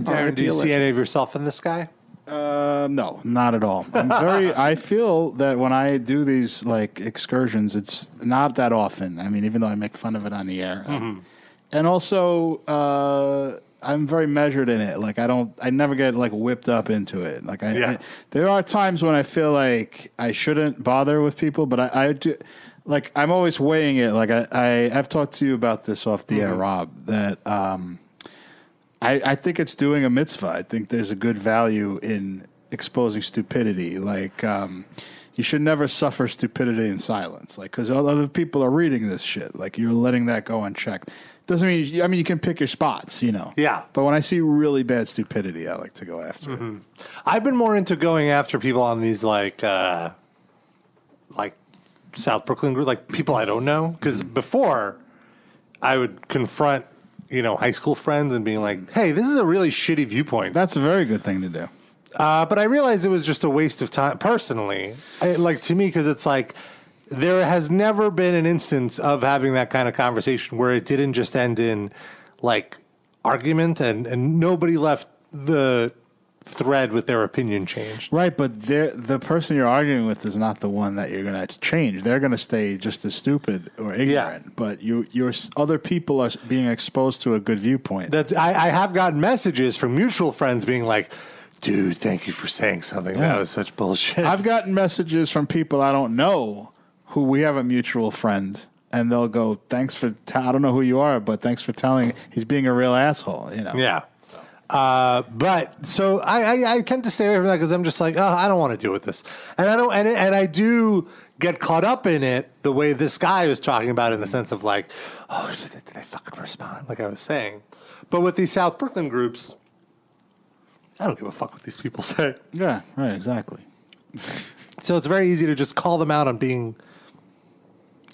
Speaker 2: Darren, do you see any of yourself in this guy?
Speaker 4: Uh, no, not at all.
Speaker 2: [LAUGHS]
Speaker 4: I'm very. I feel that when I do these like excursions, it's not that often. I mean, even though I make fun of it on the air, and also uh, I'm very measured in it. Like I don't, I never get like whipped up into it. Like I, I- there are times when I feel like I shouldn't bother with people, but I, I do. Like I'm always weighing it. Like I, I, I've talked to you about this off the air, Rob. That um, I, I think it's doing a mitzvah. I think there's a good value in exposing stupidity. Like, um, you should never suffer stupidity in silence. Like, because other people are reading this shit. Like, you're letting that go unchecked. Doesn't mean, you, I mean, you can pick your spots, you know.
Speaker 2: Yeah.
Speaker 4: But when I see really bad stupidity, I like to go after
Speaker 2: Mhm. I've been more into going after people on these like uh like South Brooklyn group, like people I don't know. Because
Speaker 4: Mm-hmm.
Speaker 2: before, I would confront you know high school friends and being like, "Hey, this is a really shitty viewpoint."
Speaker 4: That's a very good thing to do.
Speaker 2: Uh, but I realized it was just a waste of time personally. I, like to me, because it's like there has never been an instance of having that kind of conversation where it didn't just end in like argument and and nobody left the thread with their opinion changed.
Speaker 4: Right, but they're- the person you're arguing with is not the one that you're going to change. They're going to stay just as stupid or ignorant. But you, your s- other people are s- being exposed to a good viewpoint.
Speaker 2: That I, I have gotten messages from mutual friends being like, "Dude, thank you for saying something.
Speaker 4: Yeah.
Speaker 2: That was such bullshit."
Speaker 4: I've gotten messages from people I don't know who we have a mutual friend, and they'll go, "Thanks for t- I don't know who you are, but thanks for telling." He's being a real asshole, you know.
Speaker 2: Yeah. Uh, but so I, I, I tend to stay away from that because I'm just like, oh, I don't want to deal with this, and I don't, and and I do get caught up in it the way this guy was talking about in the sense of like, oh, shit, did they fucking respond? Like I was saying, but with these South Brooklyn groups, I don't give a fuck what these people [LAUGHS] say.
Speaker 4: Yeah, right, exactly.
Speaker 2: So it's very easy to just call them out on being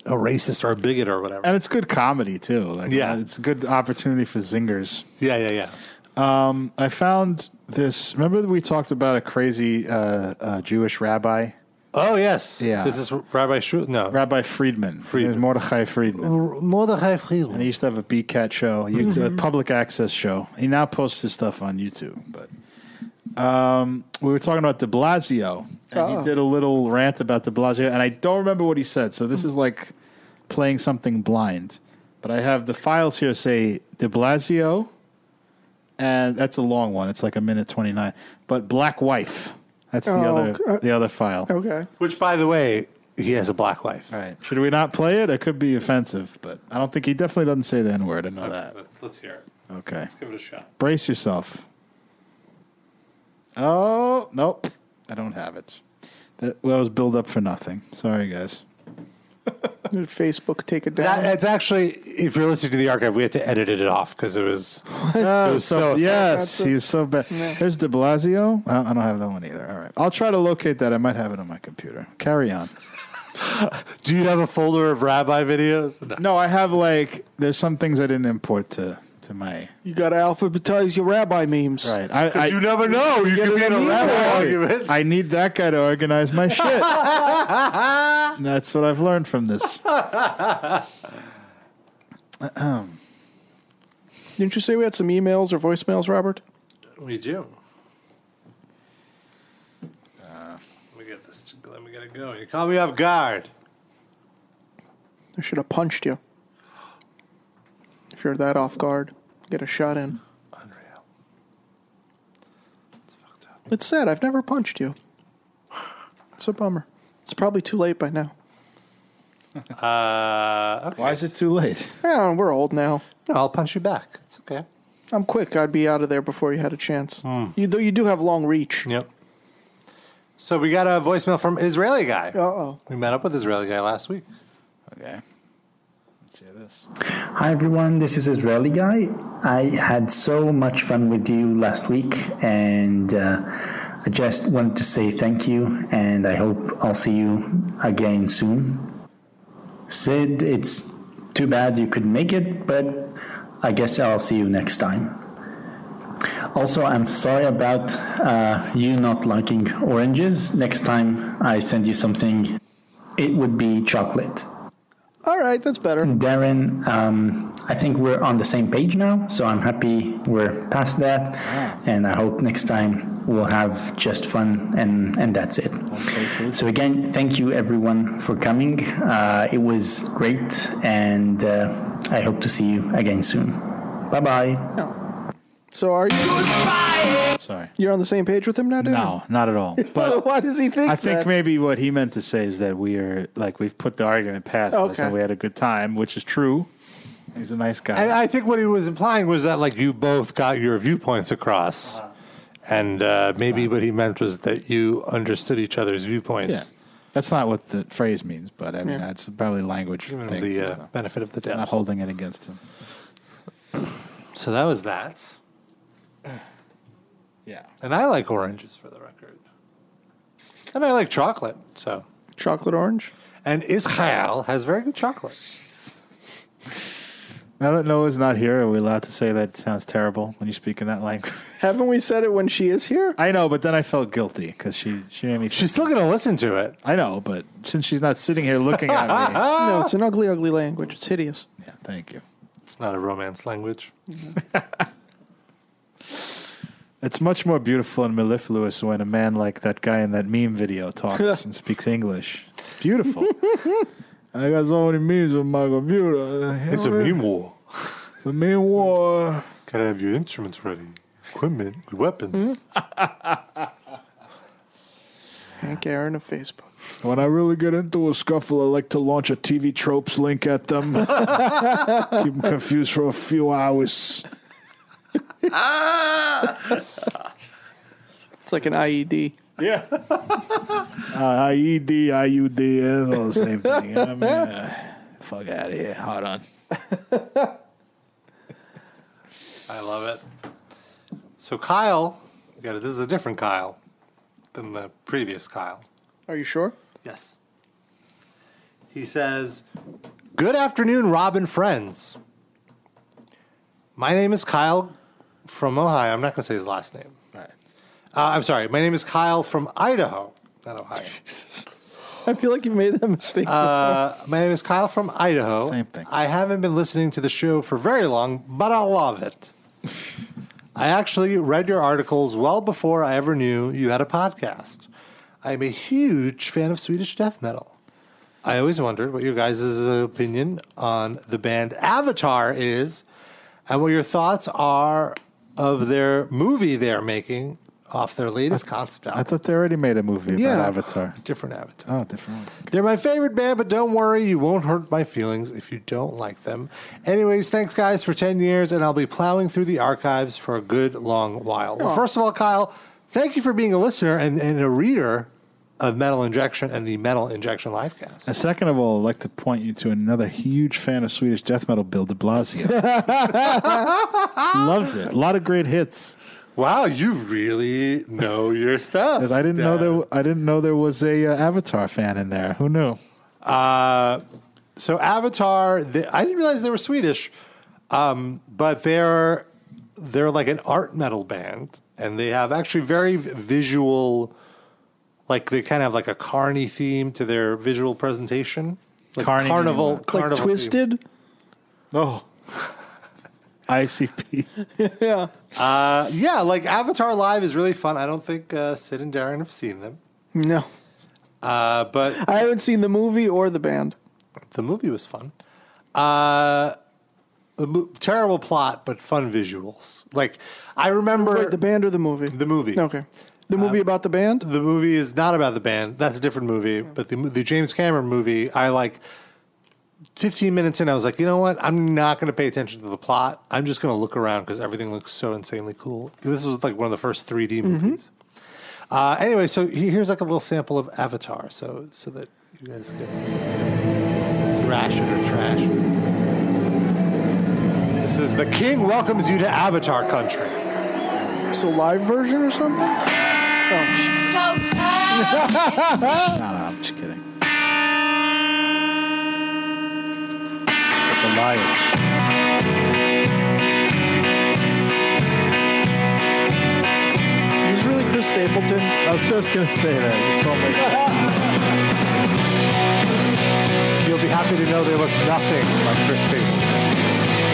Speaker 2: a racist or a bigot or whatever.
Speaker 4: And it's good comedy too. Like,
Speaker 2: Yeah.
Speaker 4: uh, it's a good opportunity for zingers.
Speaker 2: Yeah, yeah, yeah.
Speaker 4: Um, I found this. Remember that we talked about a crazy uh, uh, Jewish rabbi.
Speaker 2: Oh yes,
Speaker 4: yeah.
Speaker 2: This is Rabbi Shu. No,
Speaker 4: Rabbi Friedman. Friedman. Mordechai Friedman.
Speaker 2: Mordechai Friedman.
Speaker 4: And he used to have a Beat Cat show, a YouTube,
Speaker 3: Mm-hmm.
Speaker 4: a public access show. He now posts his stuff on YouTube. But um, we were talking about De Blasio, and
Speaker 3: Oh.
Speaker 4: he did a little rant about De Blasio, and I don't remember what he said. So this is like playing something blind. But I have the files here say De Blasio, and that's a long one. It's like a minute twenty nine. But Black Wife, that's the
Speaker 3: Oh,
Speaker 4: other
Speaker 3: okay. Oh.
Speaker 4: the other file.
Speaker 3: Okay.
Speaker 2: Which, by the way, he has a black wife.
Speaker 4: Right. Should we not play it? It could be offensive, but I don't think he definitely doesn't say the N word. I know that.
Speaker 2: Let's hear it.
Speaker 4: Okay. Let's
Speaker 2: give it a shot.
Speaker 4: Brace yourself. Oh, nope. I don't have it. That, that was build up for nothing. Sorry, guys.
Speaker 3: Did Facebook take it down?
Speaker 2: That, it's actually,
Speaker 4: [LAUGHS]
Speaker 2: if you're listening to the archive, we had to edit it off because it was.
Speaker 4: Oh,
Speaker 2: it was so,
Speaker 4: yes, he's so bad. There's De Blasio. I, I don't have that one either. All right. I'll try to locate that. I might have it on my computer. Carry on.
Speaker 2: [LAUGHS] Do you have a folder of rabbi videos?
Speaker 4: No, I have like, there's some things I didn't import to, to my.
Speaker 3: You got to alphabetize your rabbi memes.
Speaker 4: Right. I, I,
Speaker 3: Get it on the internet.
Speaker 4: I need that guy to organize
Speaker 2: [LAUGHS]
Speaker 4: my [LAUGHS] shit. And That's what I've learned from this.
Speaker 2: Uh-huh.
Speaker 4: Ahem.
Speaker 3: Didn't you say we had some emails or voicemails, Robert?
Speaker 2: We do.
Speaker 4: Uh,
Speaker 2: Let me get this. Let me get it going. You caught me off guard.
Speaker 3: I should have punched you. If you're that off guard, get a shot in. Unreal. It's fucked up. It's sad. I've never punched you. It's a bummer. It's probably too late by now.
Speaker 2: [LAUGHS] Uh, okay.
Speaker 4: Why is it too late?
Speaker 3: Yeah, we're old now.
Speaker 2: I'll punch you back. It's okay. Hmm.
Speaker 3: I'm quick. I'd be out of there before you had a chance. You though you do have long reach.
Speaker 2: Yep. So we got a voicemail from Israeli guy. Uh
Speaker 3: oh.
Speaker 2: We met up with Israeli guy last week.
Speaker 4: Okay.
Speaker 22: Hi everyone, this is Israeli guy. I had so much fun with you last week, and uh, I just want to say thank you, and I hope I'll see you again soon. Sid, it's too bad you couldn't make it, but I guess I'll see you next time. Also, I'm sorry about uh, you not liking oranges. Next time I send you something, it would be chocolate.
Speaker 3: All right, that's better.
Speaker 6: Darren, um, I think we're on the same page now, so I'm happy we're past that. And I hope next time we'll have just fun and, and that's it. So, again, thank you everyone for coming. Uh, it was great, and uh, I hope to see you again soon. Bye bye.
Speaker 3: So are you?
Speaker 4: Sorry.
Speaker 3: You're on the same page with him now, dude?
Speaker 4: No,
Speaker 2: Hmm.
Speaker 4: not at all. But
Speaker 3: so why does he think
Speaker 4: I think
Speaker 3: that?
Speaker 4: maybe what he meant to say is that we are like we've put the argument past us
Speaker 2: Okay.
Speaker 4: and we had a good time, which is true. He's a nice guy.
Speaker 2: And I think what he was implying was that like you both got your viewpoints across,
Speaker 4: Uh-huh.
Speaker 2: and uh, maybe what he meant was that you understood each other's
Speaker 4: yeah.
Speaker 2: viewpoints.
Speaker 4: That's not what the phrase means, but I mean
Speaker 2: Yeah.
Speaker 4: that's probably language.
Speaker 2: Give him
Speaker 4: thing,
Speaker 2: the, uh,
Speaker 4: so.
Speaker 2: benefit of the doubt.
Speaker 4: Not holding it against him.
Speaker 2: So that was that.
Speaker 4: Yeah.
Speaker 2: And I like oranges for the record, and I like chocolate. So
Speaker 3: chocolate orange.
Speaker 2: And Israel has very good chocolate.
Speaker 4: Now that Noah's not here, are we allowed to say that sounds terrible when you speak in that language? [LAUGHS]
Speaker 3: Haven't we said it when she is here?
Speaker 4: I know, but then I felt guilty because she she made me.
Speaker 2: She's still gonna listen to it.
Speaker 4: I know, but since she's not sitting here looking at me,
Speaker 3: [LAUGHS] [LAUGHS] no, it's an ugly, ugly language. It's hideous.
Speaker 4: Thank you.
Speaker 2: It's not a romance language.
Speaker 4: It's much more beautiful and mellifluous when a man like that guy in that meme video
Speaker 3: [LAUGHS]
Speaker 4: talks and speaks English. It's beautiful. I got so many memes on my computer.
Speaker 2: [LAUGHS] It's a meme war.
Speaker 4: It's a meme war.
Speaker 2: Gotta have your instruments ready, equipment, weapons.
Speaker 4: Hmm? [LAUGHS]
Speaker 3: Hank Aaron of Facebook.
Speaker 4: When I really get into a scuffle, I like to launch a TV tropes link at them.
Speaker 3: [LAUGHS]
Speaker 4: Keep them confused for a few hours.
Speaker 3: It's like an E IED.
Speaker 4: Yeah. Uh, IED, IUD, it's all the same thing. You know what I
Speaker 7: [LAUGHS]
Speaker 4: mean? Uh, fuck out of here. Hold on.
Speaker 2: [LAUGHS] I love it. So Kyle, we got it. This is a different Kyle than the previous Kyle.
Speaker 3: Are you sure?
Speaker 2: Yes. He says, "Good afternoon, Robin friends. My name is Kyle from Ohio. I'm not going to say his last name. Uh, I'm sorry. My name is Kyle from Idaho, not Ohio.
Speaker 3: I feel like you've made that mistake before.
Speaker 2: Uh, my name is Kyle from Idaho. Same thing. I haven't been listening to the show for very long, but I love it. [LAUGHS] I actually read your articles well before I ever knew you had a podcast. I'm a huge fan of Swedish death metal. I always wondered what your guys' opinion on the band Avatar is and what your thoughts are of their movie they're making off their latest concept album.
Speaker 4: I thought they already made a movie
Speaker 2: Yeah.
Speaker 4: about Avatar.
Speaker 2: Different Avatar.
Speaker 4: Oh, different one.
Speaker 2: They're my favorite band, but don't worry, you won't hurt my feelings if you don't like them. Anyways, thanks guys for 10 years, and I'll be plowing through the archives for a good long while. Well,
Speaker 4: Aw.
Speaker 2: first of all, Kyle, thank you for being a listener and, and a reader of Metal Injection and the Metal Injection Livecast.
Speaker 4: And second of all, I'd like to point you to another huge fan of Swedish death metal, Bill de
Speaker 3: [LAUGHS]
Speaker 4: Blasio. Loves it. A lot of great hits.
Speaker 2: Wow, you really know your stuff.
Speaker 4: 'Cause I didn't know there. I didn't know there was a uh, Avatar fan in there. Who knew?
Speaker 2: Uh, so Avatar, the, I didn't realize they were Swedish, um, but they're they're like an art metal band, and they have actually very visual, like they kind of have like a carny theme to their visual presentation, like
Speaker 4: Carny
Speaker 2: carnival,
Speaker 4: meaning what?
Speaker 2: carnival
Speaker 4: Like
Speaker 2: theme.
Speaker 4: [LAUGHS] Twisted? [LAUGHS] Oh,
Speaker 2: [LAUGHS]
Speaker 4: ICP.
Speaker 3: yeah.
Speaker 2: Uh, yeah, like Avatar Live is really fun. I don't think uh, Sid and Darren have seen them,
Speaker 3: No.
Speaker 2: uh, but
Speaker 3: I haven't seen the movie or the band.
Speaker 2: The movie was fun. Uh, a mo- terrible plot, but fun visuals. Like I remember
Speaker 3: the band or the movie.
Speaker 2: The movie. Um,
Speaker 3: Okay. The movie about the band.
Speaker 2: The movie is not about the band. That's a different movie. But the mo- the James Cameron movie, I like. Fifteen minutes in, I was like, you know what? I'm not going to pay attention to the plot. I'm just going to look around because everything looks so insanely cool. This was like one of the first 3D
Speaker 3: Mm-hmm.
Speaker 2: movies. Uh, anyway, so he- here's like a little sample of Avatar, so so that you guys
Speaker 3: [LAUGHS]
Speaker 2: can thrash it or trash. it. This is the king welcomes you to Avatar country.
Speaker 3: So live version or something?
Speaker 4: No, no, I'm just kidding. Like Elias.
Speaker 3: Is this really Chris Stapleton? I
Speaker 4: was just gonna say that. It's not like
Speaker 2: [LAUGHS] You'll be be happy to know they look nothing like Chris
Speaker 3: [LAUGHS]
Speaker 2: Stapleton.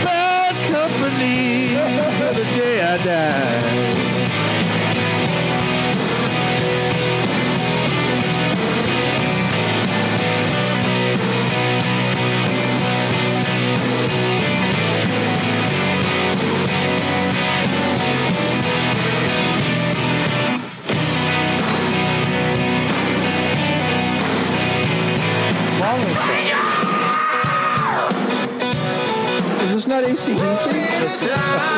Speaker 2: Bad company
Speaker 10: [LAUGHS]
Speaker 2: till the day I die.
Speaker 3: Is this not ACDC?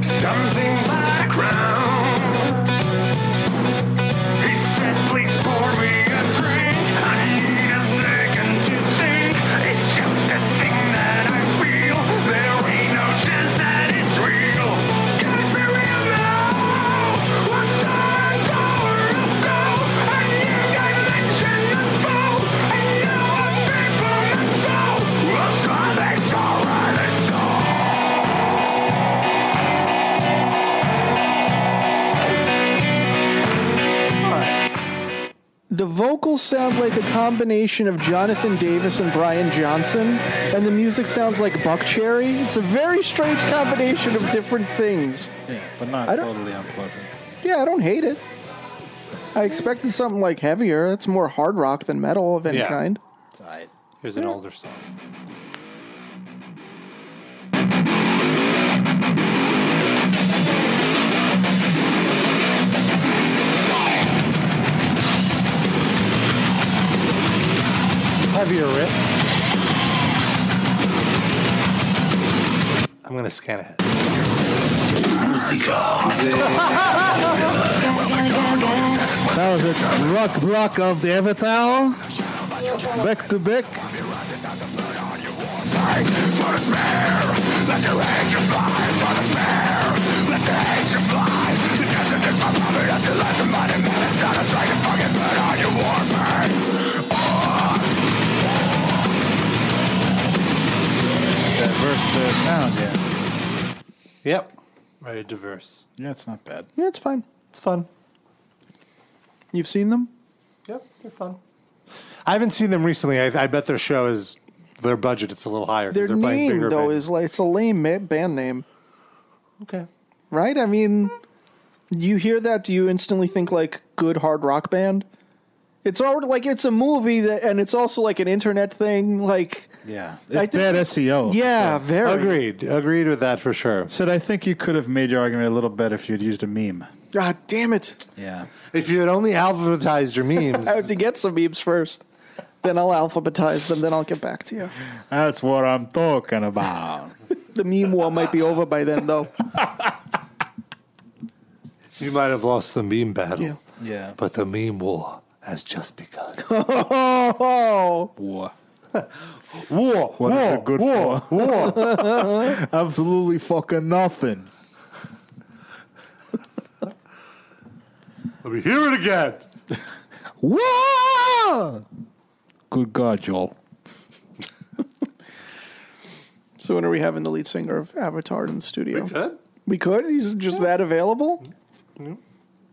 Speaker 10: Something background. He said, please pour me a drink. I need a second to think. It's just this thing that I feel. There ain't no chance that it's real. Can it be real now? What's our tower of gold? A new dimension unfold. A new update from the soul. A something's alright, it's
Speaker 3: The vocals sound like a combination of Jonathan Davis and Brian Johnson, and the music sounds like Buckcherry. It's a very strange combination of different things.
Speaker 4: Yeah, but not
Speaker 3: I don't-
Speaker 4: totally unpleasant.
Speaker 3: Yeah, I don't hate it. I expected something like heavier. That's more hard rock than metal of any
Speaker 2: Yeah.
Speaker 3: kind.
Speaker 2: Here's an older song. Heavier riff. I'm going to scan it.
Speaker 23: That was it. Rock block of the Avatar. Back to back.
Speaker 4: Diverse uh, sound, yeah.
Speaker 2: Yep. Very diverse.
Speaker 4: Yeah, it's not bad.
Speaker 3: Yeah, it's fine.
Speaker 2: It's fun.
Speaker 3: You've seen them?
Speaker 2: Yep, they're fun. I haven't seen them recently. I, I bet their show is their budget. It's a little higher. 'cause
Speaker 3: Their
Speaker 2: they're playing
Speaker 3: name
Speaker 2: bigger
Speaker 3: though
Speaker 2: venues.
Speaker 3: is like it's a lame ma- band name.
Speaker 2: Okay.
Speaker 3: Right? I mean, you hear that? Do you instantly think like good hard rock band? It's already like it's a movie that, and it's also like an internet thing. Like,
Speaker 4: Yeah.
Speaker 3: I
Speaker 4: It's
Speaker 3: think-
Speaker 4: bad SEO.
Speaker 3: Yeah,
Speaker 4: So-
Speaker 3: very.
Speaker 2: Agreed. Agreed with that for sure.
Speaker 4: Said I think you could have made your argument a little better if you'd used a meme.
Speaker 3: God damn it!
Speaker 4: Yeah.
Speaker 2: If you had only alphabetized your memes.
Speaker 3: [LAUGHS] I have to get some memes first. Then I'll alphabetize them. Then I'll get back to you.
Speaker 4: That's what I'm talking about.
Speaker 3: [LAUGHS] The meme war might be over by then, though.
Speaker 2: You might have lost the meme battle. Yeah.
Speaker 4: Yeah.
Speaker 2: But the meme war has just begun.
Speaker 3: [LAUGHS] Oh,
Speaker 4: war.
Speaker 2: War.
Speaker 4: What is
Speaker 2: war,
Speaker 4: it good
Speaker 2: war,
Speaker 4: for?
Speaker 2: war.
Speaker 4: [LAUGHS] Absolutely fucking nothing.
Speaker 2: Let me hear it again.
Speaker 4: War. Good God, Joel.
Speaker 3: So when are we having the lead singer of Avatar in the studio?
Speaker 2: We could.
Speaker 3: We could. He's just that available.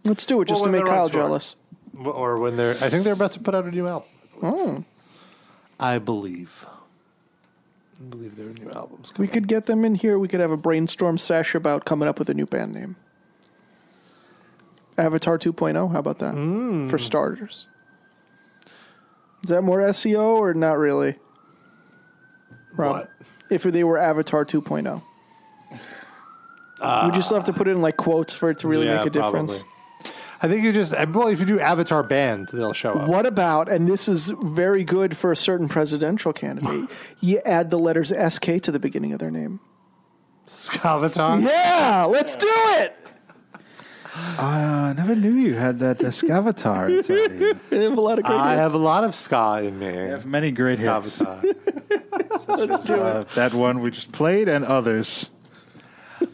Speaker 3: Let's do it just
Speaker 2: Well, when
Speaker 3: to make
Speaker 2: they're on
Speaker 3: Kyle
Speaker 2: tour.
Speaker 3: jealous.
Speaker 2: Or when they're, I think they're about to put out a new album.
Speaker 3: Oh,
Speaker 2: I believe. I believe their new albums.
Speaker 3: we could get them in here. We could have a brainstorm sesh about coming up with a new band name. Avatar 2.0. How about that
Speaker 2: Hmm.
Speaker 3: for starters? Is that more SEO or not really? Rob,
Speaker 2: What?
Speaker 3: If they were Avatar oh. 2.0, we just have to put it in like quotes for it to really
Speaker 2: Uh, Yeah,
Speaker 3: make a difference.
Speaker 2: probably. I think you just, well, if you do Avatar Band, they'll show up.
Speaker 3: What about, and this is very good for a certain presidential
Speaker 2: [LAUGHS]
Speaker 3: candidate, you add the letters SK to the beginning of their name.
Speaker 2: [LAUGHS] Avatar?
Speaker 3: Yeah, let's do it.
Speaker 4: I uh, never knew you had that [LAUGHS] Discavatar inside of you.
Speaker 3: [LAUGHS] I have a lot of great
Speaker 2: I
Speaker 3: hits.
Speaker 2: have a lot of ska in me. I have
Speaker 4: many great hits.
Speaker 2: Avatar.
Speaker 3: Let's do it.
Speaker 4: Uh, that one we just played and others.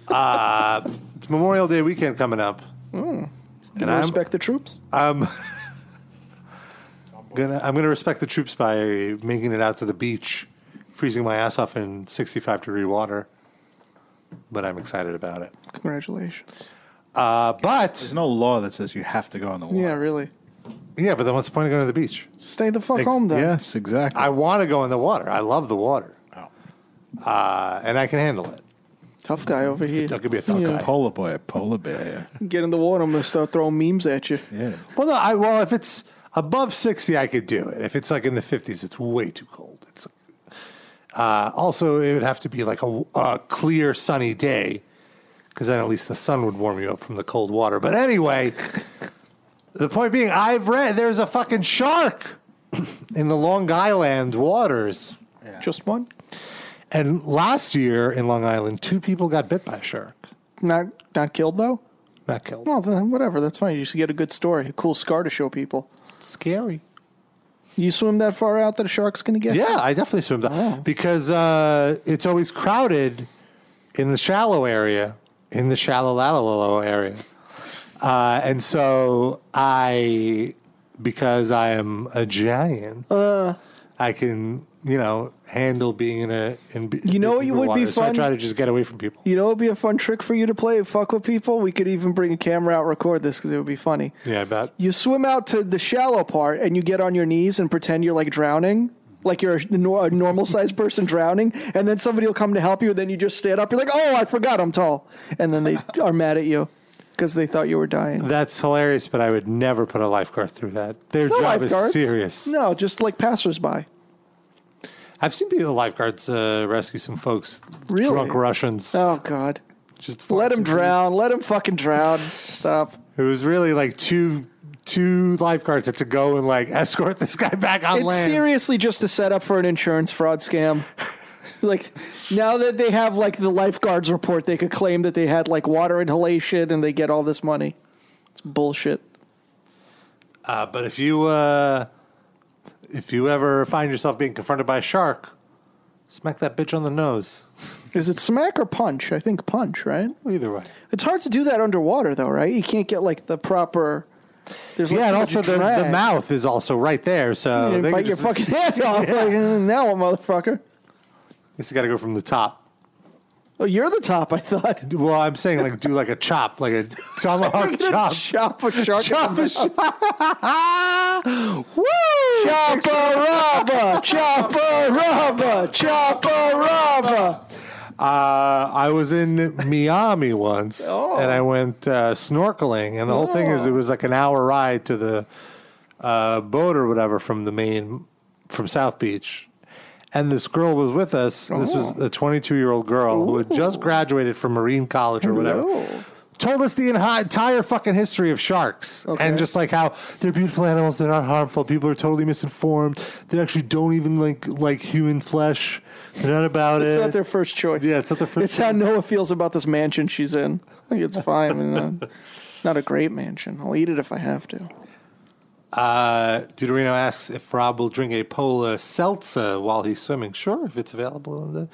Speaker 2: uh, it's Memorial Day weekend coming up.
Speaker 3: Mm.
Speaker 2: And
Speaker 3: You
Speaker 2: I'm-
Speaker 3: respect the troops.
Speaker 2: Um, [LAUGHS] gonna, I'm gonna respect the troops by making it out to the beach, freezing my ass off in 65 degree water. But I'm excited about it.
Speaker 3: Congratulations.
Speaker 2: Uh, but there's
Speaker 4: no law that says you have to go on the water.
Speaker 3: Yeah, really.
Speaker 2: Yeah, but then what's the point of going to the beach?
Speaker 3: Stay the fuck home then.
Speaker 4: Yes, exactly. Oh.
Speaker 2: I want to go in the water. I love the water. Uh, and I can handle it.
Speaker 3: Tough guy over here.
Speaker 2: That could be a tough
Speaker 3: Yeah.
Speaker 2: guy.
Speaker 4: Polar boy, polar bear.
Speaker 3: Get in the water. I'm gonna start throwing memes at you.
Speaker 4: Yeah.
Speaker 2: Well, no, I, well, if it's above 60, I could do it. If it's like in the 50s, it's way too cold. It's uh, Also, it would have to be like a, a clear, sunny day because then at least the sun would warm you up from the cold water. But anyway, the point being, I've read there's a fucking shark [COUGHS] in the Long Island waters.
Speaker 3: Just one?
Speaker 2: And last year in Long Island, two people got bit by a shark.
Speaker 3: Not not killed though.
Speaker 2: Not killed.
Speaker 3: Well, then whatever. That's fine. You should get a good story, a cool scar to show people.
Speaker 2: Scary.
Speaker 3: You swim that far out that a shark's gonna get? you?
Speaker 2: Yeah, I definitely swim that because uh, it's always crowded in the shallow area, in the shallow lalalalo area, uh, and so I, because I am a giant,
Speaker 3: Uh.
Speaker 2: I can you know handle being in a in b-
Speaker 3: You know what you
Speaker 2: deeper
Speaker 3: would be
Speaker 2: water. So I
Speaker 3: fun?
Speaker 2: try to just get away from people.
Speaker 3: You know, it'd be a fun trick for you to play. Fuck with people. We could even bring a camera out, and record this because it would be funny.
Speaker 2: Yeah, I bet.
Speaker 3: You swim out to the shallow part and you get on your knees and pretend you're like drowning, like you're a, nor- a normal sized person drowning, and then somebody will come to help you, and then you just stand up. You're like, oh, I forgot I'm tall. And then they [LAUGHS] are mad at you because they thought you were dying.
Speaker 2: That's hilarious, but I would never put a lifeguard through that. Their
Speaker 3: No
Speaker 2: job
Speaker 3: lifeguards.
Speaker 2: is serious.
Speaker 3: No, just like passersby.
Speaker 2: I've seen people lifeguards uh, rescue some folks,
Speaker 3: Really?
Speaker 2: drunk Russians.
Speaker 3: Oh, God.
Speaker 2: Just
Speaker 3: let him drown. Let him fucking drown. Stop.
Speaker 2: It was really like two two lifeguards had to go and like escort this guy back on
Speaker 3: it's
Speaker 2: land.
Speaker 3: seriously just a setup for an insurance fraud scam. [LAUGHS] like now that they have like the lifeguards report, they could claim that they had like water inhalation and they get all this money. It's bullshit.
Speaker 2: Uh, but if you uh, if you ever find yourself being confronted by a shark, smack that bitch on the nose.
Speaker 3: Is it smack or punch? I think punch, right?
Speaker 2: Either way.
Speaker 3: It's hard to do that underwater though, right? You can't get like the proper. There's like
Speaker 2: yeah, and
Speaker 3: too much
Speaker 2: also the, the
Speaker 3: drag.
Speaker 2: mouth is also right there, so
Speaker 3: You
Speaker 2: they
Speaker 3: bite
Speaker 2: could
Speaker 3: your
Speaker 2: just- [LAUGHS]
Speaker 3: fucking head off. Like, now, what, motherfucker?
Speaker 2: This has got to go from the top.
Speaker 3: Oh, you're the top. I thought.
Speaker 2: Well, I'm saying like do like a chop,
Speaker 3: [LAUGHS]
Speaker 2: like a tomahawk
Speaker 3: You're
Speaker 2: chop.
Speaker 3: gonna Chop a shark.
Speaker 2: Chop a shark.
Speaker 3: Woo! Chopper-rubber! Chopper-rubber! Chopper-rubber!
Speaker 2: Uh, I was in Miami
Speaker 3: [LAUGHS]
Speaker 2: once,
Speaker 3: Oh.
Speaker 2: and I went uh, snorkeling, and the whole thing is it was like an hour ride to the uh, boat or whatever from the main from South Beach. And this girl was with us. This
Speaker 3: Oh.
Speaker 2: was a 22 year old girl who had just graduated from Marine College or whatever. Told us the enhi- entire fucking history of sharks and just like how they're beautiful animals, they're not harmful. People are totally misinformed. They actually don't even like like human flesh. They're not about
Speaker 3: It's
Speaker 2: it.
Speaker 3: not their first choice.
Speaker 2: Yeah, it's not their first
Speaker 3: It's how Noah feels about this mansion she's in. I think it's fine. you know. [LAUGHS] Not a great mansion. I'll eat it if I have to.
Speaker 2: Uh, Deuterino asks if Rob will drink a Pola Seltzer while he's swimming. Sure, if it's available.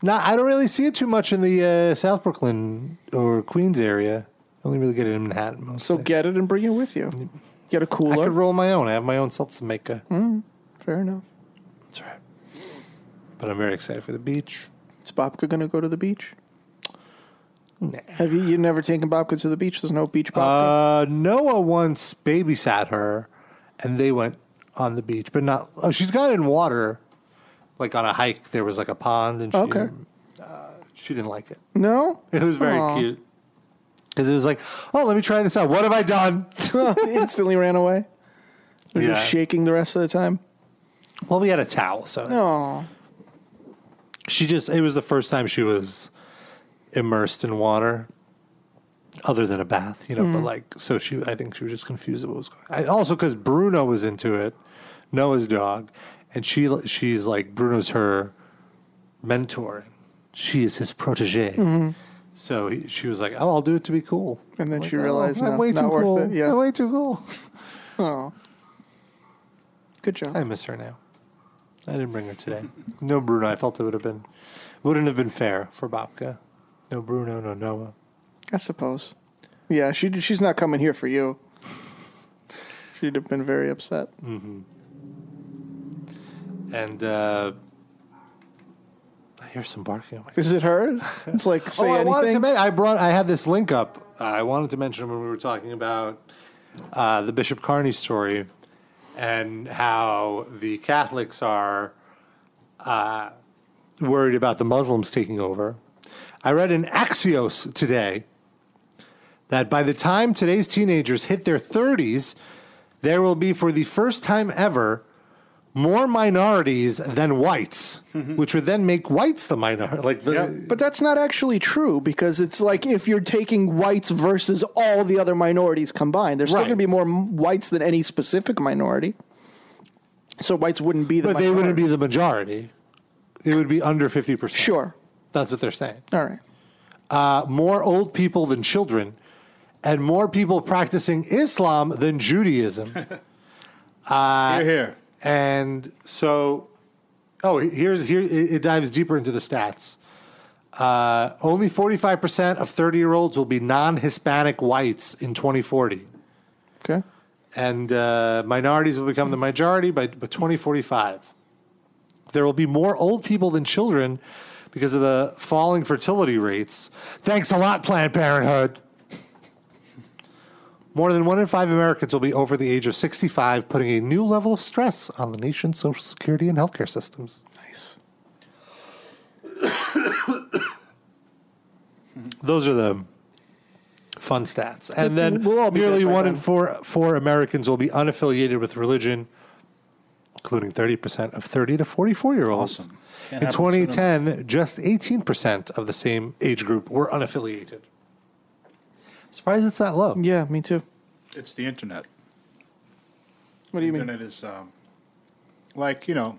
Speaker 2: No, I don't really see it too much in the uh, South Brooklyn or Queens area. I only really get it in Manhattan most.
Speaker 3: So get it and bring it with you. Get a cooler.
Speaker 2: I could roll my own. I have my own seltzer maker,
Speaker 3: Mm, fair enough.
Speaker 2: but I'm very excited for the beach.
Speaker 3: Is Bobka going to go to the beach? Have you, you never taken Bobka to the beach? There's no beach Bobka.
Speaker 2: Uh, Noah once babysat her, and they went on the beach, but not. Oh, she's got in water, like on a hike. There was like a pond, and she
Speaker 3: Okay.
Speaker 2: didn't- uh, she didn't like it.
Speaker 3: no?
Speaker 2: [LAUGHS] It was very
Speaker 3: Aw.
Speaker 2: cute. Because it was like, oh, let me try this out. What have I done?
Speaker 3: [LAUGHS] Instantly ran away. Was
Speaker 2: Yeah.
Speaker 3: just shaking the rest of the time.
Speaker 2: Well, we had a towel, so
Speaker 3: No.
Speaker 2: she just, it was the first time she was immersed in water other than a bath, you know, but
Speaker 3: Mm.
Speaker 2: like, so she, I think she was just confused at what was going on. I, also, because Bruno was into it, Noah's dog, and she, she's like, Bruno's her mentor. She is his protege.
Speaker 3: Mhm.
Speaker 2: So he, she was like, oh, I'll do it to be cool.
Speaker 3: And then
Speaker 2: Like,
Speaker 3: she
Speaker 2: oh,
Speaker 3: realized,
Speaker 2: I'm
Speaker 3: no,
Speaker 2: way
Speaker 3: not
Speaker 2: too
Speaker 3: worth
Speaker 2: cool.
Speaker 3: it. Yeah.
Speaker 2: I'm way too cool.
Speaker 3: [LAUGHS] Oh. Good job.
Speaker 2: I miss her now. I didn't bring her today. No Bruno. I felt it would have been, wouldn't have been fair for Bobka. No Bruno. No Noah.
Speaker 3: I suppose. Yeah, she she's not coming here for you. She'd have been very upset.
Speaker 2: Mm-hmm. And uh, hear some barking.
Speaker 3: Is it her? It's like
Speaker 2: [LAUGHS]
Speaker 3: say
Speaker 2: oh, I wanted to
Speaker 3: anything.
Speaker 2: make. I brought. I had this link up. Uh, I wanted to mention when we were talking about uh, the Bishop Carney story and how the Catholics are uh, worried about the Muslims taking over. I read in Axios today that by the time today's teenagers hit their 30s, there will be, for the first time ever, more minorities than whites, which would then make whites the minority. Like the,
Speaker 3: But that's not actually true because it's like if you're taking whites versus all the other minorities combined, there's still
Speaker 2: Right.
Speaker 3: going to be more m- whites than any specific minority. So whites wouldn't be the.
Speaker 2: but they wouldn't be the majority. It would be under fifty percent.
Speaker 3: Sure,
Speaker 2: that's what they're saying.
Speaker 3: All right.
Speaker 2: Uh, more old people than children, and more people practicing Islam than Judaism. uh,
Speaker 4: Hear, hear.
Speaker 2: And so, oh, here's here it it dives deeper into the stats. Uh, only 45% of 30 year olds will be non Hispanic whites in 2040.
Speaker 3: Okay.
Speaker 2: And uh, minorities will become the majority by, by 2045. There will be more old people than children because of the falling fertility rates. Thanks a lot, Planned Parenthood. More than one in five Americans will be over the age of 65, putting a new level of stress on the nation's social security and healthcare systems.
Speaker 3: Nice.
Speaker 2: Those are the fun stats.
Speaker 3: Good.
Speaker 2: And then
Speaker 3: We'll all be
Speaker 2: nearly
Speaker 3: dead by
Speaker 2: one
Speaker 3: then.
Speaker 2: in four, four Americans will be unaffiliated with religion, including 30% of 30 to 44 year olds.
Speaker 4: Can't
Speaker 2: In
Speaker 4: happen soon
Speaker 2: 2010, just 18% of the same age group were unaffiliated. Surprised it's that low.
Speaker 3: Yeah, me too.
Speaker 4: It's the internet.
Speaker 3: What do you mean?
Speaker 4: Internet is um, like you know,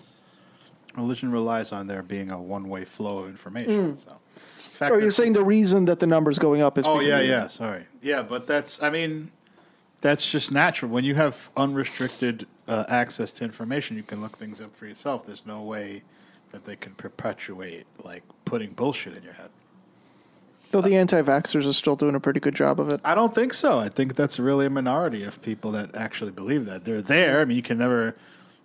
Speaker 4: religion relies on there being a one-way flow of information.
Speaker 3: Mm.
Speaker 4: So, fact
Speaker 3: Or you're
Speaker 4: that-
Speaker 3: saying the reason that the number's going up is.
Speaker 4: oh
Speaker 3: because
Speaker 4: yeah,
Speaker 3: of-
Speaker 4: yeah. Sorry, yeah, but that's I mean, that's just natural. When you have unrestricted uh, access to information, you can look things up for yourself. There's no way that they can perpetuate like putting bullshit in your head.
Speaker 3: Though the anti-vaxxers are still doing a pretty good job of it.
Speaker 4: I don't think so. I think that's really a minority of people that actually believe that. They're there. I mean, you can never,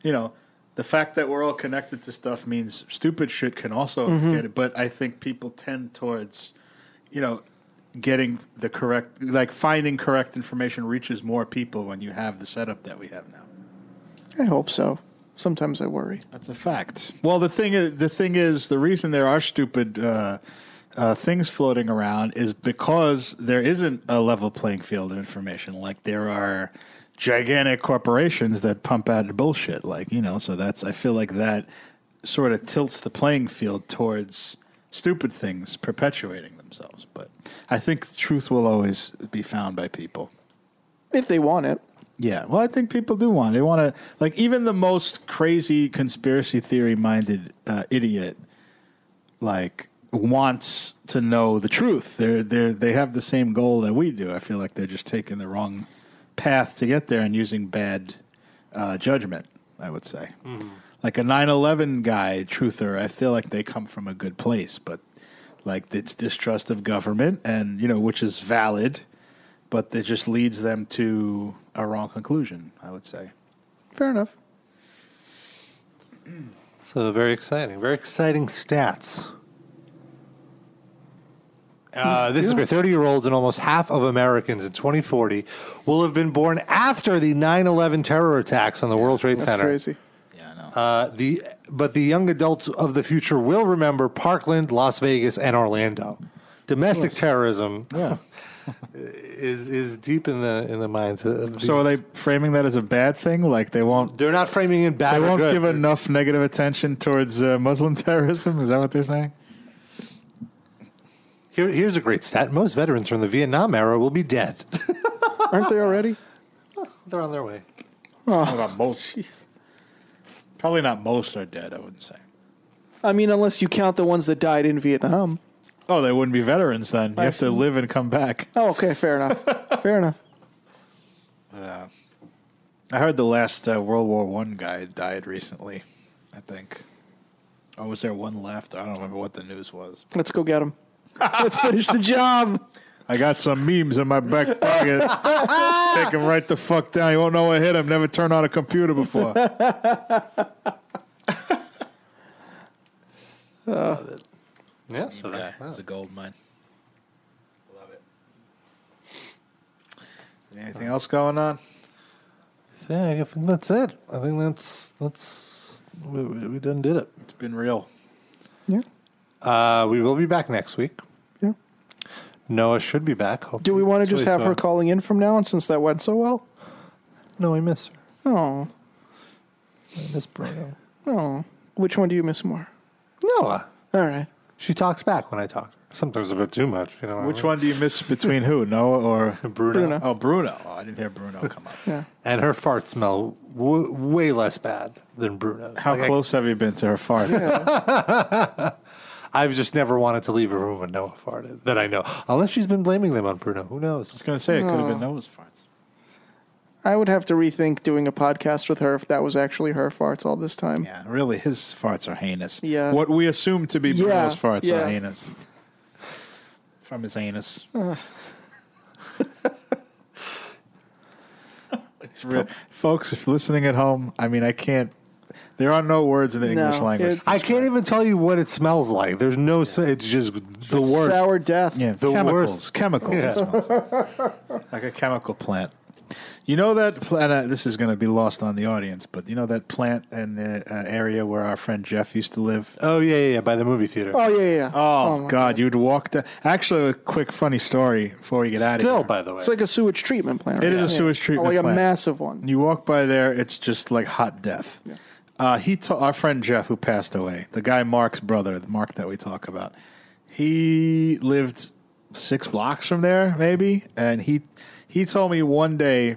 Speaker 4: you know, the fact that we're all connected to stuff means stupid shit can also
Speaker 10: Mhm.
Speaker 4: get it. But I think people tend towards, you know, getting the correct, like finding correct information reaches more people when you have the setup that we have now.
Speaker 3: I hope so. Sometimes I worry.
Speaker 4: That's a fact. Well, the thing is, the thing is, the reason there are stupid uh, uh, things floating around is because there isn't a level playing field of information. Like there are gigantic corporations that pump out bullshit. Like you know, so that's I feel like that sort of tilts the playing field towards stupid things perpetuating themselves. But I think the truth will always be found by people.
Speaker 3: If they want it.
Speaker 4: Yeah, well, I think people do want. They want to like even the most crazy conspiracy theory minded uh, idiot like wants to know the truth. They're they they have the same goal that we do. I feel like they're just taking the wrong path to get there and using bad uh, judgment. I would say like a 9-11 guy truther i feel like they come from a good place but like it's distrust of government and you know which is valid but it just leads them to a wrong conclusion i would say
Speaker 3: Fair enough.
Speaker 2: So very exciting. Very exciting stats. Uh, this is
Speaker 4: Yeah.
Speaker 2: great. 30 year olds and almost half of Americans in 2040 will have been born after the 9 11 terror attacks on the World Trade
Speaker 3: That's
Speaker 2: Center.
Speaker 3: crazy.
Speaker 2: Uh, the but the young adults of the future will remember Parkland, Las Vegas, and Orlando. Domestic terrorism [LAUGHS] is is deep in the in the minds. Of
Speaker 4: so are they framing that as a bad thing like they won't
Speaker 2: they're not framing it bad
Speaker 4: they
Speaker 2: or
Speaker 4: won't
Speaker 2: good.
Speaker 4: give enough negative attention towards uh, muslim [LAUGHS] terrorism is that what they're saying
Speaker 2: Here, here's a great stat: most veterans from the Vietnam era will be dead.
Speaker 3: Aren't they already?
Speaker 2: [LAUGHS] They're on their way.
Speaker 4: What about [LAUGHS] most probably not most are dead i wouldn't say
Speaker 3: I mean, unless you count the ones that died in Vietnam.
Speaker 4: oh they wouldn't be veterans then you
Speaker 3: I
Speaker 4: have
Speaker 3: see.
Speaker 4: to live and come back
Speaker 3: Oh, okay,
Speaker 4: [LAUGHS]
Speaker 3: fair enough. fair enough.
Speaker 4: But, uh, I heard the last uh, World War One guy died recently. I think. Or was there one left? I don't remember what the news was.
Speaker 3: Let's go get them. Let's finish the job.
Speaker 4: I got some memes in my back pocket.
Speaker 3: [LAUGHS]
Speaker 4: Take him right the fuck down. You won't know what hit him. Never turned on a computer before.
Speaker 3: Uh,
Speaker 2: Yeah, so
Speaker 10: guy.
Speaker 2: that's that.
Speaker 10: It's a gold mine.
Speaker 4: Anything else going on?
Speaker 2: Yeah, I think that's it. I think that's that's we, we we done did it. It's
Speaker 4: been real.
Speaker 3: Yeah.
Speaker 2: Uh, we will be back next week.
Speaker 3: Yeah.
Speaker 2: Noah should be back. Hopefully.
Speaker 3: Do we want to just have her
Speaker 2: Call-
Speaker 3: calling in from now on since that went so well?
Speaker 2: No, I miss her.
Speaker 3: Oh.
Speaker 2: miss Bruno.
Speaker 3: Oh. Which one do you miss more?
Speaker 2: Noah.
Speaker 3: All right.
Speaker 2: She talks back when I talk to her. Sometimes a bit too much. You know.
Speaker 4: Which one do you miss between who, Noah or
Speaker 2: Bruno? Bruno.
Speaker 4: Oh, Bruno. Oh, I didn't hear Bruno come up.
Speaker 3: Yeah.
Speaker 2: And her farts smell w- way less bad than Bruno's.
Speaker 4: How close have you been to her fart?
Speaker 2: [LAUGHS] I've just never wanted to leave a room when Noah farted that I know, unless she's been blaming them on Bruno. Who knows? I was
Speaker 4: going to say
Speaker 3: it could've been No.
Speaker 4: Noah's fart.
Speaker 3: Oh. I would have to rethink doing a podcast with her if that was actually her farts all this time.
Speaker 4: Yeah. Really, his farts are heinous.
Speaker 3: Yeah.
Speaker 4: What we assume to be
Speaker 3: Yeah,
Speaker 4: Bruno's farts
Speaker 3: yeah.
Speaker 4: are heinous. From his anus. [LAUGHS] It's real. Folks, if you're listening at home, I mean, I can't. There are no words in the English language.
Speaker 2: I can't even tell you what it smells like. There's no. s It's just the worst.
Speaker 3: sour death.
Speaker 4: Yeah,
Speaker 2: the
Speaker 4: chemicals,
Speaker 2: worst.
Speaker 4: chemicals.
Speaker 2: Yeah.
Speaker 4: It smells like a chemical plant. You know that plant. Uh, this is going to be lost on the audience, but you know that plant in the uh, area where our friend Jeff used to live.
Speaker 2: Oh yeah, yeah, yeah by the movie theater.
Speaker 3: Oh yeah, yeah. yeah.
Speaker 4: Oh,
Speaker 3: my
Speaker 4: God, you'd walk the. Actually, a quick funny story before we get out of here.
Speaker 2: Still, by the way.
Speaker 3: It's like a sewage treatment plant.
Speaker 4: It is
Speaker 3: right?
Speaker 4: a sewage treatment
Speaker 3: oh, like
Speaker 4: plant.
Speaker 3: a massive one.
Speaker 4: You walk by there, it's just like hot death. Uh, he, ta- our friend Jeff, who passed away, the guy Mark's brother, the Mark that we talk about, he lived six blocks from there, maybe, and he he told me one day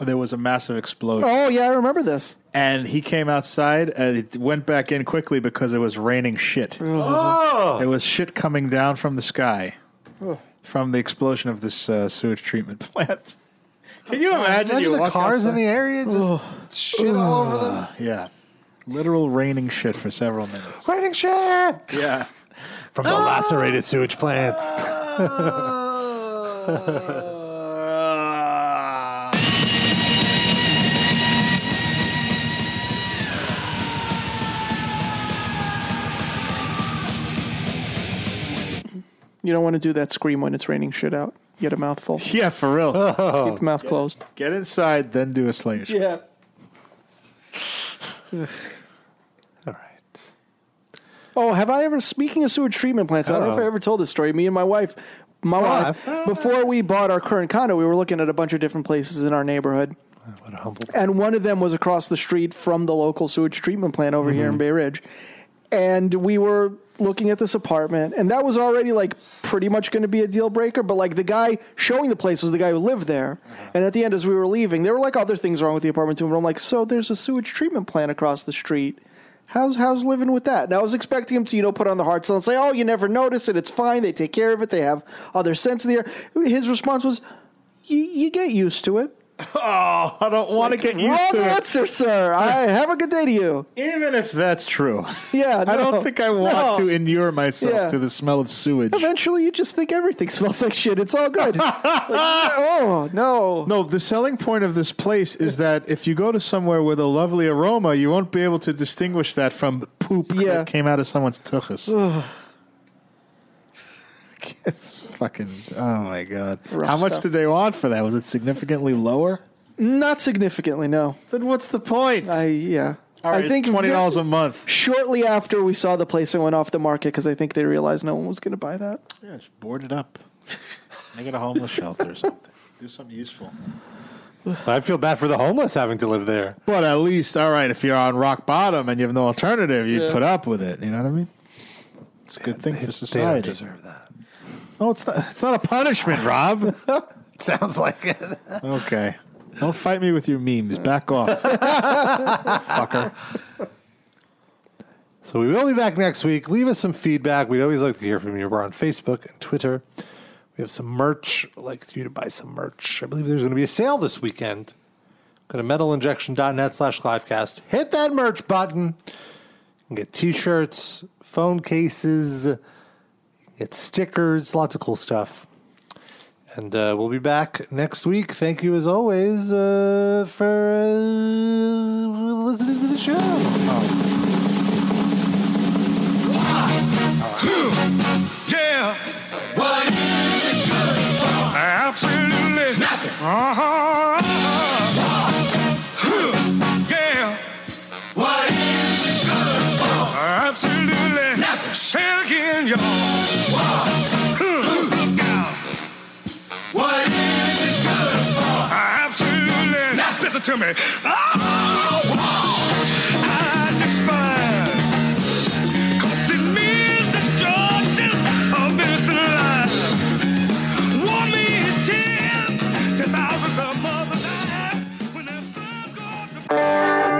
Speaker 4: there was a massive explosion.
Speaker 3: Oh yeah, I remember this.
Speaker 4: And he came outside and it went back in quickly because it was raining shit.
Speaker 2: Oh!
Speaker 4: It was shit coming down from the sky
Speaker 3: Oh.
Speaker 4: from the explosion of this uh, sewage treatment plant. Can you
Speaker 2: Uh,
Speaker 4: imagine?
Speaker 2: Imagine
Speaker 4: you
Speaker 2: the
Speaker 4: walk
Speaker 2: cars in
Speaker 4: outside-
Speaker 2: the area just shit all over them.
Speaker 4: Yeah. Literal raining shit for several minutes.
Speaker 2: Raining shit.
Speaker 4: Yeah.
Speaker 2: From the lacerated sewage plants. Oh.
Speaker 3: Um,
Speaker 2: [LAUGHS]
Speaker 3: [LAUGHS] You don't want to do that scream when it's raining shit out. Get a mouthful.
Speaker 4: [LAUGHS] Yeah, for real.
Speaker 3: Keep the mouth closed.
Speaker 4: Get inside, then do a slayer. shot. [SIGHS]
Speaker 3: Yeah. Oh, have I ever? Speaking of sewage treatment plants, I don't know if
Speaker 19: Uh-oh.
Speaker 3: I ever told this story. Me and my wife, my wife, before we bought our current condo, we were looking at a bunch of different places in our neighborhood. And one of them was across the street from the local sewage treatment plant
Speaker 4: Mm-hmm.
Speaker 3: over here in Bay Ridge. And we were looking at this apartment, and that was already like pretty much going to be a deal breaker. But like the guy showing the place was the guy who lived there.
Speaker 4: Uh-huh.
Speaker 3: And at the end, as we were leaving, there were like other things wrong with the apartment too. But I'm like, so there's a sewage treatment plant across the street. How's how's living with that? And I was expecting him to, you know, put on the hard sell and say, "Oh, you never notice it. It's fine. They take care of it. They have other sense of the air." His response was, "Y- "You get used
Speaker 4: [LAUGHS]
Speaker 3: to it."
Speaker 4: Oh, I don't want to get used to
Speaker 3: Wrong
Speaker 4: it.
Speaker 3: answer, sir. I have a good day to you.
Speaker 4: Even if that's true.
Speaker 3: [LAUGHS] Yeah,
Speaker 4: I
Speaker 3: no.
Speaker 4: don't think I want
Speaker 3: No.
Speaker 4: to inure myself
Speaker 3: Yeah.
Speaker 4: to the smell of sewage.
Speaker 3: Eventually, you just think everything [LAUGHS] smells like shit. It's
Speaker 4: [LAUGHS]
Speaker 3: all good. Like, oh no!
Speaker 4: No, the selling point of this Ah! place is that if you go to somewhere with a lovely aroma, you won't be able to distinguish that from poop that came out of someone's tuchus. [LAUGHS] it's fucking. Oh my god!
Speaker 3: Rough
Speaker 4: How much
Speaker 3: stuff.
Speaker 4: did they want for that? Was it significantly lower?
Speaker 3: Not significantly, no.
Speaker 4: Then what's the point?
Speaker 3: I yeah.
Speaker 4: All right,
Speaker 3: I think
Speaker 4: it's $20
Speaker 3: ve-
Speaker 4: a month.
Speaker 3: Shortly after we saw the place, it went off the market because I think they realized no one was going to buy that.
Speaker 4: Yeah, just board it up. Make it a homeless shelter or something. [LAUGHS] Do something useful.
Speaker 2: I feel bad for the homeless having to live there.
Speaker 4: But at least, all right, if you're on rock bottom and you have no alternative, you
Speaker 2: Yeah.
Speaker 4: put up with it. You know what I mean? It's a good thing for society.
Speaker 2: deserve
Speaker 4: that. No, it's not. It's not a punishment, [LAUGHS] Rob.
Speaker 2: Sounds like it.
Speaker 4: okay, don't fight me with your memes. Back off, [LAUGHS]
Speaker 2: Uh.
Speaker 4: fucker.
Speaker 2: So we will be back next week. Leave us some feedback. We'd always like to hear from you. We're on Facebook and Twitter. We have some merch. I'd like you to buy some merch. I believe there's going to be a sale this weekend. Go to metalinjection.net slash livecast. Hit that merch button. You can get t-shirts, phone cases, you can get stickers, lots of cool stuff. And uh, we'll be back next week. Thank you as always uh, for uh, listening to the show.
Speaker 9: Ah! yeah. What is it good for? Absolutely nothing. Uh-huh. Huh. Yeah. What is it good for? Absolutely nothing. Say it again, y'all. Huh. Look out. What is it good for? Absolutely nothing. Listen to me. Oh, whoa. I despise Costing me is destruction of innocent lives. War me is tears to thousands of mothers alive when their sons go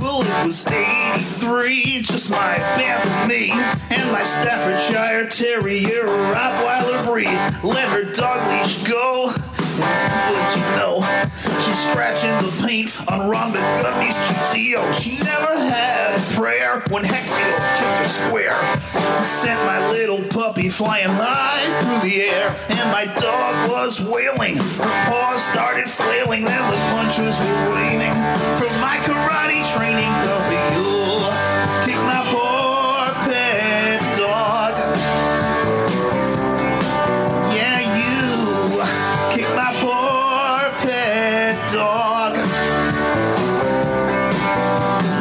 Speaker 10: Well, it was 83, just my band and me, and my Staffordshire Terrier, a Rottweiler breed. Let her dog leash go, and would you know, she's scratching the paint on Ron McGovney's GTO. She never had a prayer when Heckfield kicked her square. He sent my little puppy flying high through the air, and my dog was wailing. Her paws started flailing, and the punches were raining from my karate training. Cause you'll kick my poor pet dog. Yeah, you kick my poor pet dog.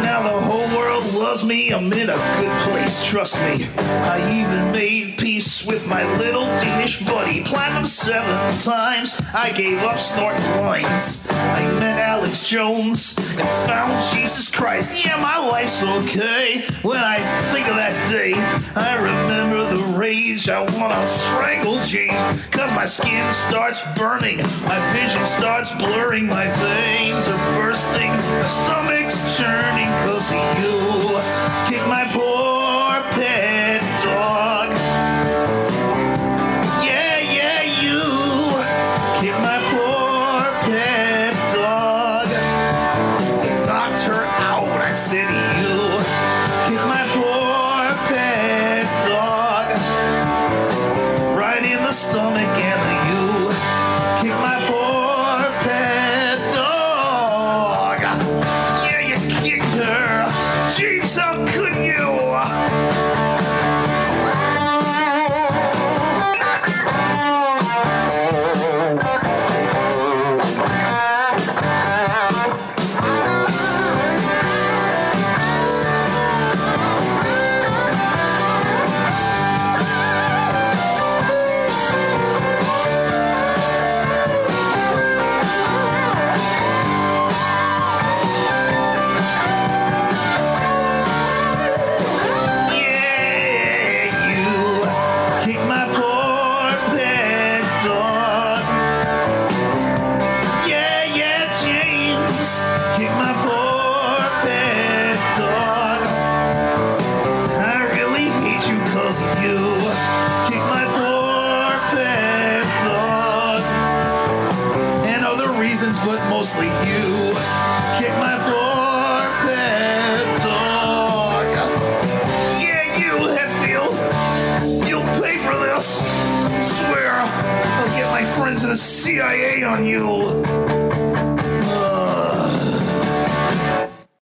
Speaker 10: Now the whole world loves me. I'm in a good place, trust me. I even made peace with my little Danish buddy. Platinum seven times. I gave up snorting lines. I met Alex Jones and found Jesus Christ. Yeah, my life's okay. When I think of that day, I remember the rage. I wanna strangle change. Cause my skin starts burning. My vision starts blurring. My veins are bursting. My stomach's churning. Cause of you kick my poor pet dog. Yeah, yeah, you kick my poor pet dog. It knocked her out. I said, you kick my poor pet dog. Right in the stomach, and you kick my poor pet dog. Yeah, you kicked her. Jeeves, how could you? Kick my poor pet dog. Yeah, yeah, James. Kick my poor pet dog. I really hate you cause of you. Kick my poor pet dog. And other reasons, but mostly you. Kick my poor pet dog. Yeah, you, Hetfield. You'll pay for this. I swear, I'll get my friends in the CIA on you.